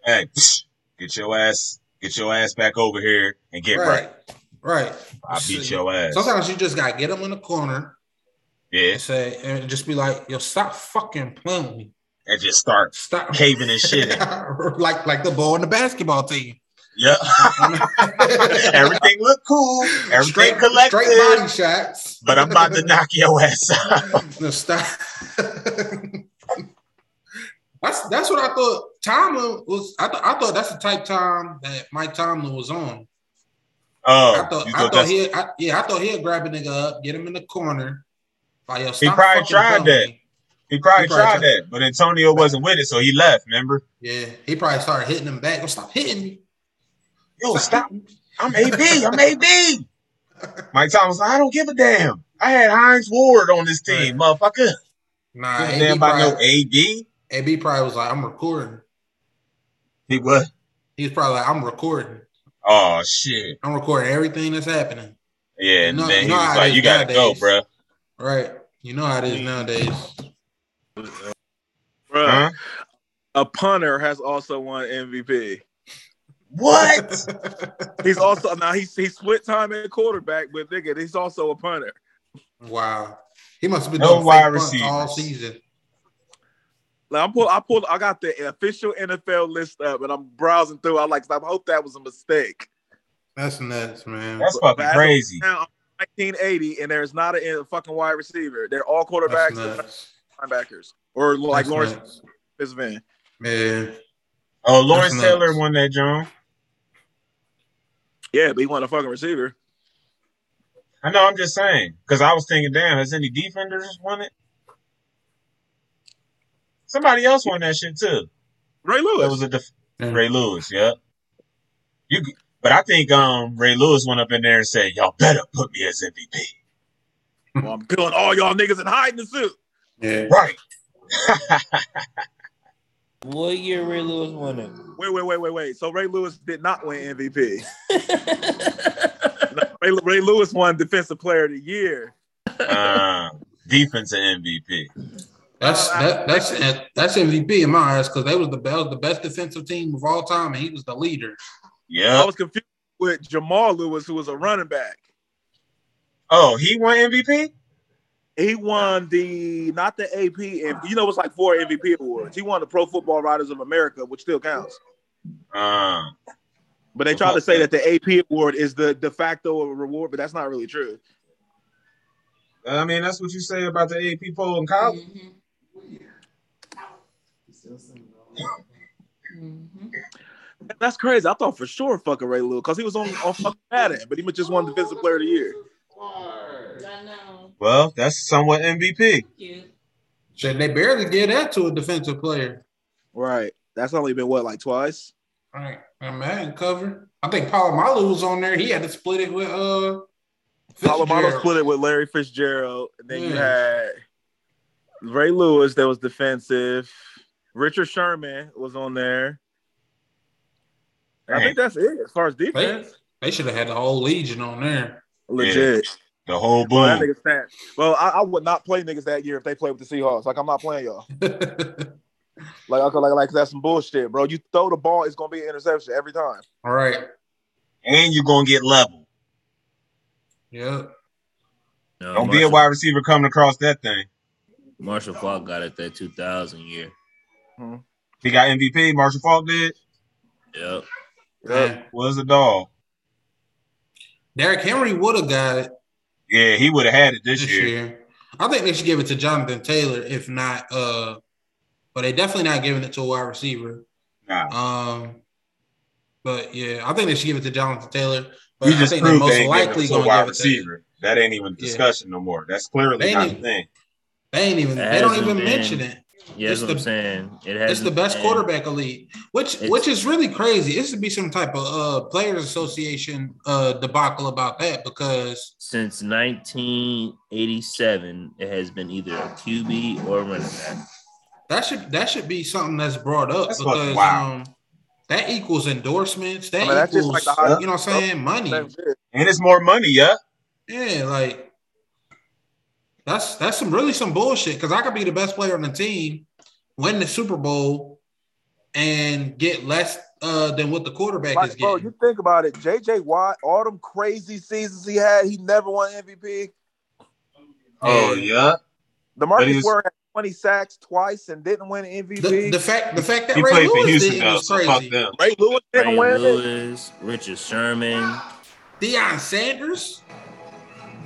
Speaker 2: Hey, psh, get your ass, get your ass back over here and get right.
Speaker 3: Right, right.
Speaker 2: I beat your ass.
Speaker 3: Sometimes you just got to get them in the corner
Speaker 2: Yeah,
Speaker 3: and say and just be like, "Yo, stop fucking playing with me.
Speaker 2: and just start
Speaker 3: Stop
Speaker 2: caving his shit in.
Speaker 3: like like the ball on the basketball team.
Speaker 2: Yeah, everything look cool, everything
Speaker 3: straight,
Speaker 2: collected,
Speaker 3: straight body shots.
Speaker 2: but I'm about to knock your ass out.
Speaker 3: No, stop. that's that's what I thought. Tomlin was. I, thought I thought that's the type time that Mike Tomlin was on.
Speaker 2: Oh,
Speaker 3: I thought
Speaker 2: you
Speaker 3: I
Speaker 2: thought
Speaker 3: thought
Speaker 2: that's-
Speaker 3: he I, yeah I thought he'd grab a nigga up, get him in the corner. Like, yo,
Speaker 2: He
Speaker 3: stop
Speaker 2: probably
Speaker 3: fucking
Speaker 2: tried
Speaker 3: playing with
Speaker 2: that.
Speaker 3: me.
Speaker 2: he probably
Speaker 3: he probably
Speaker 2: tried
Speaker 3: tried-
Speaker 2: that, but Antonio wasn't with it, so he left. Remember?
Speaker 3: Yeah, he probably started hitting him back. Yo, stop hitting me.
Speaker 2: Yo, Oh, stop
Speaker 3: hitting me.
Speaker 2: I'm AB. I'm AB. Mike Thomas, I don't give a damn. I had Heinz Ward on this team, motherfucker.
Speaker 3: Nah,
Speaker 2: Give a
Speaker 3: AB
Speaker 2: damn about no
Speaker 3: probably,
Speaker 2: AB.
Speaker 3: AB probably was like, I'm recording.
Speaker 2: He what?
Speaker 3: He was probably like, I'm recording.
Speaker 2: Oh shit.
Speaker 3: I'm recording everything that's happening.
Speaker 2: Yeah, and
Speaker 3: You know-
Speaker 2: then
Speaker 3: you
Speaker 2: he
Speaker 3: know
Speaker 2: was
Speaker 3: how it
Speaker 2: like,
Speaker 3: is
Speaker 2: "You gotta go,
Speaker 3: nowadays.
Speaker 2: bro."
Speaker 3: Right. You know how it is nowadays.
Speaker 5: Bruh,
Speaker 2: Huh?
Speaker 5: A punter has also won MVP.
Speaker 2: What?
Speaker 5: He's also now he's he split time at quarterback, but nigga, he's also a punter.
Speaker 3: Wow. He must have been
Speaker 2: No
Speaker 3: doing
Speaker 2: wide
Speaker 3: fake punts
Speaker 2: receivers.
Speaker 3: all season.
Speaker 5: Like I pull, I pulled, I got the official NFL list up, and I'm browsing through. I like, I hope that was a mistake.
Speaker 3: That's nuts, man.
Speaker 2: That's fucking
Speaker 5: But as of
Speaker 2: crazy.
Speaker 5: Now, 1980, and there's not a, a fucking wide receiver. They're all
Speaker 3: That's
Speaker 5: quarterbacks and
Speaker 3: nuts.
Speaker 5: linebackers, or like
Speaker 3: That's
Speaker 5: Lawrence
Speaker 3: nuts.
Speaker 5: Fishman.
Speaker 3: Yeah.
Speaker 2: Oh, Lawrence
Speaker 3: That's nuts.
Speaker 2: Taylor won that, John.
Speaker 5: Yeah, but he wasn't a fucking receiver.
Speaker 2: I know. I'm just saying because I was thinking, damn, has any defenders won it? Somebody else won that shit too.
Speaker 5: Ray
Speaker 2: That
Speaker 5: Lewis.
Speaker 2: was a def-
Speaker 3: Yeah.
Speaker 2: Ray Lewis. Yep. You, g- but I think um Ray Lewis went up in there and said, "Y'all better put me as MVP."
Speaker 5: well, I'm killing all y'all niggas and hiding the suit.
Speaker 3: Yeah.
Speaker 2: Right.
Speaker 8: What year Ray Lewis won it?
Speaker 5: Wait, wait, wait, wait, wait. So Ray Lewis did not win MVP. Ray, Ray Lewis won Defensive Player of the Year.
Speaker 2: uh, defensive MVP.
Speaker 3: That's that, that's that's MVP in my eyes because they was the best, the best defensive team of all time, and he was the leader.
Speaker 5: I
Speaker 2: Yeah.
Speaker 5: was confused with Jamal Lewis, who was a running back.
Speaker 2: Oh, he won MVP.
Speaker 5: He won the not the AP, and you know it's like four MVP awards. He won the Pro Football Writers of America, which still counts.
Speaker 2: Uh,
Speaker 5: But they try to say that the AP award is the de facto reward, but that's not really true.
Speaker 2: I mean, that's what you say about the AP poll in college.
Speaker 5: That's crazy. I thought for sure fucking Ray Lewis because he was on on fucking Madden, but he was just won Defensive Player of the Year.
Speaker 7: I know.
Speaker 2: Well, that's somewhat MVP.
Speaker 7: Cute.
Speaker 3: Shit, they barely give that to a defensive player.
Speaker 5: Right. That's only been what like twice.
Speaker 3: Right. I'm mad cover. I think Palomalu was on there. He had to split it with uh.
Speaker 5: Palomano
Speaker 3: Fitzgerald.
Speaker 5: split it with Larry Fitzgerald, and then you
Speaker 3: Hmm.
Speaker 5: had Ray Lewis that was defensive. Richard Sherman was on there. I think that's it as far as
Speaker 3: They,
Speaker 5: defense.
Speaker 3: they should have had the whole legion on there.
Speaker 5: Legit.
Speaker 2: The whole
Speaker 5: Well, that
Speaker 2: boom.
Speaker 5: nigga's fat. Well, I, I would not play niggas that year if they played with the Seahawks. Like I'm not playing y'all. Like I- like like that's some bullshit, bro. You throw the ball, it's gonna be an interception every time.
Speaker 3: all right.
Speaker 2: And you're gonna get level.
Speaker 3: Yep.
Speaker 6: No,
Speaker 2: Don't be a
Speaker 6: Marshall-
Speaker 2: wide receiver coming across that thing.
Speaker 6: Marshall Falk got it that 2000 year.
Speaker 2: He got MVP. Marshall Falk did.
Speaker 6: Yep.
Speaker 3: Man,
Speaker 2: Was a dog.
Speaker 3: Derrick Henry would have got it
Speaker 2: Yeah, he would have had it this,
Speaker 3: this
Speaker 2: year.
Speaker 3: year. I think they should give it to Jonathan Taylor, if not uh but they definitely not giving it to a wide receiver.
Speaker 2: Nah,
Speaker 3: Um but yeah, I think they should give it to Jonathan Taylor. But
Speaker 2: we
Speaker 3: I
Speaker 2: just
Speaker 3: think they're
Speaker 2: proved they
Speaker 3: most
Speaker 2: ain't giving
Speaker 3: likely
Speaker 2: it to a
Speaker 3: gonna
Speaker 2: wide
Speaker 3: give it to
Speaker 2: receiver. That ain't even
Speaker 3: Yeah.
Speaker 2: discussion no more. That's clearly
Speaker 3: They
Speaker 2: not a
Speaker 3: ain't-
Speaker 2: thing.
Speaker 3: They ain't even
Speaker 6: It
Speaker 3: they don't
Speaker 6: hasn't
Speaker 3: even
Speaker 6: been-
Speaker 3: mention it.
Speaker 6: Yeah, that's
Speaker 3: It's
Speaker 6: what I'm
Speaker 3: the-
Speaker 6: saying. It has
Speaker 3: It's the best quarterback elite, which
Speaker 6: It's-
Speaker 3: which is really crazy. It should be some type of uh players association uh debacle about that because
Speaker 6: since 1987. It has been either a QB or a running back.
Speaker 3: that should that should be something that's brought up
Speaker 2: That's fucking
Speaker 3: because
Speaker 2: wild.
Speaker 3: um that equals endorsements, that
Speaker 5: I mean, that's just
Speaker 3: equals
Speaker 5: like the high-
Speaker 3: you know what I'm saying, money.
Speaker 5: Same shit.
Speaker 2: And it's more money, yeah.
Speaker 3: Yeah, like that's that's some really some bullshit. Because I could be the best player on the team, win the Super Bowl, and get less uh, than what the quarterback is
Speaker 5: Like, bro,
Speaker 3: getting.
Speaker 5: you think about it. JJ Watt, all them crazy seasons he had, he never won MVP.
Speaker 3: Um,
Speaker 2: Oh
Speaker 3: Yeah.
Speaker 2: yeah.
Speaker 5: The
Speaker 2: But he was-
Speaker 5: Marcus Ware had 20 sacks twice and didn't win MVP.
Speaker 3: the, the fact the fact that
Speaker 2: He
Speaker 3: Ray
Speaker 2: played for
Speaker 3: Lewis
Speaker 2: Houston
Speaker 3: did
Speaker 2: though,
Speaker 3: was
Speaker 2: so fuck
Speaker 3: crazy.
Speaker 2: them.
Speaker 5: Ray Lewis didn't
Speaker 6: Ray
Speaker 5: win it.
Speaker 6: Lewis, Richard Sherman,
Speaker 3: Deion Sanders,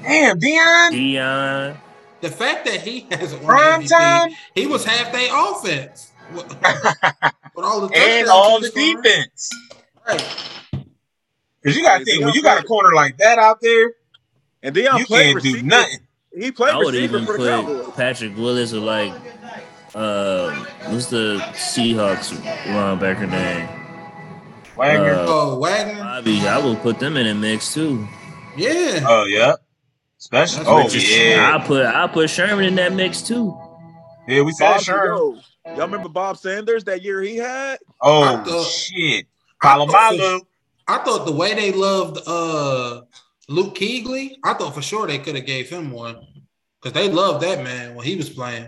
Speaker 2: Damn, Dion.
Speaker 6: Dion.
Speaker 3: the fact that he hasn't won
Speaker 2: Prime
Speaker 3: MVP,
Speaker 2: time
Speaker 3: he was half their offense. With, with all the
Speaker 2: and
Speaker 3: touchdowns
Speaker 2: all
Speaker 3: he
Speaker 2: the
Speaker 3: was scoring.
Speaker 2: defense.
Speaker 3: Right.
Speaker 2: Because you got to think when you got a corner like that out there,
Speaker 5: And Deion
Speaker 2: you
Speaker 5: played
Speaker 2: can't do
Speaker 5: receiver.
Speaker 2: nothing.
Speaker 5: He played
Speaker 6: I would
Speaker 5: receiver
Speaker 6: even
Speaker 5: for the Cowboys.
Speaker 6: put Patrick Willis or like uh who's the Seahawks linebacker name?
Speaker 2: Wagner.
Speaker 6: Uh,
Speaker 3: Oh Wagner,
Speaker 6: Bobby, I will put them in a mix too.
Speaker 3: yeah.
Speaker 2: oh yeah. Special.
Speaker 3: That's
Speaker 2: Oh
Speaker 6: Richard-
Speaker 2: yeah.
Speaker 6: I put I put Sherman in that mix too.
Speaker 2: Yeah, we said
Speaker 5: Bob,
Speaker 2: Sherman.
Speaker 5: yo, y'all remember Bob Sanders that year he had?
Speaker 2: Oh
Speaker 3: I thought-
Speaker 2: shit.
Speaker 3: I thought for
Speaker 2: Palomalu.
Speaker 3: I thought the way they loved uh Luke Keegley, I thought for sure they could have gave him one because they loved that man when he was playing.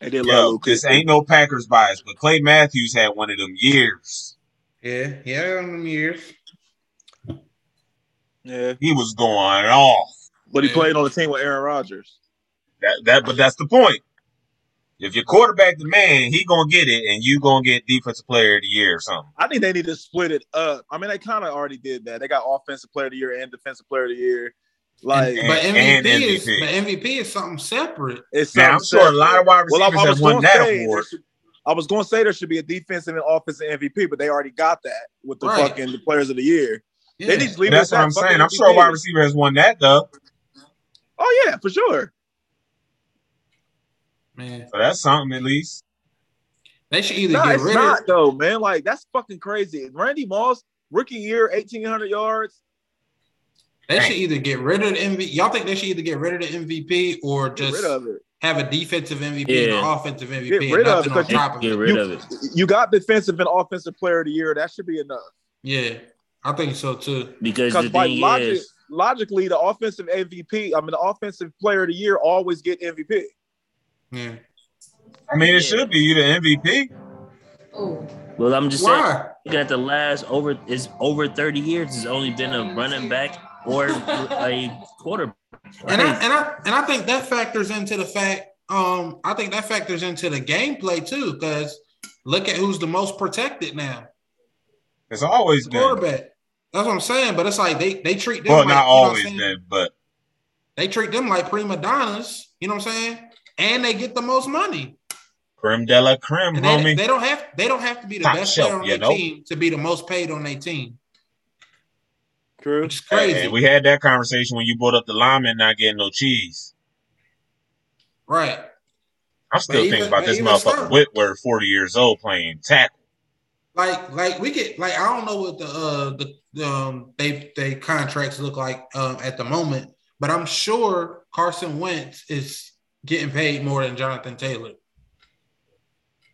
Speaker 5: They did love
Speaker 2: Yo,
Speaker 5: Luke
Speaker 2: this
Speaker 5: Kuechly.
Speaker 2: ain't no Packers bias, but Clay Matthews had one of them years.
Speaker 3: Yeah, yeah, in them years.
Speaker 5: Yeah,
Speaker 2: He was going off.
Speaker 5: but he
Speaker 3: Yeah.
Speaker 5: played on the team with Aaron Rodgers.
Speaker 2: That that but that's the point. If your quarterback the man, he gonna get it, and you gonna get defensive player of the year or something.
Speaker 5: I think they need to split it up. I mean, they kind of already did that. They got offensive player of the year and defensive player of the year. Like
Speaker 2: And-
Speaker 3: but MVP,
Speaker 2: and
Speaker 3: is
Speaker 2: MVP.
Speaker 3: but MVP is something separate.
Speaker 5: it's
Speaker 2: Now I'm
Speaker 5: something
Speaker 2: sure a lot of wide
Speaker 5: Well, I,
Speaker 2: receivers
Speaker 5: I
Speaker 2: have
Speaker 5: was
Speaker 2: won
Speaker 5: going to
Speaker 2: that
Speaker 5: say there
Speaker 2: award.
Speaker 5: should, I was going to say there should be a defensive and offensive MVP, but they already got that with the
Speaker 3: Right.
Speaker 5: fucking the players of the year.
Speaker 3: Yeah.
Speaker 5: They need to leave
Speaker 2: And that's
Speaker 5: it at
Speaker 2: what
Speaker 5: that
Speaker 2: I'm
Speaker 5: fucking
Speaker 2: saying. I'm sure a wide
Speaker 5: MVP.
Speaker 2: receiver has won that though.
Speaker 5: Oh yeah, for sure.
Speaker 3: man,
Speaker 2: So that's something at least.
Speaker 3: they should either
Speaker 5: No,
Speaker 3: get
Speaker 5: it's
Speaker 3: rid
Speaker 5: not
Speaker 3: of
Speaker 5: though, man. Like that's fucking crazy. Randy Moss, rookie year, eighteen hundred yards.
Speaker 3: they should either get rid of the MVP. Y'all think they should either get rid of the MVP or
Speaker 5: Get
Speaker 3: just
Speaker 5: rid of it.
Speaker 3: have a defensive MVP and an
Speaker 6: Yeah.
Speaker 3: offensive MVP?
Speaker 5: Get
Speaker 3: and
Speaker 5: rid of it
Speaker 3: nothing on
Speaker 5: because you-
Speaker 3: top of
Speaker 6: Get
Speaker 3: it.
Speaker 6: rid
Speaker 5: You-
Speaker 6: of it.
Speaker 5: You got defensive and offensive player of the year. That should be enough.
Speaker 3: Yeah, I think so too.
Speaker 6: Because the
Speaker 5: Because by
Speaker 6: thing
Speaker 5: logic,
Speaker 6: is,
Speaker 5: logically, the offensive MVP, I mean, the offensive player of the year always get MVP.
Speaker 3: Yeah.
Speaker 2: I mean, it
Speaker 6: Yeah.
Speaker 2: should be you the MVP.
Speaker 7: Oh,
Speaker 6: well, I'm just saying,
Speaker 3: Why?
Speaker 6: looking at the last over is over 30 years, it's only been a running back or a quarterback.
Speaker 3: And I and I and I think that factors into the fact. Um, I think that factors into the gameplay too, because look at who's the most protected now.
Speaker 2: It's always
Speaker 3: The
Speaker 2: been.
Speaker 3: quarterback. That's what I'm saying. But it's like they they treat them
Speaker 2: Well,
Speaker 3: like,
Speaker 2: not
Speaker 3: you know what I'm
Speaker 2: always
Speaker 3: saying?
Speaker 2: been, but
Speaker 3: They treat them like prima donnas. You know what I'm saying? And they get the most money.
Speaker 2: creme de la creme,
Speaker 3: And they,
Speaker 2: homie.
Speaker 3: they don't have they don't have to be the
Speaker 2: Top
Speaker 3: best
Speaker 2: shelf,
Speaker 3: player on
Speaker 2: you
Speaker 3: their
Speaker 2: know?
Speaker 3: team to be the most paid on their team,
Speaker 5: True.
Speaker 3: which is
Speaker 2: Hey,
Speaker 3: crazy,
Speaker 2: hey, we had that conversation when you brought up the lineman not getting no cheese.
Speaker 3: right?
Speaker 2: I'm still
Speaker 3: even-
Speaker 2: thinking about
Speaker 3: but
Speaker 2: this
Speaker 3: even
Speaker 2: motherfucker
Speaker 3: so-
Speaker 2: Whitworth, 40 years old, playing tackle.
Speaker 3: Like like we get like I don't know what the uh the- the um they they contracts look like um at the moment, but I'm sure Carson Wentz is getting paid more than Jonathan Taylor.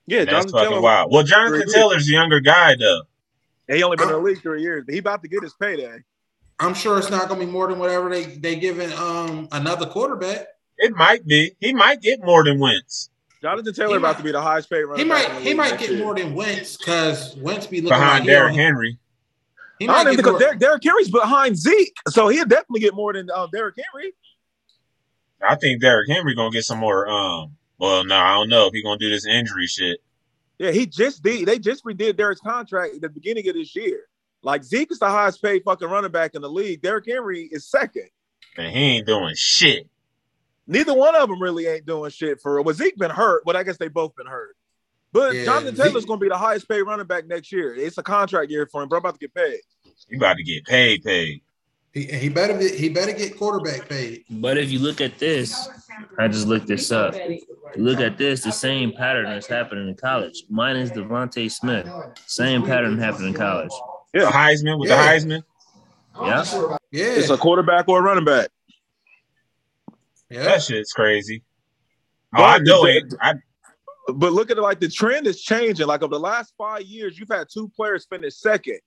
Speaker 5: Yeah,
Speaker 2: That's
Speaker 5: Jonathan
Speaker 2: fucking
Speaker 5: Taylor.
Speaker 2: wild. Well, Jonathan
Speaker 5: Three
Speaker 2: Taylor's a younger guy, though.
Speaker 5: He only been in the league three years, but he about to get his payday.
Speaker 3: I'm sure it's not gonna be more than whatever they they giving um another quarterback.
Speaker 2: It might be. He might get more than Wentz
Speaker 5: Jonathan Taylor
Speaker 3: He
Speaker 5: about
Speaker 3: might-
Speaker 5: to be the highest paid runner.
Speaker 3: He might he might get more than Wentz because Wentz be looking
Speaker 2: behind
Speaker 3: like
Speaker 2: Derrick
Speaker 3: he, don't-
Speaker 2: Henry.
Speaker 3: he
Speaker 5: Not
Speaker 3: might
Speaker 5: even
Speaker 3: get
Speaker 5: because
Speaker 3: more,
Speaker 5: Derrick, Derrick Henry's behind Zeke, so he'll definitely get more than uh, Derrick Henry.
Speaker 2: I think Derrick Henry gonna get some more. Um, well, no, I don't know if he gonna do this injury shit.
Speaker 5: Yeah, he just did. They just redid Derek's contract at the beginning of this year. Like Zeke is the highest paid fucking running back in the league. Derrick Henry is second.
Speaker 2: And he ain't doing shit.
Speaker 5: Neither one of them really ain't doing shit for real. Well, Zeke been hurt, but I guess they both been hurt. But
Speaker 3: Yeah,
Speaker 5: Jonathan Taylor's
Speaker 3: Zeke-
Speaker 5: gonna be the highest paid running back next year. It's a contract year for him, bro. I'm about to get paid.
Speaker 2: He about to get paid, paid.
Speaker 3: he, he better be, he better get quarterback paid.
Speaker 6: But if you look at this, I just looked this up. You look at this, the same pattern that's happening in college. Mine is Devontae Smith. Same pattern happened in college.
Speaker 2: The Heisman with
Speaker 3: Yeah.
Speaker 2: the Heisman.
Speaker 6: Yeah.
Speaker 3: Yeah,
Speaker 5: It's a quarterback or a running back.
Speaker 3: yeah.
Speaker 2: That shit's crazy. Oh,
Speaker 5: Bro,
Speaker 2: I know
Speaker 5: the-
Speaker 2: it. I,
Speaker 5: But look at it like the trend is changing. Like over the last five years, you've had two players finish second.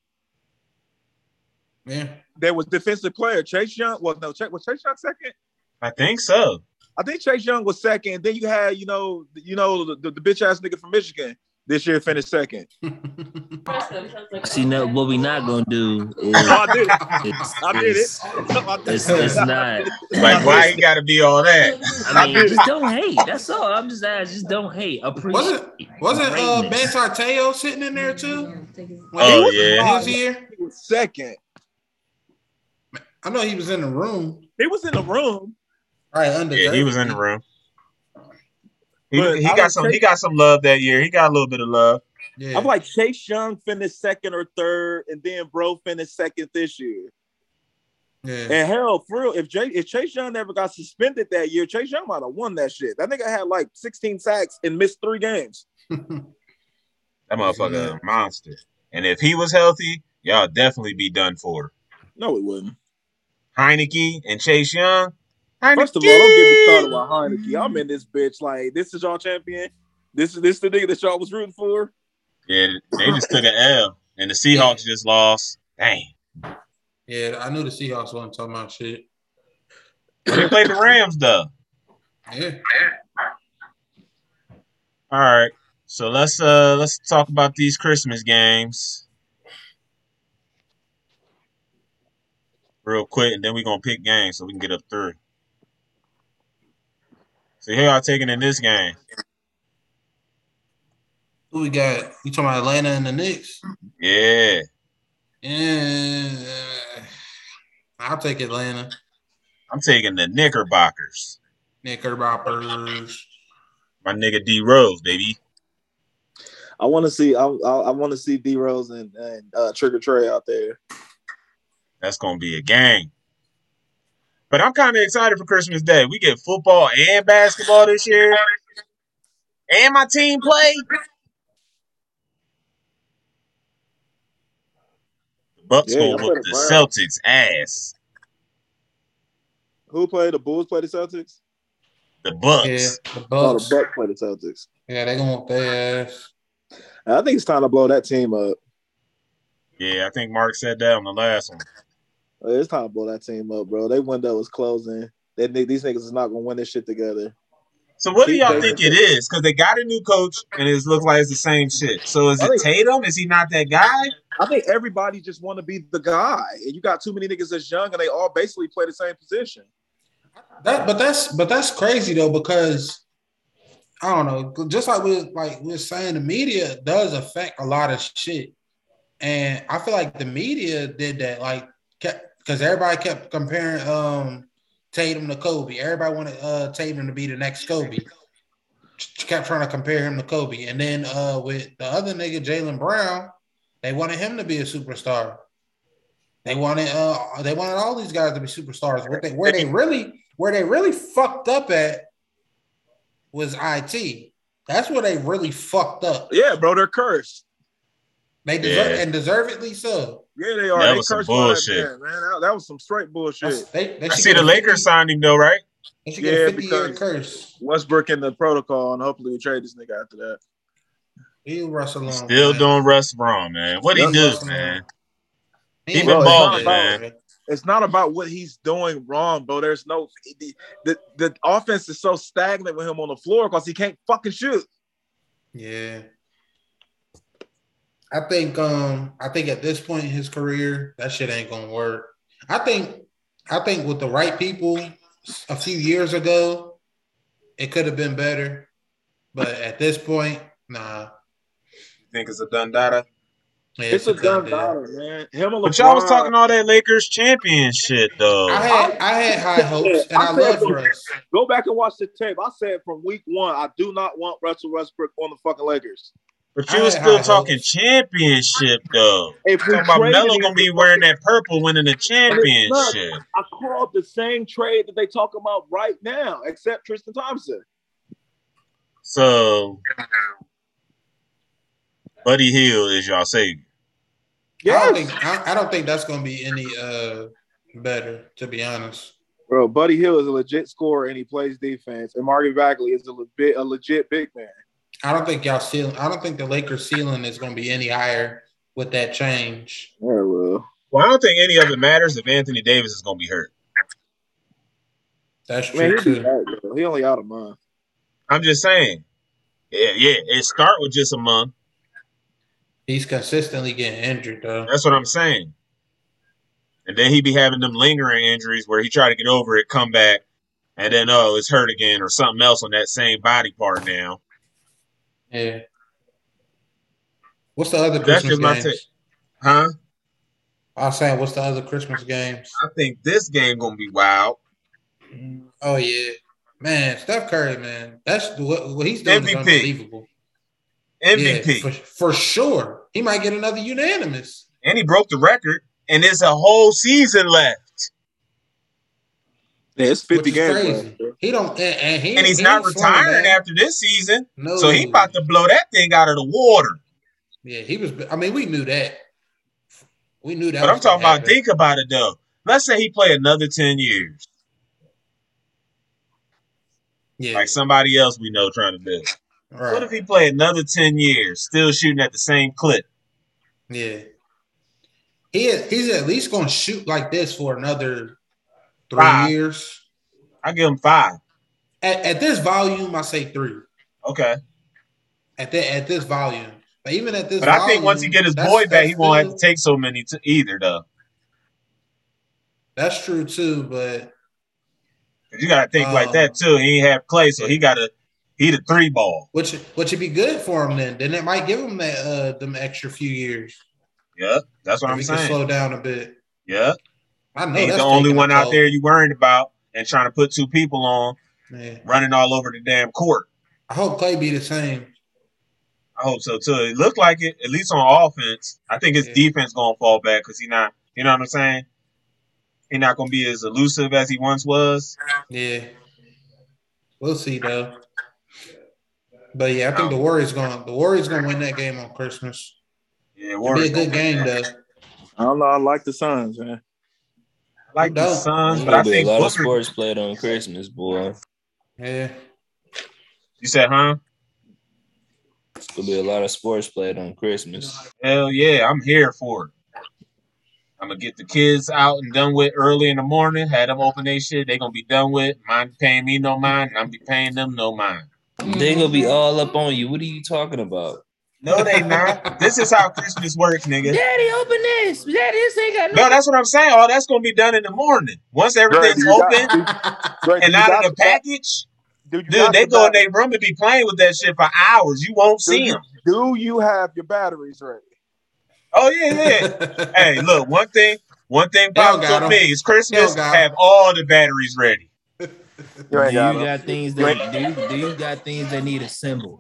Speaker 3: yeah.
Speaker 5: There was defensive player Chase Young. Well, no, Chase, was Chase Young second?
Speaker 2: I think so.
Speaker 5: I think Chase Young was second. And then you had, you know, the- you know, the, the bitch ass nigga from Michigan this year finished second.
Speaker 6: See, no, what we not gonna do
Speaker 5: Oh,
Speaker 6: is
Speaker 5: I did it.
Speaker 6: it's,
Speaker 5: I did it.
Speaker 6: it's,
Speaker 5: I did
Speaker 6: it's,
Speaker 5: it.
Speaker 6: it's not.
Speaker 2: Like, why he gotta be all that?
Speaker 6: I mean,
Speaker 5: I did
Speaker 6: just don't hate. That's all. I'm just asking. Just don't hate. Appreciate.
Speaker 3: Wasn't wasn't uh Ben
Speaker 6: Greatness.
Speaker 3: Sarteo sitting in there too? When
Speaker 2: Oh,
Speaker 3: he was-
Speaker 2: yeah.
Speaker 3: when he was here.
Speaker 5: He was second.
Speaker 3: I know he was in the room.
Speaker 5: He was in the room.
Speaker 3: Right under.
Speaker 2: Yeah, he
Speaker 3: Dirk.
Speaker 2: was in the room. He,
Speaker 5: But
Speaker 2: he
Speaker 5: I
Speaker 2: got
Speaker 5: would
Speaker 2: some.
Speaker 5: take-
Speaker 2: he got some love that year. He got a little bit of love.
Speaker 3: Yeah.
Speaker 5: I'm like Chase Young finished second or third, and then Bro finished second this year.
Speaker 3: yeah.
Speaker 5: And hell, for real, if Jay, if Chase Young never got suspended that year, Chase Young might have won that shit. That nigga had like 16 sacks and missed three games.
Speaker 2: That motherfucker
Speaker 3: Yeah.
Speaker 2: a monster. And if he was healthy, y'all definitely be done for.
Speaker 5: No, it wouldn't.
Speaker 2: Heineke and Chase Young. Heineke.
Speaker 5: First of all, don't get me started with Heineke. I'm in this bitch like this is y'all champion. This is this the nigga that y'all was rooting for.
Speaker 2: Yeah, they just took an L, and the Seahawks just lost. Dang.
Speaker 3: yeah, I knew the Seahawks wasn't talking about shit.
Speaker 2: But they played the Rams though.
Speaker 3: Yeah.
Speaker 2: All right. So let's uh let's talk about these Christmas games. Real quick, and then we're gonna pick games so we can get up through. So here y'all taking in this game.
Speaker 3: Who we got? You talking about Atlanta and the Knicks?
Speaker 2: Yeah.
Speaker 3: Yeah, I'll take Atlanta.
Speaker 2: I'm taking the Knickerbockers.
Speaker 3: Knickerbockers.
Speaker 2: My nigga D Rose, baby.
Speaker 5: I want to see. I, I, I want to see D Rose and, and uh, Trigger Trey out there.
Speaker 2: That's gonna be a gang. But I'm kind of excited for Christmas Day. We get football and basketball this year, and my team play. The Bucks
Speaker 5: Yeah,
Speaker 2: gonna
Speaker 5: I
Speaker 2: whoop
Speaker 5: better
Speaker 2: the
Speaker 5: buy.
Speaker 2: Celtics ass.
Speaker 5: Who played the Bulls? Played the Celtics.
Speaker 2: The Bucks.
Speaker 3: Yeah, the
Speaker 5: Oh, the
Speaker 3: Bucks.
Speaker 5: Bucks played the Celtics.
Speaker 3: Yeah, they gonna want their ass.
Speaker 5: And I think it's time to blow that team up.
Speaker 2: Yeah, I think Mark said that on the last one.
Speaker 5: It's time to blow that team up, bro. They window is closing. They, these niggas is not gonna win this shit together.
Speaker 2: So what do
Speaker 5: Keep
Speaker 2: y'all
Speaker 5: Tatum.
Speaker 2: think it is? Because they got a new coach, and it looks like it's the same shit. So is
Speaker 5: I
Speaker 2: it
Speaker 5: think-
Speaker 2: Tatum? Is he not that guy?
Speaker 5: I think everybody just want to be the guy, and you got too many niggas that's young, and they all basically play the same position.
Speaker 3: That, but that's but that's crazy though because I don't know. Just like we like we're saying, the media does affect a lot of shit, and I feel like the media did that. Like, because everybody kept comparing um Tatum to Kobe. Everybody wanted uh Tatum to be the next Kobe. Ch- Kept trying to compare him to Kobe, and then uh with the other nigga Jalen Brown, they wanted him to be a superstar. They wanted uh they wanted all these guys to be superstars. Where they where they really where they really fucked up at was IT. That's where they really fucked up.
Speaker 5: Yeah, bro, they're cursed.
Speaker 3: They deserve
Speaker 2: Yeah.
Speaker 3: and deservedly so.
Speaker 5: Yeah, they are.
Speaker 2: That
Speaker 5: they
Speaker 2: was some
Speaker 5: cursed by
Speaker 2: bullshit.
Speaker 5: That, man, man. That, that was some straight bullshit.
Speaker 3: That's- They, they
Speaker 2: I
Speaker 3: should
Speaker 2: see
Speaker 3: get
Speaker 2: the
Speaker 3: a
Speaker 2: Lakers
Speaker 3: 50
Speaker 2: signed him though, right?
Speaker 3: They should get
Speaker 5: Yeah,
Speaker 3: a fifty year
Speaker 5: because-
Speaker 3: curse.
Speaker 5: Westbrook in the protocol, and hopefully we trade this nigga after that.
Speaker 3: He Russell on
Speaker 2: Still doing Russ wrong, man. What he
Speaker 5: That's
Speaker 2: do,
Speaker 3: Russell
Speaker 2: man?
Speaker 3: Long.
Speaker 2: He
Speaker 3: ain't
Speaker 2: been
Speaker 3: doing
Speaker 2: balling,
Speaker 3: nothing.
Speaker 5: It's not about what he's doing wrong, bro. There's no the the, the offense is so stagnant with him on the floor because he can't fucking shoot.
Speaker 3: Yeah. I think um I think at this point in his career, that shit ain't gonna work. I think I think with the right people a few years ago, it could have been better. But at this point, nah.
Speaker 2: You think it's a done data?
Speaker 3: Yeah,
Speaker 5: It's a
Speaker 3: done
Speaker 5: dumb
Speaker 3: deal.
Speaker 5: daughter, man. Him and
Speaker 2: But y'all was
Speaker 5: LeBron-
Speaker 2: talking all that Lakers champion shit though.
Speaker 3: I had I had high hopes and
Speaker 5: I
Speaker 3: I
Speaker 5: said-
Speaker 3: love Russ.
Speaker 5: Go back and watch the tape. I said from week one, I do not want Russell Westbrook on the fucking Lakers.
Speaker 2: but
Speaker 3: I
Speaker 2: you was
Speaker 3: had
Speaker 2: still
Speaker 3: high
Speaker 2: talking
Speaker 3: hopes.
Speaker 2: championship though.
Speaker 5: If we
Speaker 2: Talking about
Speaker 5: traded
Speaker 2: Melo
Speaker 5: him-
Speaker 2: gonna be wearing that purple winning the
Speaker 5: not-
Speaker 2: championship.
Speaker 5: I called the same trade that they talk about right now, except Tristan Thompson.
Speaker 2: So Buddy Hill is y'all savior.
Speaker 3: I
Speaker 5: Yes.
Speaker 3: don't think I, I don't think that's gonna be any uh better, to be honest.
Speaker 5: Bro, Buddy Hill is a legit scorer and he plays defense. And Marvin Bagley is a legit, a legit big man.
Speaker 3: I don't think y'all ceiling I don't think the Lakers ceiling is gonna be any higher with that change.
Speaker 5: Yeah, well.
Speaker 2: Well, I don't think any of it matters if Anthony Davis is gonna be hurt.
Speaker 3: That's
Speaker 5: Man,
Speaker 3: true
Speaker 5: he'll be
Speaker 3: too.
Speaker 5: back, bro. He only out a month.
Speaker 2: I'm just saying. Yeah, yeah. It start with just a month.
Speaker 3: He's consistently getting injured though.
Speaker 2: That's what I'm saying. And then he be having them lingering injuries where he try to get over it, come back, and then oh, it's hurt again or something else on that same body part now.
Speaker 3: Yeah. What's the other
Speaker 2: That's
Speaker 3: Christmas
Speaker 2: just my
Speaker 3: games?
Speaker 2: take. Huh?
Speaker 3: I was saying, what's the other Christmas games?
Speaker 2: I think this game gonna be wild.
Speaker 3: Oh yeah, man, Steph Curry, man, that's what, what he's doing is
Speaker 2: MVP.
Speaker 3: unbelievable.
Speaker 2: MVP.
Speaker 3: Yeah, for, for sure. He might get another unanimous.
Speaker 2: and he broke the record, and it's a whole season left.
Speaker 5: Yeah, it's 50
Speaker 3: which is
Speaker 5: games.
Speaker 3: crazy.
Speaker 5: left, bro.
Speaker 3: He don't, and, and he
Speaker 2: And he's
Speaker 3: he
Speaker 2: not
Speaker 3: ain't slowing
Speaker 2: retiring
Speaker 3: down.
Speaker 2: after this season.
Speaker 3: No,
Speaker 2: So he about to blow that thing out of the water.
Speaker 3: Yeah, he was. I mean, we knew that. We knew that.
Speaker 2: But I'm
Speaker 3: was gonna
Speaker 2: talking about
Speaker 3: happen.
Speaker 2: think about it though. Let's say he play another ten years,
Speaker 3: Yeah,
Speaker 2: like somebody else we know trying to build.
Speaker 3: right.
Speaker 2: What if he play another ten years, still shooting at the same clip?
Speaker 3: Yeah. He is, he's at least going to shoot like this for another three
Speaker 2: Five.
Speaker 3: years.
Speaker 2: I give him five.
Speaker 3: At, at this volume, I say three.
Speaker 2: Okay,
Speaker 3: At that at this volume, but even at this,
Speaker 2: but I think once he
Speaker 3: volume,
Speaker 2: get his
Speaker 3: that's-
Speaker 2: boy back,
Speaker 3: that's
Speaker 2: he won't have to
Speaker 3: still-
Speaker 2: take so many to either though.
Speaker 3: That's true too, but
Speaker 2: 'Cause You gotta think like
Speaker 3: Uh,
Speaker 2: that too. He ain't have Clay, so he gotta He the three ball.
Speaker 3: Which which would be good for him then. Then it might give him that uh them extra few years.
Speaker 2: Yeah, that's what
Speaker 3: if
Speaker 2: I'm
Speaker 3: he can
Speaker 2: saying.
Speaker 3: slow down a bit.
Speaker 2: Yeah,
Speaker 3: I know
Speaker 2: he's
Speaker 3: that's
Speaker 2: the only
Speaker 3: taking a
Speaker 2: one out
Speaker 3: toll.
Speaker 2: there you worried about and trying to put two people on
Speaker 3: Yeah.
Speaker 2: running all over the damn court.
Speaker 3: I hope Clay be the same.
Speaker 2: I hope so too. It looked like it, at least on offense. I think his
Speaker 3: Yeah.
Speaker 2: defense gonna fall back because he not. You know what I'm saying? He not gonna be as elusive as he once was.
Speaker 3: Yeah. We'll see though. But yeah, I think the
Speaker 2: Oh.
Speaker 3: Warriors going the Warriors gonna win that game on Christmas.
Speaker 2: Yeah,
Speaker 3: It'll be
Speaker 2: Warriors
Speaker 3: a good
Speaker 2: gonna win
Speaker 3: game
Speaker 2: that.
Speaker 3: though.
Speaker 5: I don't know. I like the Suns, man.
Speaker 2: I like the
Speaker 3: No.
Speaker 2: Suns,
Speaker 8: There's
Speaker 2: but I
Speaker 8: gonna be a
Speaker 2: think
Speaker 8: lot of
Speaker 2: Booker.
Speaker 8: sports played on Christmas, boy.
Speaker 3: Yeah.
Speaker 2: You said, huh?
Speaker 8: There'll be a lot of sports played on Christmas.
Speaker 2: Hell yeah, I'm here for it. I'm gonna get the kids out and done with early in the morning. Had them open their shit. They gonna be done with. Mind paying me no mind, and I'm be paying them no mind.
Speaker 8: They gonna be all up on you. What are you talking about?
Speaker 2: No, they not. this is how Christmas works, nigga.
Speaker 8: Daddy, open this. Daddy, this ain't got
Speaker 2: No, that's what I'm saying. All that's gonna be done in the morning. Once everything's
Speaker 5: you got-
Speaker 2: open
Speaker 5: Dre,
Speaker 2: and
Speaker 5: you
Speaker 2: out
Speaker 5: got
Speaker 2: of the
Speaker 5: to back-
Speaker 2: package,
Speaker 5: do you
Speaker 2: dude,
Speaker 5: got
Speaker 2: they
Speaker 5: your
Speaker 2: go in
Speaker 5: bat-
Speaker 2: their room and be playing with that shit for hours. You won't
Speaker 5: do
Speaker 2: see
Speaker 5: you,
Speaker 2: them.
Speaker 5: do you have your batteries ready?
Speaker 2: Oh yeah, yeah. hey, look, one thing, one thing
Speaker 3: They don't
Speaker 2: pops
Speaker 3: got
Speaker 2: told
Speaker 3: 'em.
Speaker 2: me is
Speaker 3: They don't
Speaker 2: Christmas.
Speaker 3: got 'em.
Speaker 2: Have all the batteries ready.
Speaker 5: You ain't
Speaker 8: do
Speaker 5: got
Speaker 8: you
Speaker 5: 'em.
Speaker 8: got things
Speaker 5: You
Speaker 8: that do you, do you got things that need a symbol?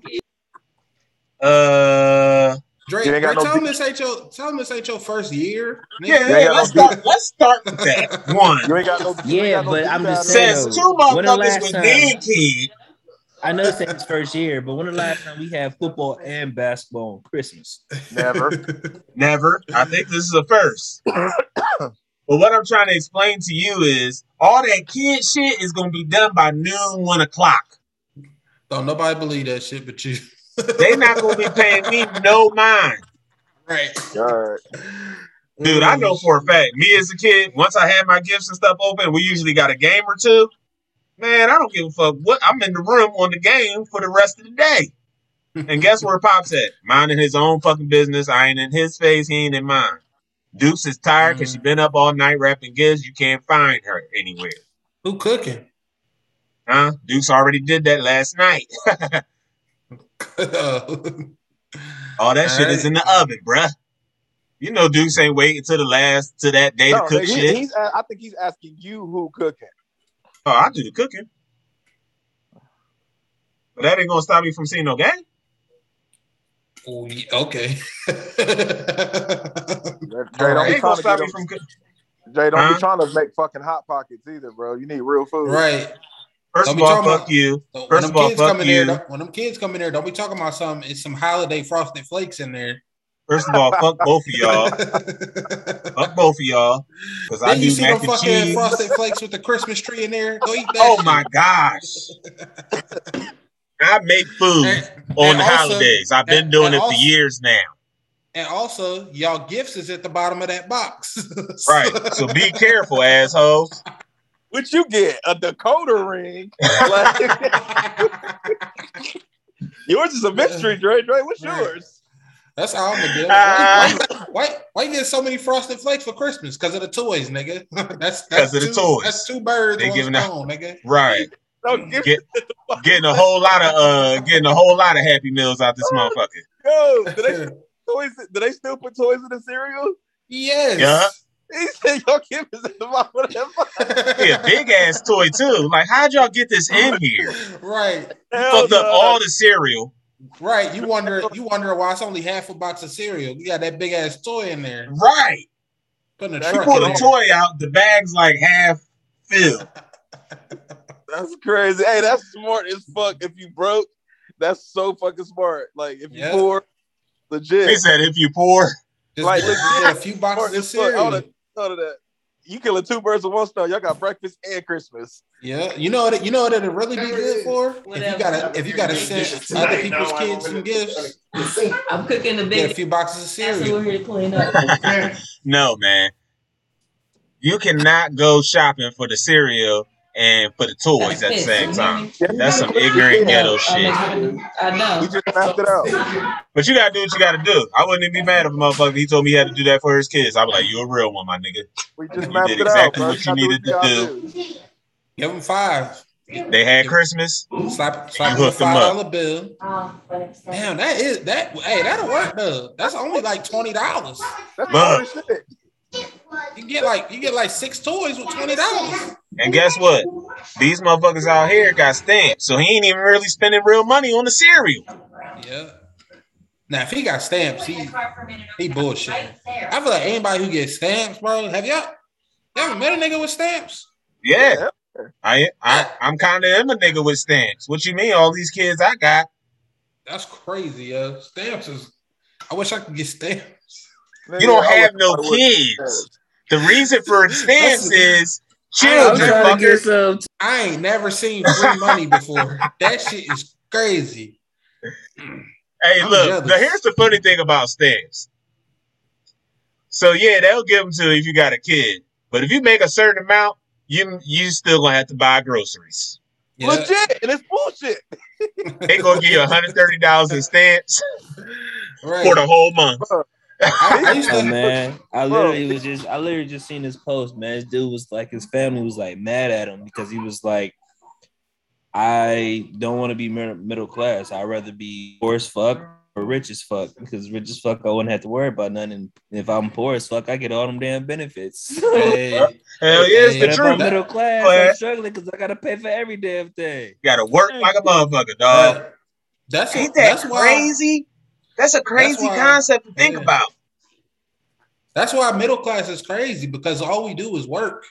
Speaker 2: Uh,
Speaker 3: Drake,
Speaker 5: You ain't got
Speaker 3: Drake,
Speaker 5: no
Speaker 3: tell him
Speaker 5: beat.
Speaker 3: this ain't your tell him this ain't your first year. nigga.
Speaker 2: yeah,
Speaker 5: You ain't
Speaker 2: yeah.
Speaker 5: got
Speaker 2: Let's
Speaker 5: no
Speaker 2: start. Let's start with that
Speaker 5: You
Speaker 2: one.
Speaker 5: ain't got no. you ain't
Speaker 8: Yeah,
Speaker 5: got no
Speaker 8: but
Speaker 5: beat
Speaker 8: I'm
Speaker 5: batteries.
Speaker 8: just saying
Speaker 2: Says uh, two
Speaker 8: though, when the
Speaker 2: motherfuckers
Speaker 8: last
Speaker 2: with
Speaker 8: time-
Speaker 2: name kid.
Speaker 8: I know it's his first year, but when the last time we had football and basketball on Christmas?
Speaker 5: Never.
Speaker 2: Never. I think this is a first. But what I'm trying to explain to you is all that kid shit is gonna be done by noon, one o'clock.
Speaker 3: Don't nobody believe that shit but you.
Speaker 2: They not gonna be paying me no mind.
Speaker 3: Right.
Speaker 5: God.
Speaker 2: Dude, I
Speaker 5: Mm.
Speaker 2: know for a fact, me as a kid, once I had my gifts and stuff open, we usually got a game or two. Man, I don't give a fuck what I'm in the room on the game for the rest of the day. And guess where Pop's at? Minding his own fucking business. I ain't in his face, he ain't in mine. Dukes is tired because she
Speaker 5: Mm.
Speaker 2: been up all night wrapping gifts. You can't find her anywhere.
Speaker 3: Who cooking?
Speaker 2: Huh? Dukes already did that last night. All that shit is in the oven, bruh. You know Dukes ain't waiting until the last to that day
Speaker 5: No,
Speaker 2: to cook
Speaker 5: he-
Speaker 2: shit.
Speaker 5: he's. a- I think he's asking you who cooking.
Speaker 2: Oh, I do the cooking. But that ain't gonna stop me from seeing no game.
Speaker 3: Oh, yeah, okay.
Speaker 5: Dre,
Speaker 3: All
Speaker 5: Dre, don't
Speaker 3: right.
Speaker 5: be
Speaker 2: ain't gonna
Speaker 5: trying to get
Speaker 2: stop me
Speaker 5: them.
Speaker 2: from cooking.
Speaker 5: Jay, don't
Speaker 2: Huh?
Speaker 5: be trying to make fucking hot pockets either, bro. You need real food.
Speaker 3: right.
Speaker 2: First
Speaker 3: Don't
Speaker 2: of
Speaker 3: be
Speaker 2: all,
Speaker 3: talking
Speaker 2: fuck
Speaker 3: about-
Speaker 2: you.
Speaker 3: So when
Speaker 2: First
Speaker 3: them
Speaker 2: of all,
Speaker 3: kids
Speaker 2: fuck
Speaker 3: come in there,
Speaker 2: you.
Speaker 3: don't- when them kids come in there, don't be talking about some. It's some holiday frosted flakes in there.
Speaker 2: First of all, fuck both of y'all. Fuck both of y'all. Because I
Speaker 3: then you
Speaker 2: do
Speaker 3: see them
Speaker 2: mac and
Speaker 3: fucking
Speaker 2: cheese.
Speaker 3: frosted flakes with the Christmas tree in there. Go eat that.
Speaker 2: Oh
Speaker 3: shit.
Speaker 2: my gosh. I make food
Speaker 3: And,
Speaker 2: on
Speaker 3: and
Speaker 2: the
Speaker 3: also-
Speaker 2: holidays. I've been
Speaker 3: and-
Speaker 2: doing
Speaker 3: and
Speaker 2: it for
Speaker 3: also-
Speaker 2: years now.
Speaker 3: And also, y'all gifts is at the bottom of that box.
Speaker 2: Right. So be careful, assholes.
Speaker 5: What you get? A Dakota ring. Like, yours is a mystery, Dre. Dre, what's
Speaker 3: Right.
Speaker 5: yours?
Speaker 3: That's how I'm gonna do. it. Why, why, why, why you get so many frosted flakes for Christmas? Because of the toys, nigga. that's that's
Speaker 2: 'Cause of the
Speaker 3: two,
Speaker 2: toys.
Speaker 3: That's two birds
Speaker 2: They
Speaker 3: one
Speaker 2: giving out-
Speaker 3: stone, nigga.
Speaker 2: Right.
Speaker 5: Don't give
Speaker 2: Get getting a whole lot of uh getting a whole lot of happy meals out this motherfucker.
Speaker 5: yo. Do they, put toys, do they still put toys in the cereal?
Speaker 3: yes.
Speaker 5: He said, "Yo, give us the bottom of that box."
Speaker 2: Yeah, big ass toy too. Like, how'd y'all get this in here?
Speaker 3: Right.
Speaker 5: Hell
Speaker 2: Fucked up
Speaker 5: no.
Speaker 2: all the cereal.
Speaker 3: Right. You wonder. You wonder why it's only half a box of cereal. You got that big ass toy in there.
Speaker 2: Right.
Speaker 3: Putting a
Speaker 5: That's
Speaker 2: You
Speaker 3: truck
Speaker 2: pull the
Speaker 3: in there.
Speaker 2: toy out, the bag's like half filled.
Speaker 5: That's crazy. Hey, that's smart as fuck. If you broke, that's so fucking smart. Like if you
Speaker 3: Yeah.
Speaker 5: poor, legit.
Speaker 2: They said if you poor,
Speaker 3: Just
Speaker 5: Like,
Speaker 3: get-
Speaker 5: legit.
Speaker 3: get a few
Speaker 5: Smart
Speaker 3: boxes of
Speaker 5: as fuck. All
Speaker 3: cereal.
Speaker 5: that, all of that. You killing two birds with one stone. Y'all got breakfast and Christmas.
Speaker 3: Yeah, you know what? You know what it'll really be good for if you gotta if you gotta send other people's kids some gifts.
Speaker 7: I'm cooking the
Speaker 3: Get a
Speaker 7: big.
Speaker 3: few boxes of
Speaker 7: That's what
Speaker 3: cereal.
Speaker 7: we're here to clean up.
Speaker 2: no, man. You cannot go shopping for the cereal and for the toys at the same time.
Speaker 5: Mm-hmm.
Speaker 2: That's some ignorant ghetto shit.
Speaker 7: Oh, I
Speaker 5: We
Speaker 7: know.
Speaker 5: just mapped it out.
Speaker 2: But you gotta do what you gotta do. I wouldn't even be mad if a motherfucker he told me he had to do that for his kids. I'd be like, you a real one, my nigga.
Speaker 5: We
Speaker 2: You
Speaker 5: just mapped
Speaker 2: did
Speaker 5: it out,
Speaker 2: exactly
Speaker 5: bro.
Speaker 2: what you needed to
Speaker 5: gotta
Speaker 2: do.
Speaker 5: do.
Speaker 3: Give them five.
Speaker 2: They had Christmas.
Speaker 3: Slap, slap
Speaker 2: You
Speaker 3: a
Speaker 2: hooked 'em
Speaker 3: five
Speaker 2: up.
Speaker 3: dollar bill.
Speaker 7: Oh, but it's-
Speaker 3: Damn, that is that. Hey, that'll work though. That's only like twenty dollars.
Speaker 5: That's
Speaker 2: But-
Speaker 5: the shit.
Speaker 3: You get like you get like six toys with twenty dollars.
Speaker 2: And guess what? These motherfuckers out here got stamped, so he ain't even really spending real money on the cereal.
Speaker 3: Yeah. Now if he got stamps, he he bullshit. I feel like anybody who gets stamps, bro. Have y'all y'all ever met a nigga with stamps?
Speaker 2: Yeah, I, I I'm kind of am a nigga with stamps. What you mean? All these kids I got.
Speaker 3: That's crazy, yo. Stamps is. I wish I could get stamps.
Speaker 5: Nigga,
Speaker 2: You don't
Speaker 5: I
Speaker 2: have
Speaker 5: would-
Speaker 2: no
Speaker 5: I would-
Speaker 2: kids. The reason for stamps is
Speaker 6: I'm
Speaker 2: children,
Speaker 6: trying to get
Speaker 2: fuckers.
Speaker 6: some. too.
Speaker 3: I ain't never seen free money before. that shit is crazy.
Speaker 2: Hey,
Speaker 3: I'm
Speaker 2: look,
Speaker 3: jealous.
Speaker 2: now here's the funny thing about stamps. So yeah, they'll give them to you if you got a kid, but if you make a certain amount, you you still gonna have to buy groceries.
Speaker 3: Yeah.
Speaker 5: Legit, and it's bullshit.
Speaker 2: They gonna give you 130 dollars in stamps
Speaker 3: Right.
Speaker 2: for the whole month.
Speaker 3: I, I used
Speaker 8: Oh,
Speaker 3: to,
Speaker 8: man, I
Speaker 5: Bro.
Speaker 8: literally was just I literally just seen this post, man. This dude was like his family was like mad at him because he was like, I don't want to be mid- middle class. I'd rather be poor as fuck or rich as fuck because rich as fuck I wouldn't have to worry about nothing. And if I'm poor as fuck, I get all them damn benefits. but
Speaker 3: Hey,
Speaker 2: Hell yeah, it's the
Speaker 8: if I'm
Speaker 2: truth. You
Speaker 8: middle class, I'm
Speaker 2: Class.
Speaker 8: struggling because I gotta pay for every damn thing.
Speaker 2: gotta work like a motherfucker, dog.
Speaker 3: that's
Speaker 2: Ain't that
Speaker 3: that's why
Speaker 2: crazy? That's a crazy
Speaker 3: why-
Speaker 2: concept to think
Speaker 3: yeah.
Speaker 2: about.
Speaker 3: that's why middle class is crazy because all we do is work.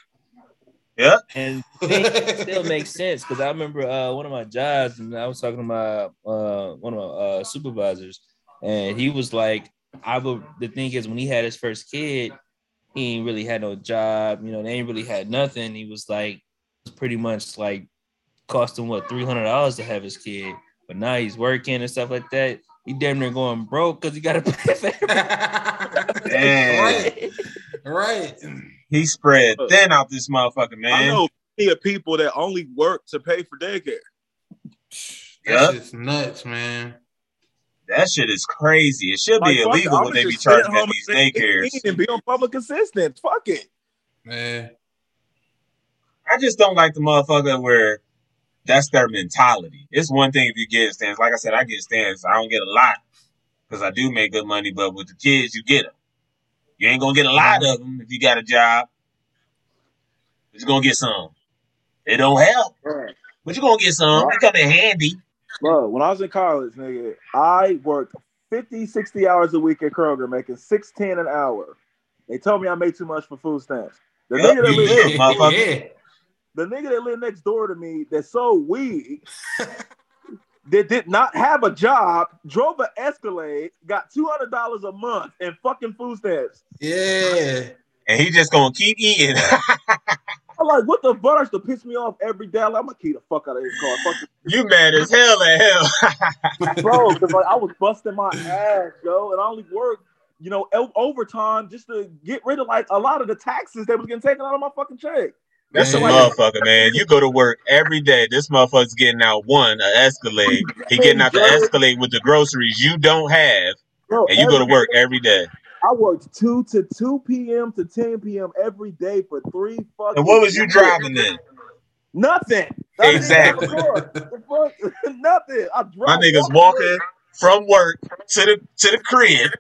Speaker 8: And it still
Speaker 3: Still
Speaker 8: makes sense because I remember uh, one of my jobs, and I was talking to my uh, one of my uh, supervisors, and he was like, "I would." The thing is, when he had his first kid, he ain't really had no job. You know, they ain't really had nothing. He was like, it was pretty much like cost him what three hundred dollars to have his kid, but now he's working and stuff like that. He damn near going broke because he got to pay for
Speaker 2: Man,
Speaker 8: everything.
Speaker 3: right.
Speaker 2: he spread thin out this motherfucker, man.
Speaker 5: I know plenty of people that only work to pay for daycare.
Speaker 2: Yeah.
Speaker 3: That's just nuts, man.
Speaker 2: That shit is crazy. It should be
Speaker 5: Like, fuck it,
Speaker 2: illegal
Speaker 5: I'ma
Speaker 2: what they be
Speaker 5: just sit at
Speaker 2: charging at
Speaker 5: home
Speaker 2: these
Speaker 5: and make
Speaker 2: daycares.
Speaker 5: 15 And be on public assistance. Fuck it.
Speaker 3: Man,
Speaker 2: I just don't like the motherfucker where that's their mentality. It's one thing if you get stands. Like I said, I get stands. I don't get a lot because I do make good money. But with the kids, you get them. You ain't gonna get a lot of them if you got a job. But you're gonna get some. It don't help, but you're gonna get some. It come in handy.
Speaker 5: Bro, when I was in college, nigga, I worked 50, 60 hours a week at Kroger, making 16 an hour. They told me I made too much for food stamps. The,
Speaker 2: Yep,
Speaker 5: nigga, that
Speaker 2: you
Speaker 5: lived,
Speaker 2: did, motherfucker.
Speaker 3: yeah.
Speaker 5: the nigga that lived next door to me that sold weed, that did not have a job, drove an Escalade, got $200 a month in fucking food stamps.
Speaker 3: Yeah.
Speaker 2: And he just gonna keep eating.
Speaker 5: I'm like, what the fuck? That's to piss me off every day. I'm like, I'm gonna keep the fuck out of this car. Fuck
Speaker 2: you mad as hell at hell.
Speaker 5: bro. Because like I was busting my ass, yo, and I only worked, you know, o- overtime just to get rid of like a lot of the taxes that was getting taken out of my fucking check.
Speaker 2: That's a
Speaker 3: Man.
Speaker 2: motherfucker, man. You go to work every day. This motherfucker's getting out one, a Escalade. He getting out the Escalade with the groceries you don't have,
Speaker 5: Bro,
Speaker 2: and you go to
Speaker 5: every-
Speaker 2: work every day.
Speaker 5: I worked two to two p.m. to ten p.m. every day for three fucking.
Speaker 2: And what was you
Speaker 5: years.
Speaker 2: driving then?
Speaker 5: Nothing.
Speaker 2: Exactly.
Speaker 5: I didn't have a car. The fuck? Nothing. I drove.
Speaker 2: My niggas walking from work to the to the crib.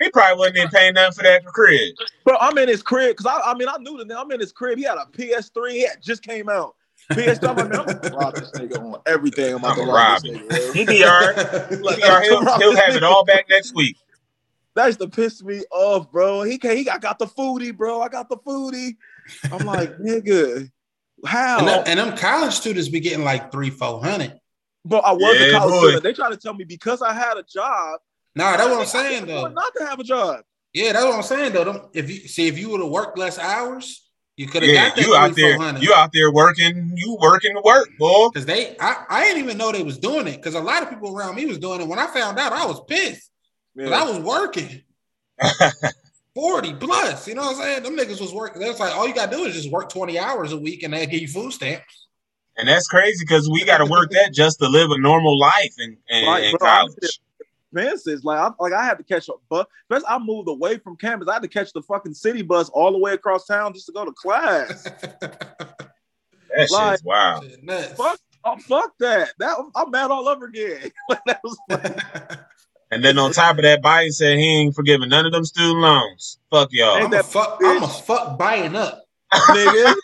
Speaker 2: He probably wasn't even paying nothing for that crib.
Speaker 5: Bro, I'm in his crib because I, I mean I knew the nigga. I'm in his crib. He had a PS3. He had just came out. PS3. I'm like, man, I'm gonna rob this nigga on everything. I'm about to
Speaker 2: I'ma
Speaker 5: rob this
Speaker 2: rob him.
Speaker 5: nigga. yo.
Speaker 2: He be all right. He be all right. He'll, he'll have it all back next week.
Speaker 5: That used to piss me off, bro. He can he I got the foodie, bro. I got the foodie. I'm like, nigga,
Speaker 3: And,
Speaker 5: how?
Speaker 3: them, and them college students be getting like three, four hundred.
Speaker 5: But I was
Speaker 2: Yeah,
Speaker 5: a college
Speaker 2: boy.
Speaker 5: student. They tried to tell me because I had a job.
Speaker 3: Nah, that's what I'm
Speaker 5: I
Speaker 3: saying
Speaker 5: was
Speaker 3: though.
Speaker 5: born not to have a job.
Speaker 3: Yeah, that's what I'm saying though. Them- If you see if you would have worked less hours, you could have
Speaker 2: Yeah,
Speaker 3: got that
Speaker 2: you out
Speaker 3: three, four
Speaker 2: there,
Speaker 3: hundred.
Speaker 2: you out there working, you working to work, boy.
Speaker 3: Cause they, I, I didn't even know they was doing it. Cause a lot of people around me was doing it. When I found out, I was pissed. Cause I
Speaker 5: Yeah.
Speaker 3: was working forty plus. You know what I'm saying? Them niggas was working. That's like all you gotta do is just work twenty hours a week, and they give you food stamps.
Speaker 2: And that's crazy because we got to work that just to live a normal life in, in,
Speaker 5: Right,
Speaker 2: in
Speaker 5: bro, I'm
Speaker 2: college.
Speaker 5: Expenses. Like I like I had to catch a bus. Plus, I moved away from campus. I had to catch the fucking city bus all the way across town just to go to class.
Speaker 2: That
Speaker 5: Like-
Speaker 2: shit's wild.
Speaker 3: Shit, nuts.
Speaker 5: Fuck. Oh fuck that! That I'm mad all over again. that was
Speaker 2: And then on top of that, Biden said he ain't forgiving none of them student loans. Fuck y'all.
Speaker 5: Ain't
Speaker 3: I'm a
Speaker 5: that
Speaker 3: fuck.
Speaker 5: bitch.
Speaker 3: I'm a fuck buying up.
Speaker 5: nigga.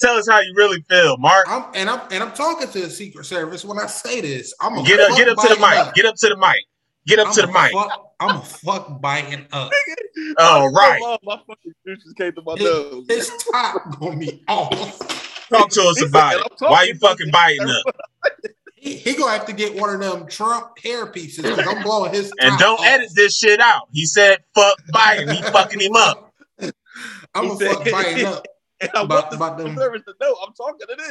Speaker 2: Tell us how you really feel, Mark.
Speaker 3: I'm and I'm and I'm talking to the Secret Service when I say this. I'm a
Speaker 2: Get up,
Speaker 3: fuck
Speaker 2: get up to the
Speaker 3: buying
Speaker 2: mic. Get up to the mic. Get up
Speaker 3: I'm
Speaker 2: to
Speaker 3: a
Speaker 2: the mic.
Speaker 3: fuck- I'm a fuck buying up.
Speaker 2: All right.
Speaker 5: I love my fucking juice just came to my nose.
Speaker 3: It, his top gonna be off.
Speaker 2: Talk to us
Speaker 5: He
Speaker 2: about
Speaker 5: said,
Speaker 2: it.
Speaker 5: "I'm talking
Speaker 2: Why you
Speaker 5: to
Speaker 2: fucking biting up?
Speaker 3: He, he gonna have to get one of them Trump hair pieces because I'm blowing his.
Speaker 2: And
Speaker 3: top
Speaker 2: don't
Speaker 3: off.
Speaker 2: edit this shit out. He said fuck Biden. He fucking him up.
Speaker 3: I'm
Speaker 5: He
Speaker 3: a
Speaker 5: said-
Speaker 3: fuck buying up.
Speaker 5: And I
Speaker 3: About-
Speaker 5: want the
Speaker 3: about them-
Speaker 5: service to know I'm talking to them.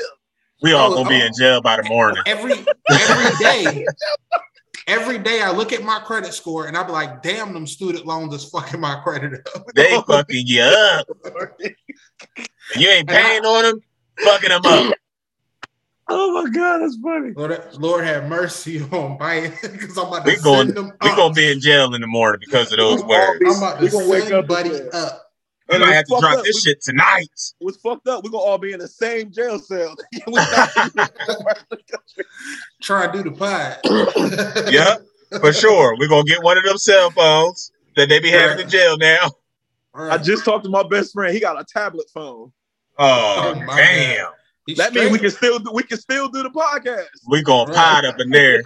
Speaker 2: We all gonna be in jail by the morning.
Speaker 3: every every day. Every day I look at my credit score and I be like, damn, them student loans is fucking my credit up.
Speaker 2: They fucking you up. And you ain't paying on them, fucking them up.
Speaker 5: Oh my god, that's funny.
Speaker 3: Lord, Lord have mercy on buying because I'm about to
Speaker 2: We
Speaker 3: send
Speaker 2: going-
Speaker 3: them
Speaker 2: We
Speaker 3: up.
Speaker 2: gonna be in jail in the morning because of those
Speaker 5: We all
Speaker 2: words.
Speaker 5: be-
Speaker 3: I'm about
Speaker 5: we
Speaker 3: to
Speaker 5: gonna wake
Speaker 3: send
Speaker 5: up
Speaker 3: buddy
Speaker 5: and-
Speaker 3: up.
Speaker 2: We
Speaker 5: And
Speaker 2: might
Speaker 5: it's
Speaker 2: have to
Speaker 5: fucked
Speaker 2: drop
Speaker 5: up.
Speaker 2: this
Speaker 5: We-
Speaker 2: shit tonight.
Speaker 5: What's fucked up? We're gonna all be in the same jail cell. We not-
Speaker 3: Try to do the pod.
Speaker 2: Yep, for sure. We're gonna get one of them cell phones that they be having in jail now.
Speaker 5: I just talked to my best friend. He got a tablet phone.
Speaker 2: Oh
Speaker 3: Oh, my
Speaker 2: damn.
Speaker 5: That means we can still do, we can still do the podcast.
Speaker 2: We gonna
Speaker 3: Right.
Speaker 2: pod up in there.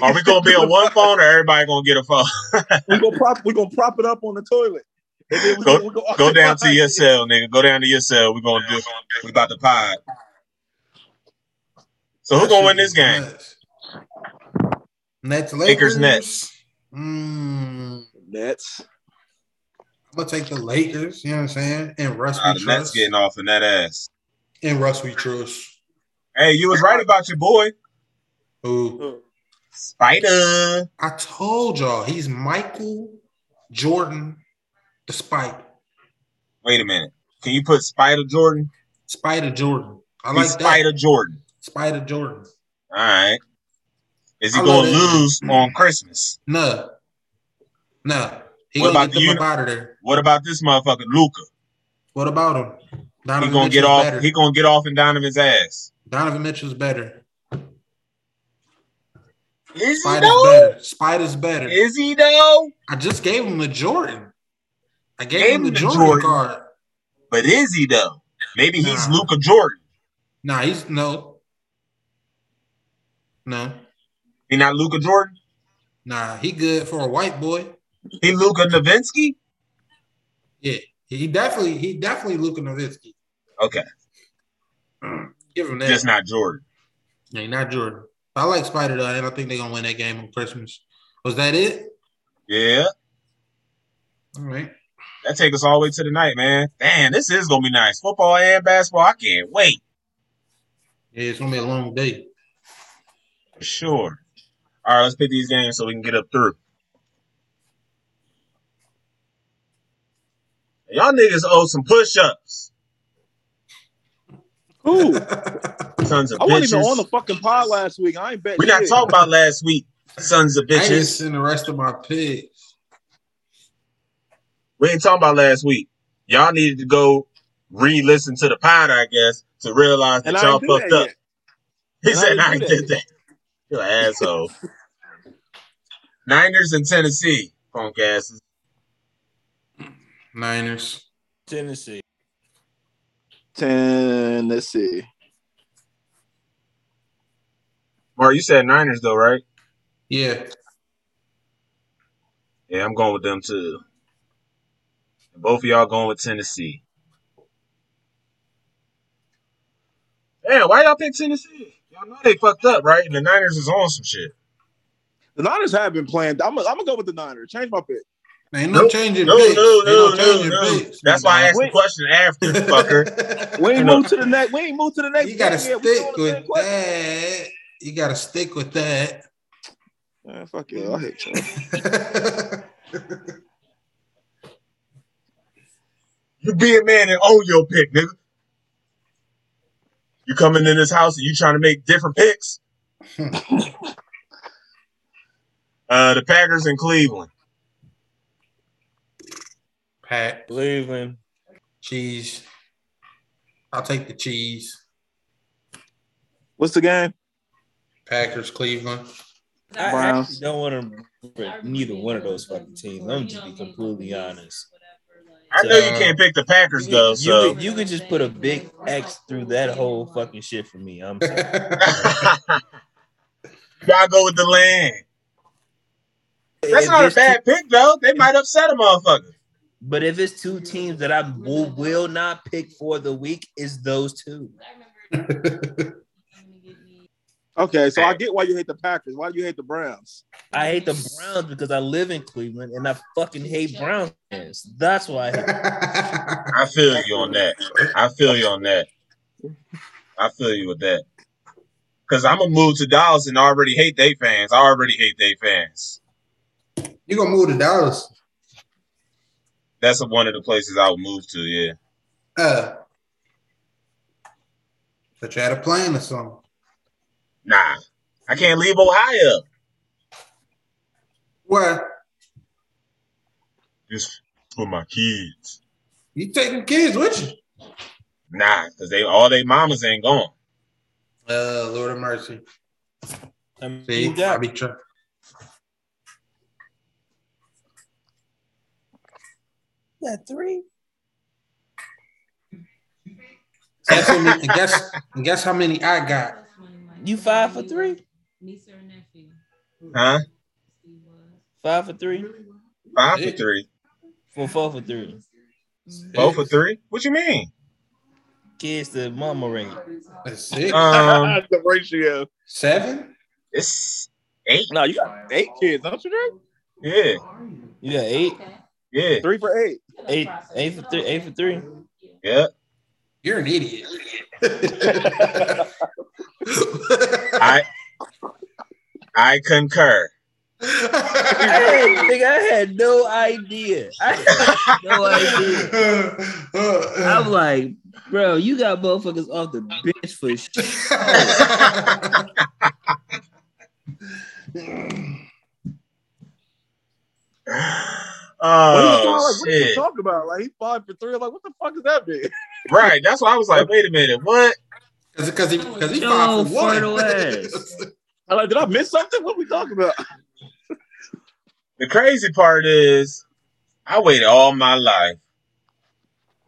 Speaker 2: Are we gonna be on one phone or everybody gonna get a phone?
Speaker 5: We gonna prop we gonna prop it up on the toilet. And then we
Speaker 2: Go-
Speaker 5: gonna- we gonna-
Speaker 2: Go down to your cell, nigga. Go down to your cell. We're gonna do we about to pod. So who gonna win this game?
Speaker 3: Nets,
Speaker 2: Lakers,
Speaker 3: Lakers,
Speaker 2: Nets.
Speaker 3: Mm,
Speaker 5: Nets.
Speaker 3: I'm gonna take the Lakers. You know what I'm saying? And Russ,
Speaker 2: Nah,
Speaker 3: we
Speaker 2: the Nets
Speaker 3: trust.
Speaker 2: getting off in that ass.
Speaker 3: And Russ, we trust.
Speaker 2: Hey, you was right about your boy.
Speaker 3: Who?
Speaker 2: Spider.
Speaker 3: I told y'all he's Michael Jordan, the Spike,
Speaker 2: Wait a minute. Can you put Spider Jordan?
Speaker 3: Spider Jordan. I like
Speaker 2: He's Spider
Speaker 3: that.
Speaker 2: Jordan.
Speaker 3: Spider Jordan.
Speaker 2: All right. Is he
Speaker 3: I love
Speaker 2: gonna
Speaker 3: that.
Speaker 2: lose on Christmas?
Speaker 3: No, no. He
Speaker 2: What
Speaker 3: gonna
Speaker 2: about the
Speaker 3: get them
Speaker 2: uni-
Speaker 3: up out of there.
Speaker 2: What about this motherfucker, Luca?
Speaker 3: What about him?
Speaker 2: He
Speaker 3: Donovan
Speaker 2: gonna get
Speaker 3: Mitchell's
Speaker 2: off.
Speaker 3: better.
Speaker 2: He gonna get off in Donovan's ass.
Speaker 3: Donovan Mitchell's better.
Speaker 2: Is he
Speaker 3: Spider's
Speaker 2: though?
Speaker 3: better. Spider's better.
Speaker 2: Is he though?
Speaker 3: I just gave him the Jordan. I gave,
Speaker 2: Gave
Speaker 3: him the
Speaker 2: him the
Speaker 3: Jordan,
Speaker 2: Jordan.
Speaker 3: card.
Speaker 2: But is he though? Maybe he's
Speaker 3: Nah.
Speaker 2: Luca Jordan.
Speaker 3: Nah, he's no. No.
Speaker 2: He not Luca Jordan.
Speaker 3: Nah, he good for a white boy.
Speaker 2: He Luca Nowitzki.
Speaker 3: Yeah. He definitely he definitely Luka Nowitzki.
Speaker 2: Okay,
Speaker 3: Give him that.
Speaker 2: just not Jordan.
Speaker 3: Nah, not Jordan. I like Spider though, and I think they're gonna win that game on Christmas. Was that it?
Speaker 2: Yeah,
Speaker 3: All right.
Speaker 2: that take us all the way to the night, man. Damn, this is gonna be nice. Football and basketball. I can't wait
Speaker 3: Yeah, it's gonna be a long day.
Speaker 2: for sure. All right, let's pick these games so we can get up through. Y'all niggas owe some push-ups.
Speaker 5: Ooh,
Speaker 2: Sons of
Speaker 5: I wasn't even on the
Speaker 2: bitches.
Speaker 5: fucking pod last week. I ain't bet.
Speaker 2: We're not
Speaker 5: shit.
Speaker 2: talking about last week. Sons of
Speaker 3: I ain't
Speaker 2: bitches.
Speaker 3: seen the rest of my picks.
Speaker 2: We ain't talking about last week. Y'all needed to go re-listen to the pod, I guess, to realize that
Speaker 5: And I
Speaker 2: y'all
Speaker 5: ain't do
Speaker 2: fucked
Speaker 5: that
Speaker 2: up.
Speaker 5: yet.
Speaker 2: He
Speaker 5: And I
Speaker 2: said,
Speaker 5: ain't
Speaker 2: "I
Speaker 5: do
Speaker 2: ain't
Speaker 5: that
Speaker 2: did that." You an asshole. Niners in Tennessee, punk asses.
Speaker 3: Niners.
Speaker 8: Tennessee.
Speaker 5: Tennessee.
Speaker 2: Mark, you said Niners though, right?
Speaker 3: Yeah.
Speaker 2: Yeah, I'm going with them too. And both of y'all going with Tennessee. Damn, why y'all pick Tennessee? Y'all know they fucked up, right? And the Niners is on some shit.
Speaker 5: The Niners have been playing. I'm gonna I'm gonna go with the Niners. Change my pick.
Speaker 3: Ain't no
Speaker 2: Nope.
Speaker 3: changing
Speaker 2: No,
Speaker 3: picks.
Speaker 2: no,
Speaker 3: Ain't
Speaker 2: no, no,
Speaker 3: changing
Speaker 2: no.
Speaker 3: picks,
Speaker 2: That's why I asked the
Speaker 5: Wait.
Speaker 2: question after, fucker.
Speaker 5: We
Speaker 2: You
Speaker 5: ain't
Speaker 2: know-
Speaker 5: moved to the next. We ain't moved to the next.
Speaker 3: you gotta
Speaker 5: game yet.
Speaker 3: stick
Speaker 5: We still on the same
Speaker 3: with
Speaker 5: question.
Speaker 3: that. You gotta stick with that.
Speaker 5: Man, fuck you. I hate you.
Speaker 2: You be a man and own your pick, nigga. You coming in this house and you trying to make different picks. uh, the Packers in Cleveland.
Speaker 3: Pat
Speaker 8: Cleveland.
Speaker 3: cheese. I'll take the cheese.
Speaker 5: What's the game?
Speaker 3: Packers, Cleveland.
Speaker 8: I
Speaker 5: Browns.
Speaker 8: actually don't want to for neither one of those fucking teams. Let me just be completely honest.
Speaker 2: I know you can't pick the Packers though,
Speaker 8: You
Speaker 2: so
Speaker 8: could, you could just put a big X through that whole fucking shit for me. I'm sorry.
Speaker 2: y'all go with the land. That's
Speaker 8: If
Speaker 2: not a
Speaker 8: it's
Speaker 2: bad pick though. They might upset a motherfucker.
Speaker 8: two- but if it's two teams that I will, will not pick for the week, is those two.
Speaker 5: Okay, so I get why you hate the Packers. Why do you hate the Browns?
Speaker 8: I hate the Browns because I live in Cleveland and I fucking hate Browns fans. That's why I hate
Speaker 2: I feel you on that. I feel you on that. I feel you with that. Cause I'm gonna move to Dallas and already hate they fans. I already hate they fans.
Speaker 3: you gonna move to Dallas?
Speaker 2: That's one of the places I would move to. Yeah.
Speaker 3: Uh, but you had a plan or something.
Speaker 2: Nah, I can't leave Ohio.
Speaker 3: What?
Speaker 2: Just for my kids.
Speaker 3: You taking kids with you?
Speaker 2: Nah, cause they all they mamas ain't gone.
Speaker 3: Uh, Lord of mercy.
Speaker 8: I mean,
Speaker 3: See,
Speaker 8: you got-
Speaker 3: I be trying.
Speaker 8: you got three.
Speaker 3: Guess, how many, guess, guess how many I got?
Speaker 8: You five for three?
Speaker 7: Niece or nephew?
Speaker 2: Huh?
Speaker 8: Five for three?
Speaker 2: Five for three.
Speaker 8: For four for three.
Speaker 2: Both for three. What you mean?
Speaker 8: Kids to mama rate.
Speaker 3: That's six,
Speaker 2: Um,
Speaker 5: the ratio.
Speaker 3: seven.
Speaker 2: it's eight.
Speaker 6: No, you got
Speaker 5: Eight kids, don't you drink?
Speaker 2: Yeah,
Speaker 8: You got eight,
Speaker 2: yeah,
Speaker 5: Three for eight.
Speaker 8: eight, eight for three, eight for three.
Speaker 2: yeah.
Speaker 3: You're an idiot.
Speaker 2: I I concur.
Speaker 8: Hey, nigga, I had no idea. I had no idea. I'm like, bro, you got motherfuckers off the bench for shit.
Speaker 2: Oh
Speaker 5: what are you
Speaker 2: shit!
Speaker 5: talking about? Like he five for three. I'm like, what the fuck does that mean?
Speaker 2: Right. That's why I was like, wait a minute. What?
Speaker 3: Because he, cause he
Speaker 6: Yo,
Speaker 3: five for one.
Speaker 6: fertile ass.
Speaker 5: I'm like, did I miss something? What are we talking about?
Speaker 2: The crazy part is, I waited all my life,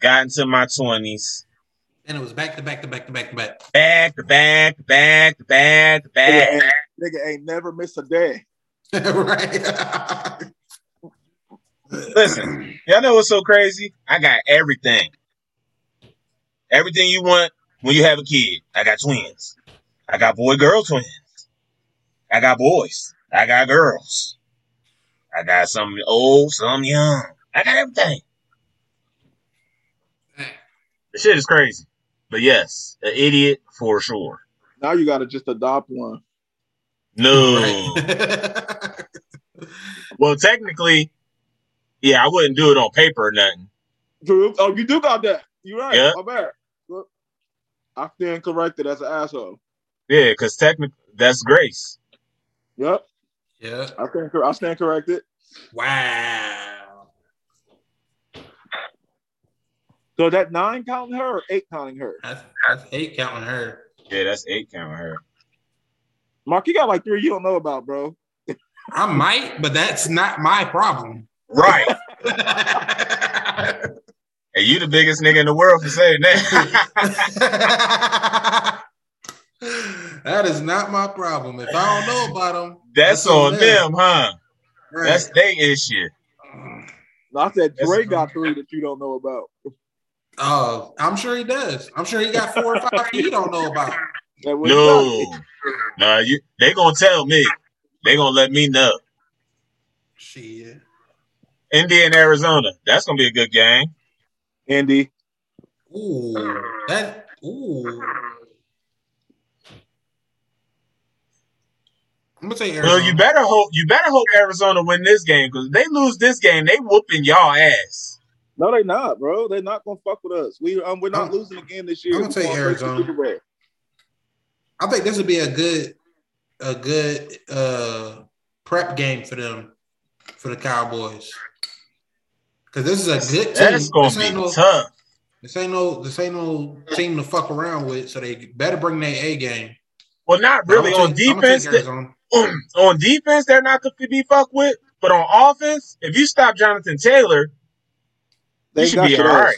Speaker 2: got into my twenties,
Speaker 3: and it was back to back to back to back to back.
Speaker 2: back to back to back to back to back.
Speaker 5: Nigga ain't never missed a day.
Speaker 3: right.
Speaker 2: Listen, y'all know what's so crazy? I got everything. Everything you want when you have a kid. I got twins. I got boy girl twins. I got boys. I got girls. I got some old, some young. I got everything. The shit is crazy. But yes, an idiot for sure.
Speaker 5: Now you gotta just adopt one.
Speaker 2: No.
Speaker 3: Right.
Speaker 2: Well, technically, yeah, I wouldn't do it on paper or nothing.
Speaker 5: Drew, oh, you do got that. You right.
Speaker 2: Yeah.
Speaker 5: My bad. Look, I stand corrected as an asshole.
Speaker 2: Yeah, because technically, that's grace.
Speaker 5: Yep.
Speaker 3: yeah.
Speaker 5: I stand, cor- I stand corrected.
Speaker 3: Wow.
Speaker 5: So that nine counting her or eight counting her?
Speaker 3: I, I hate counting her.
Speaker 2: Yeah, that's eight count her.
Speaker 5: Mark, you got like three you don't know about, bro.
Speaker 3: I might, but that's not my problem.
Speaker 2: Right.
Speaker 3: I
Speaker 2: And you the biggest nigga in the world for saying that.
Speaker 3: that is not my problem. If I don't know about them,
Speaker 2: That's on them, huh?
Speaker 3: Right.
Speaker 2: That's their issue.
Speaker 5: No, I said
Speaker 2: That's
Speaker 5: Dre
Speaker 2: true.
Speaker 5: got three that you don't know about.
Speaker 3: oh, I'm sure he does. I'm sure he got four or five he don't know about.
Speaker 5: That was-
Speaker 2: No. Nah, you they gonna tell me. They gonna let me know.
Speaker 3: Shit.
Speaker 2: India and Arizona. That's gonna be a good game.
Speaker 5: Indy.
Speaker 3: Ooh, that ooh. I'm gonna say Arizona.
Speaker 2: Well, you better hope you better hope Arizona win this game because they lose this game, they whooping y'all ass.
Speaker 5: No, they not, bro. They're not gonna fuck with us. We um, we're not
Speaker 3: I'm-
Speaker 5: losing again this year.
Speaker 3: I'm gonna
Speaker 5: We
Speaker 3: take
Speaker 5: gonna make the
Speaker 3: Arizona.
Speaker 5: Super Bowl.
Speaker 3: I think this would be a good, a good uh, prep game for them, for the Cowboys, because this is a good team.
Speaker 2: That's gonna
Speaker 3: This ain't
Speaker 2: be
Speaker 3: no-
Speaker 2: tough.
Speaker 3: This ain't no this ain't no team to fuck around with, so they better bring their A game.
Speaker 2: Well, not really.
Speaker 3: I'ma
Speaker 2: On
Speaker 3: take- I'ma take
Speaker 2: defense, th-
Speaker 3: Arizona.
Speaker 2: on, on defense, they're not to be fucked with. But on offense, if you stop Jonathan Taylor, You
Speaker 5: They ain't
Speaker 2: should
Speaker 5: got
Speaker 2: be
Speaker 5: shit
Speaker 2: all
Speaker 5: else.
Speaker 2: right.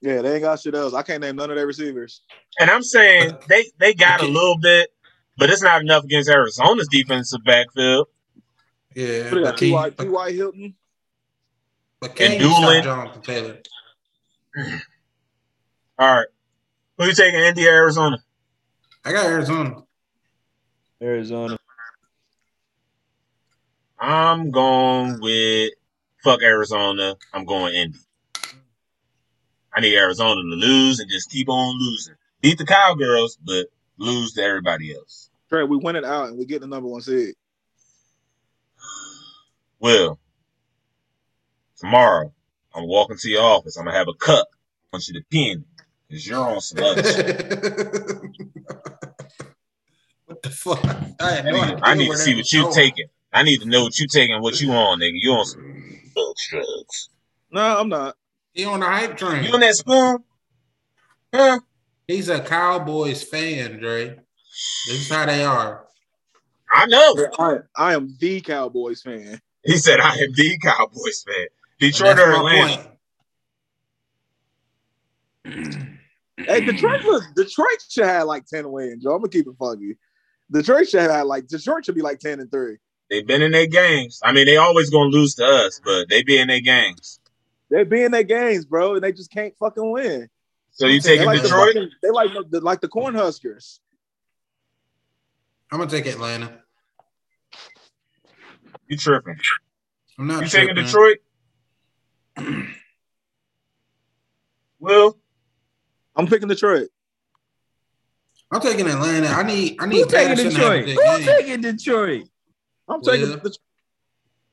Speaker 5: Yeah, they ain't got shit else. I can't name none of their receivers.
Speaker 2: and I'm saying they they got a
Speaker 3: Okay.
Speaker 2: little bit, but it's not enough against Arizona's defensive backfield.
Speaker 3: Yeah,
Speaker 5: What they
Speaker 3: but
Speaker 5: got?
Speaker 3: can,
Speaker 5: T.Y.
Speaker 3: but,
Speaker 5: T.Y. Hilton.
Speaker 3: but can
Speaker 2: and
Speaker 3: you
Speaker 2: Doolin.
Speaker 3: stop Jonathan Taylor?
Speaker 2: All right, who you taking, Indy or Arizona?
Speaker 3: I got Arizona.
Speaker 8: Arizona.
Speaker 2: I'm going with fuck Arizona. I'm going Indy. I need Arizona to lose and just keep on losing. Beat the Cowgirls, but lose to everybody else.
Speaker 5: Trey, we winning out and we getting the number one seed.
Speaker 2: Well, tomorrow I'm walking to your office. I'm gonna have a cup. I want you to pin because you're on some other shit.
Speaker 3: what the fuck? I had
Speaker 2: I
Speaker 3: no
Speaker 2: need,
Speaker 3: idea
Speaker 2: I need to
Speaker 3: where
Speaker 2: see
Speaker 3: that
Speaker 2: what
Speaker 3: was
Speaker 2: you
Speaker 3: going.
Speaker 2: taking. I need to know what you taking, what you on, nigga. You on some drugs, drugs.
Speaker 5: No, I'm not.
Speaker 3: He on the hype train.
Speaker 2: You on that spoon? Huh?
Speaker 3: He's a Cowboys fan, Dre. This is how they are.
Speaker 2: I know.
Speaker 5: I, I am the Cowboys fan.
Speaker 2: He said I am the Cowboys fan.
Speaker 3: And
Speaker 2: Detroit or
Speaker 3: that's my
Speaker 2: Atlanta.
Speaker 3: point.
Speaker 5: Hey, Detroit was Detroit should have like ten wins. Yo, I'm gonna keep it funky. Detroit should have like Detroit should be like ten and three.
Speaker 2: They've been in their games. I mean, they always gonna lose to us, but they be in their games.
Speaker 5: They're being their games, bro, and they just can't fucking win.
Speaker 2: So you
Speaker 5: They
Speaker 2: taking
Speaker 5: like the
Speaker 2: Detroit?
Speaker 5: fucking, they like the, like the Cornhuskers.
Speaker 3: I'm gonna take Atlanta.
Speaker 2: You tripping?
Speaker 3: I'm not
Speaker 2: You taking
Speaker 3: tripping.
Speaker 2: Detroit? Will
Speaker 5: I'm picking Detroit.
Speaker 3: I'm taking Atlanta. I need I need
Speaker 8: Who taking
Speaker 3: Patterson to have a
Speaker 8: Detroit?
Speaker 3: big
Speaker 8: Who
Speaker 3: game.
Speaker 8: taking Detroit?
Speaker 5: I'm taking
Speaker 3: Yeah.
Speaker 5: Detroit.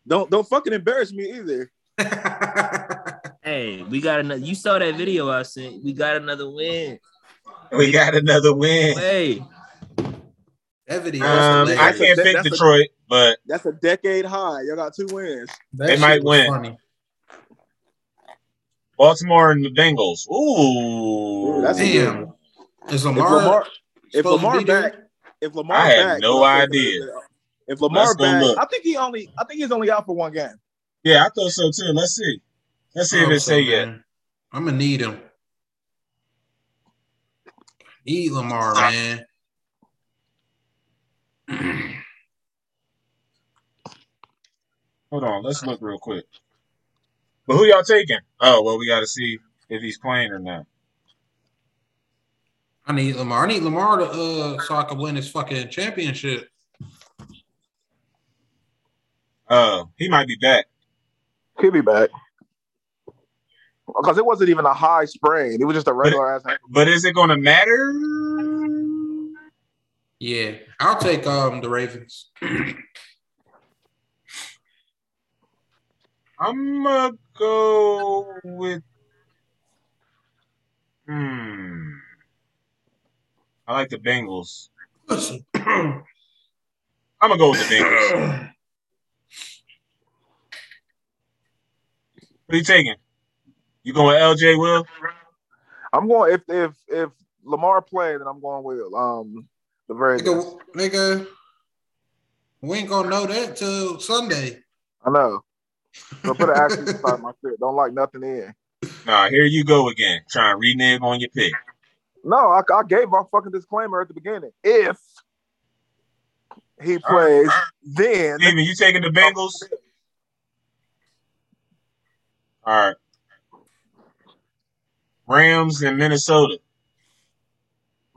Speaker 5: Don't don't fucking embarrass me either.
Speaker 6: Hey, we got another. You saw that video I sent. We got another win.
Speaker 2: we got another win?
Speaker 6: Hey,
Speaker 3: that video was
Speaker 2: Um, I
Speaker 3: hilarious.
Speaker 2: can't
Speaker 5: That-
Speaker 2: pick
Speaker 5: that's a-
Speaker 2: Detroit, but
Speaker 5: That's a decade high. Y'all got two wins.
Speaker 3: That
Speaker 2: they
Speaker 3: shit
Speaker 2: might
Speaker 3: was
Speaker 2: win.
Speaker 3: Funny.
Speaker 2: Baltimore and the Bengals. Ooh,
Speaker 5: Ooh, that's a good
Speaker 3: Damn.
Speaker 5: one.
Speaker 3: Is
Speaker 5: If
Speaker 3: Lamar,
Speaker 5: Lamar, if
Speaker 3: supposed
Speaker 5: Lamar
Speaker 3: to be there?
Speaker 5: back, if Lamar
Speaker 2: I had
Speaker 5: back,
Speaker 2: no
Speaker 5: I'm taking
Speaker 2: idea.
Speaker 5: the- If Lamar
Speaker 2: Let's go
Speaker 5: back,
Speaker 2: look.
Speaker 5: I think he only, I think he's only out for one game.
Speaker 2: Yeah, I thought so too. Let's see. Let's see
Speaker 3: I
Speaker 2: if
Speaker 3: hope
Speaker 2: it say
Speaker 3: Oh, so,
Speaker 2: yet.
Speaker 3: man. I'm gonna need him. Eat Lamar, man.
Speaker 2: Hold on, let's look real quick. But who y'all taking? Oh well, we got to see if he's playing or not.
Speaker 3: I need Lamar. I need Lamar to uh so I can win his fucking championship.
Speaker 2: Uh, he might be back.
Speaker 5: He'll be back. Because it wasn't even a high sprain. It was just a regular ass.
Speaker 2: But is it going to matter?
Speaker 3: Yeah, I'll take um the Ravens.
Speaker 2: I'm gonna go with. Hmm. I like the Bengals.
Speaker 3: Pussy.
Speaker 2: I'm gonna go with the Bengals. Who you taking? You going with LJ? Will?
Speaker 5: I'm going if if if Lamar played, then I'm going with um the very.
Speaker 3: nigga, nigga, we ain't gonna know that till Sunday.
Speaker 5: I know. So put an asterisk beside my shit. Don't like nothing in.
Speaker 2: Nah, here you go again. Trying to renege on your pick.
Speaker 5: No, I, I gave my fucking disclaimer at the beginning. If he plays, then
Speaker 2: Steven, you taking the Bengals? All right. Rams and Minnesota.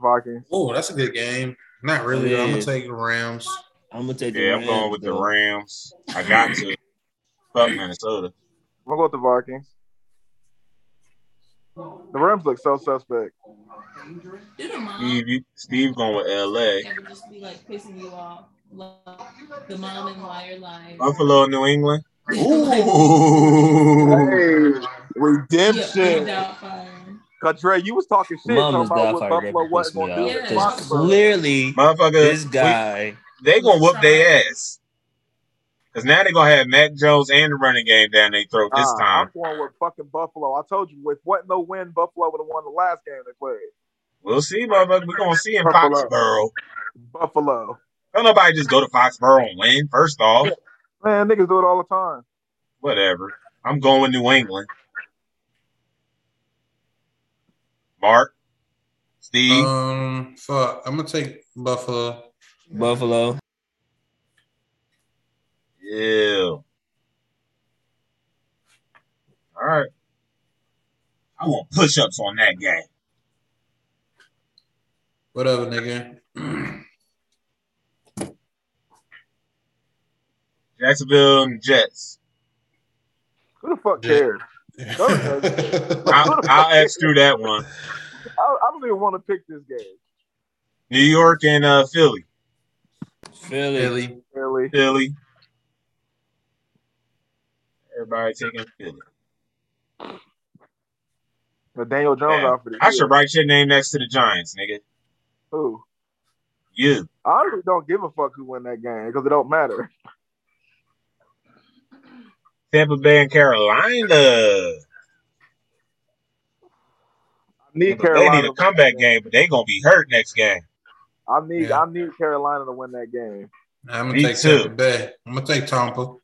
Speaker 5: Vikings.
Speaker 3: Oh, that's a good game. Not really. though. I'm gonna
Speaker 8: Yeah.
Speaker 3: take the Rams.
Speaker 8: I'm gonna take the
Speaker 2: Yeah, I'm
Speaker 8: Rams.
Speaker 2: going with the
Speaker 8: though.
Speaker 2: Rams. I got to. Fuck Minnesota.
Speaker 5: I'm gonna go with the Vikings. The Rams look so suspect.
Speaker 2: Steve, you, Steve going with LA.
Speaker 7: Ever just be like pissing you off, like the mom and liar life.
Speaker 2: Buffalo, New England.
Speaker 7: Ooh.
Speaker 5: Hey,
Speaker 7: Yeah,
Speaker 5: redemption.
Speaker 7: Doubtfire.
Speaker 5: Cause Dre, you was talking shit
Speaker 8: Mom
Speaker 5: talking
Speaker 8: is
Speaker 5: about what
Speaker 8: Godfather
Speaker 5: Buffalo
Speaker 8: that
Speaker 5: wasn't
Speaker 8: pissed me
Speaker 5: gonna do
Speaker 8: off
Speaker 5: against
Speaker 8: because
Speaker 7: Yeah.
Speaker 5: Foxborough.
Speaker 8: clearly
Speaker 2: Motherfucker,
Speaker 8: this guy.
Speaker 2: we- they going to whoop their ass. Because now they're gonna have Mac Jones and the running game down their throat this
Speaker 5: Nah,
Speaker 2: time.
Speaker 5: I'm going with fucking Buffalo. I told you, with what no win, Buffalo would have won the last game they played.
Speaker 2: We'll see, motherfucker. We're gonna see in
Speaker 5: Buffalo.
Speaker 2: Foxborough.
Speaker 5: Buffalo.
Speaker 2: Don't nobody just go to Foxborough and win. First off,
Speaker 5: Man, niggas do it all the time.
Speaker 2: whatever. I'm going with New England. Mark, Steve,
Speaker 3: Um, fuck. I'm gonna take Buffalo.
Speaker 8: Buffalo.
Speaker 2: yeah. All right. I want push-ups on that game.
Speaker 3: Whatever, nigga.
Speaker 2: Jacksonville and Jets.
Speaker 5: Who the fuck
Speaker 3: Yeah.
Speaker 5: cares?
Speaker 2: I'll, I'll exclude that one.
Speaker 5: I, I don't even want to pick this game.
Speaker 2: New York and uh, Philly.
Speaker 8: Philly.
Speaker 3: Philly.
Speaker 5: Really?
Speaker 2: Philly. Everybody taking Philly.
Speaker 5: But Daniel Jones
Speaker 2: Yeah.
Speaker 5: out for the
Speaker 2: I
Speaker 5: year.
Speaker 2: should write your name next to the Giants, nigga.
Speaker 5: Who?
Speaker 2: You.
Speaker 5: I honestly don't give a fuck who won that game because it don't matter.
Speaker 2: Tampa Bay and Carolina.
Speaker 5: I need
Speaker 2: they
Speaker 5: Carolina.
Speaker 2: need
Speaker 5: to
Speaker 2: a
Speaker 5: win
Speaker 2: comeback
Speaker 5: that
Speaker 2: game, but they gonna be hurt next game.
Speaker 5: I need
Speaker 3: Yeah.
Speaker 5: I need Carolina to win that game.
Speaker 3: I'm gonna
Speaker 2: Me
Speaker 3: take
Speaker 2: too.
Speaker 3: Tampa Bay. I'm gonna take Tampa.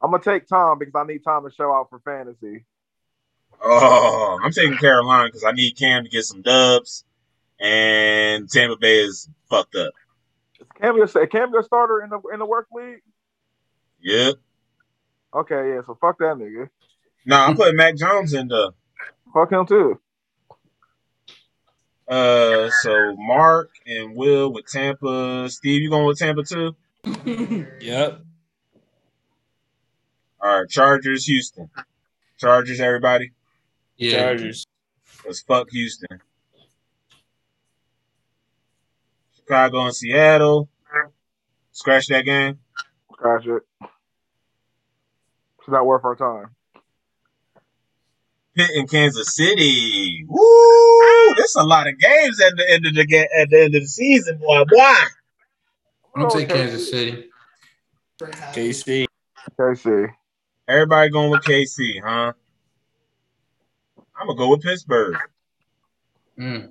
Speaker 5: I'm gonna take Tom because I need Tom to show out for fantasy.
Speaker 2: Oh, I'm taking Carolina because I need Cam to get some dubs, and Tampa Bay is fucked up.
Speaker 5: Is Cam your Cam your starter in the in the work league?
Speaker 2: Yep.
Speaker 5: Okay, yeah. So fuck that nigga.
Speaker 2: No, I'm putting Mac Jones in the.
Speaker 5: Fuck him too.
Speaker 2: Uh, so Mark and Will with Tampa. Steve, you going with Tampa too?
Speaker 8: Yep.
Speaker 2: All right, Chargers, Houston. Chargers, everybody.
Speaker 3: Yeah.
Speaker 8: Chargers.
Speaker 2: Let's fuck Houston. Chicago and Seattle. Scratch that game.
Speaker 5: Crash it. It's not worth our time.
Speaker 2: Pitt in Kansas City. Woo! That's a lot of games at the end of the ga- at the end of the season, boy. Why?
Speaker 3: I'm gonna take Kansas City.
Speaker 8: KC.
Speaker 5: KC.
Speaker 2: Everybody going with KC, huh? I'm gonna go with Pittsburgh.
Speaker 3: Mm.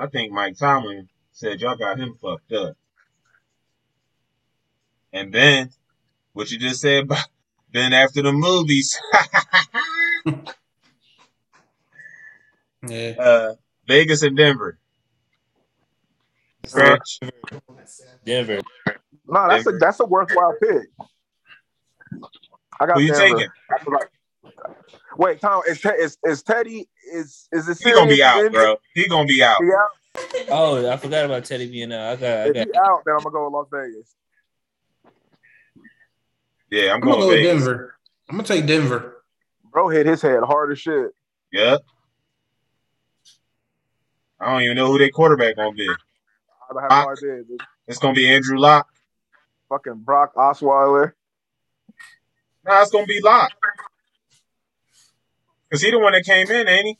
Speaker 2: I think Mike Tomlin said y'all got him fucked up. And then what you just said about then after the movies,
Speaker 3: Yeah.
Speaker 2: uh, Vegas and Denver. Scratch.
Speaker 8: Denver.
Speaker 5: No, that's a
Speaker 2: Denver.
Speaker 5: that's a worthwhile pick. I got
Speaker 2: Who you
Speaker 5: Denver.
Speaker 2: taking?
Speaker 5: I feel like- Wait, Tom, is, Te- is is Teddy is is this
Speaker 2: He gonna be
Speaker 5: serious?
Speaker 2: out, bro. He gonna be out.
Speaker 5: He out?
Speaker 8: Oh, I forgot about Teddy being out. I got I
Speaker 5: If
Speaker 8: got
Speaker 5: he out, then I'm gonna go with Las Vegas.
Speaker 2: Yeah, I'm
Speaker 3: I'm gonna
Speaker 2: going
Speaker 3: go with
Speaker 2: Vegas.
Speaker 3: Denver. I'm gonna take Denver.
Speaker 5: Bro hit his head hard as shit.
Speaker 2: Yeah. I don't even know who their quarterback gonna be.
Speaker 5: I have no
Speaker 2: Ah.
Speaker 5: idea. This
Speaker 2: It's gonna be Andrew Locke.
Speaker 5: fucking Brock Osweiler.
Speaker 2: Nah, it's gonna be Locke. Cause he the one that came in, ain't he?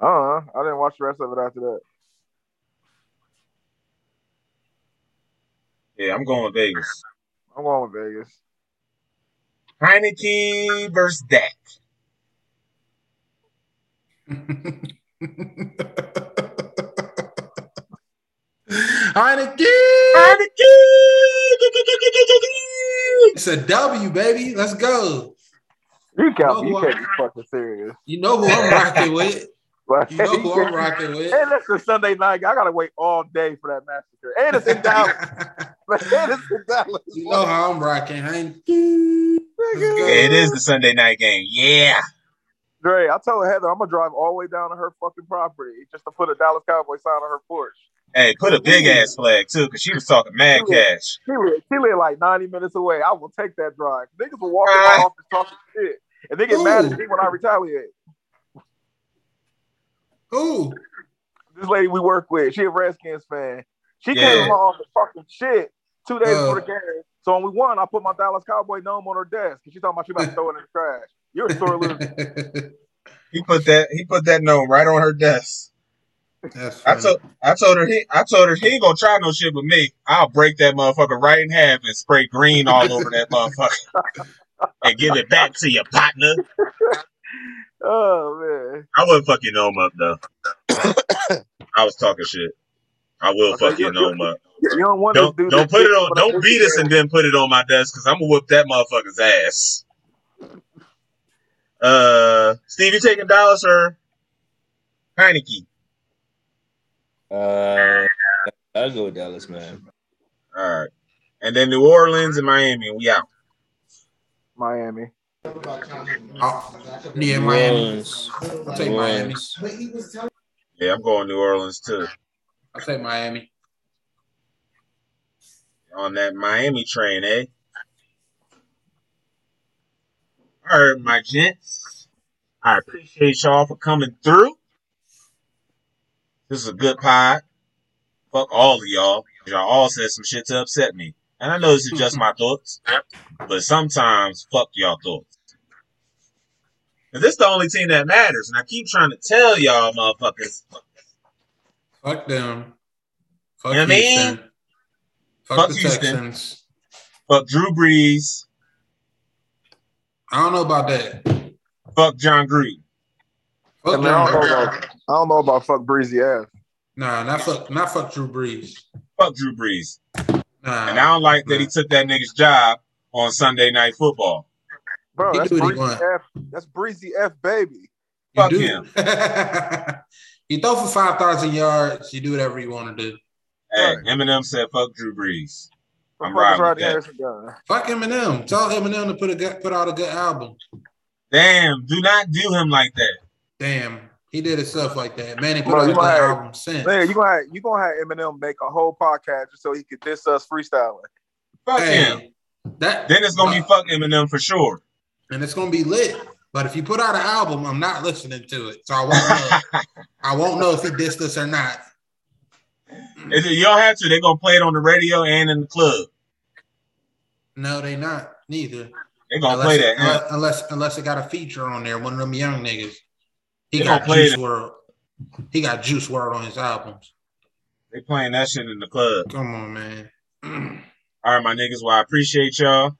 Speaker 5: Uh, I didn't watch the rest of it after that.
Speaker 2: Yeah, I'm going with Vegas.
Speaker 5: I'm going with Vegas.
Speaker 2: Heineke versus Dak.
Speaker 3: Heineken!
Speaker 2: Heineke!
Speaker 3: It's a W, baby. Let's go.
Speaker 5: You can't,
Speaker 3: No,
Speaker 5: you
Speaker 3: who
Speaker 5: can't be fucking serious.
Speaker 3: You know who I'm rocking with.
Speaker 5: Like,
Speaker 3: You know
Speaker 5: you
Speaker 3: who I'm
Speaker 5: can't-
Speaker 3: rocking with.
Speaker 5: and that's a Sunday night. I gotta wait all day for that massacre. And it's in Dallas. and it's in Dallas.
Speaker 3: you know how I'm rocking, Heineken.
Speaker 5: Nigga.
Speaker 2: Yeah, it is the Sunday night game. Yeah.
Speaker 5: Dre, I told Heather I'm gonna drive all the way down to her fucking property just to put a Dallas Cowboy sign on her porch.
Speaker 2: Hey, put a big ass flag too, cause she was talking mad cash.
Speaker 5: She lived, she lived like 90 minutes away. I will take that drive. Niggas will walk in my
Speaker 2: Ah.
Speaker 5: office talking shit, and they get mad
Speaker 3: Ooh.
Speaker 5: at me when I retaliate.
Speaker 3: Who?
Speaker 5: This lady we work with, she a Redskins fan. She came
Speaker 2: Yeah.
Speaker 5: to my office talking shit two days
Speaker 3: Uh.
Speaker 5: before the game. So when we won, I put my Dallas Cowboy gnome on her desk, and she talking about she about to throw it in the trash. You're a sore loser.
Speaker 2: He put that he put that note right on her desk.
Speaker 3: That's
Speaker 2: I
Speaker 3: funny.
Speaker 2: told I told her he I told her he ain't gonna try no shit with me. I'll break that motherfucker right in half and spray green all over that motherfucker and give it back to your partner.
Speaker 9: Oh man.
Speaker 2: I wouldn't fuck your gnome up though. I was talking shit. I will
Speaker 9: Okay,
Speaker 2: fuck your
Speaker 9: you- you-
Speaker 2: gnome up.
Speaker 9: You you don't want
Speaker 2: Don't
Speaker 9: this dude.
Speaker 2: don't
Speaker 9: to
Speaker 2: put it
Speaker 9: get
Speaker 2: on.
Speaker 9: on
Speaker 2: Don't beat us
Speaker 9: Instagram.
Speaker 2: and then put it on my desk because I'm gonna whoop that motherfucker's ass. Uh, Steve, you taking Dallas or Heineke?
Speaker 8: Uh, I'll go with Dallas, man.
Speaker 2: All right, and then New Orleans and Miami. We out.
Speaker 9: Miami.
Speaker 3: Oh, yeah,
Speaker 8: New
Speaker 3: Miami.
Speaker 8: Orleans.
Speaker 3: I'll take
Speaker 8: New
Speaker 3: Miami.
Speaker 8: Orleans.
Speaker 2: Yeah, I'm going New Orleans too.
Speaker 3: I'll take Miami.
Speaker 2: On that Miami train, eh? All right, my gents. I appreciate y'all for coming through. This is a good pod. Fuck all of y'all. Y'all all said some shit to upset me. And I know this is just my thoughts, but sometimes fuck y'all thoughts. And this the only team that matters. And I keep trying to tell y'all motherfuckers,
Speaker 3: Fuck them. Fuck
Speaker 2: You know what I mean?
Speaker 3: Houston. Fuck,
Speaker 2: Fuck
Speaker 3: the
Speaker 2: Houston.
Speaker 3: Texans.
Speaker 2: fuck Drew Brees,
Speaker 3: I don't know about that.
Speaker 2: fuck John Gruden.
Speaker 9: I,
Speaker 3: Fuck
Speaker 9: mean, I don't
Speaker 3: John
Speaker 9: know
Speaker 3: Gruden.
Speaker 9: about I don't know about fuck breezy ass.
Speaker 3: Nah, not fuck, not fuck Drew Brees.
Speaker 2: Fuck Drew Brees.
Speaker 3: Nah,
Speaker 2: And I don't like that he took that nigga's job on Sunday night football.
Speaker 9: Bro,
Speaker 3: He
Speaker 9: that's
Speaker 3: do what he
Speaker 9: breezy
Speaker 3: want.
Speaker 9: F. That's breezy F, baby.
Speaker 3: You
Speaker 2: Fuck
Speaker 3: do.
Speaker 2: him.
Speaker 3: you throw for five thousand yards. You do whatever you want to do.
Speaker 2: Hey,
Speaker 9: Right.
Speaker 2: Eminem said fuck Drew Brees.
Speaker 9: What
Speaker 2: I'm
Speaker 9: the fuck is
Speaker 2: riding with
Speaker 9: Rodney
Speaker 2: that.
Speaker 9: Harrison done?
Speaker 3: Fuck Eminem. Tell Eminem to put a good, put out a good album.
Speaker 2: Damn, do not do him like that.
Speaker 3: Damn, he did his stuff like that. Man, he put
Speaker 9: Bro,
Speaker 3: out
Speaker 9: you
Speaker 3: a good
Speaker 9: might-
Speaker 3: album since.
Speaker 9: Man, you gonna have, you gonna have Eminem make a whole podcast just so he could diss us freestyling.
Speaker 2: Fuck him.
Speaker 3: hey, that
Speaker 2: Then it's gonna be fuck Eminem for sure.
Speaker 3: and it's gonna be lit. But if you put out an album, I'm not listening to it, so I won't know. I won't know if he dissed us or not.
Speaker 2: If you don't have to, they're gonna play it on the radio and in the club.
Speaker 3: No, they not neither.
Speaker 2: They're gonna
Speaker 3: Unless,
Speaker 2: play that. huh?
Speaker 3: unless, unless unless it got a feature on there, one of them young niggas. He
Speaker 2: They
Speaker 3: got
Speaker 2: gonna play
Speaker 3: Juice
Speaker 2: it.
Speaker 3: World. He got Juice World on his albums.
Speaker 2: They playing that shit in the club.
Speaker 3: Come on, man.
Speaker 2: All right, my niggas. Well, I appreciate y'all.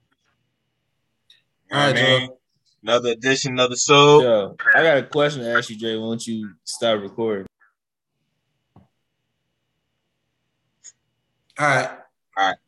Speaker 2: You know what
Speaker 3: All
Speaker 2: I
Speaker 3: right,
Speaker 2: mean?
Speaker 3: Joe.
Speaker 2: Another edition, another soul.
Speaker 8: Yo, I got a question to ask you, Jay. Won't you stop recording?
Speaker 3: All right.
Speaker 2: All right.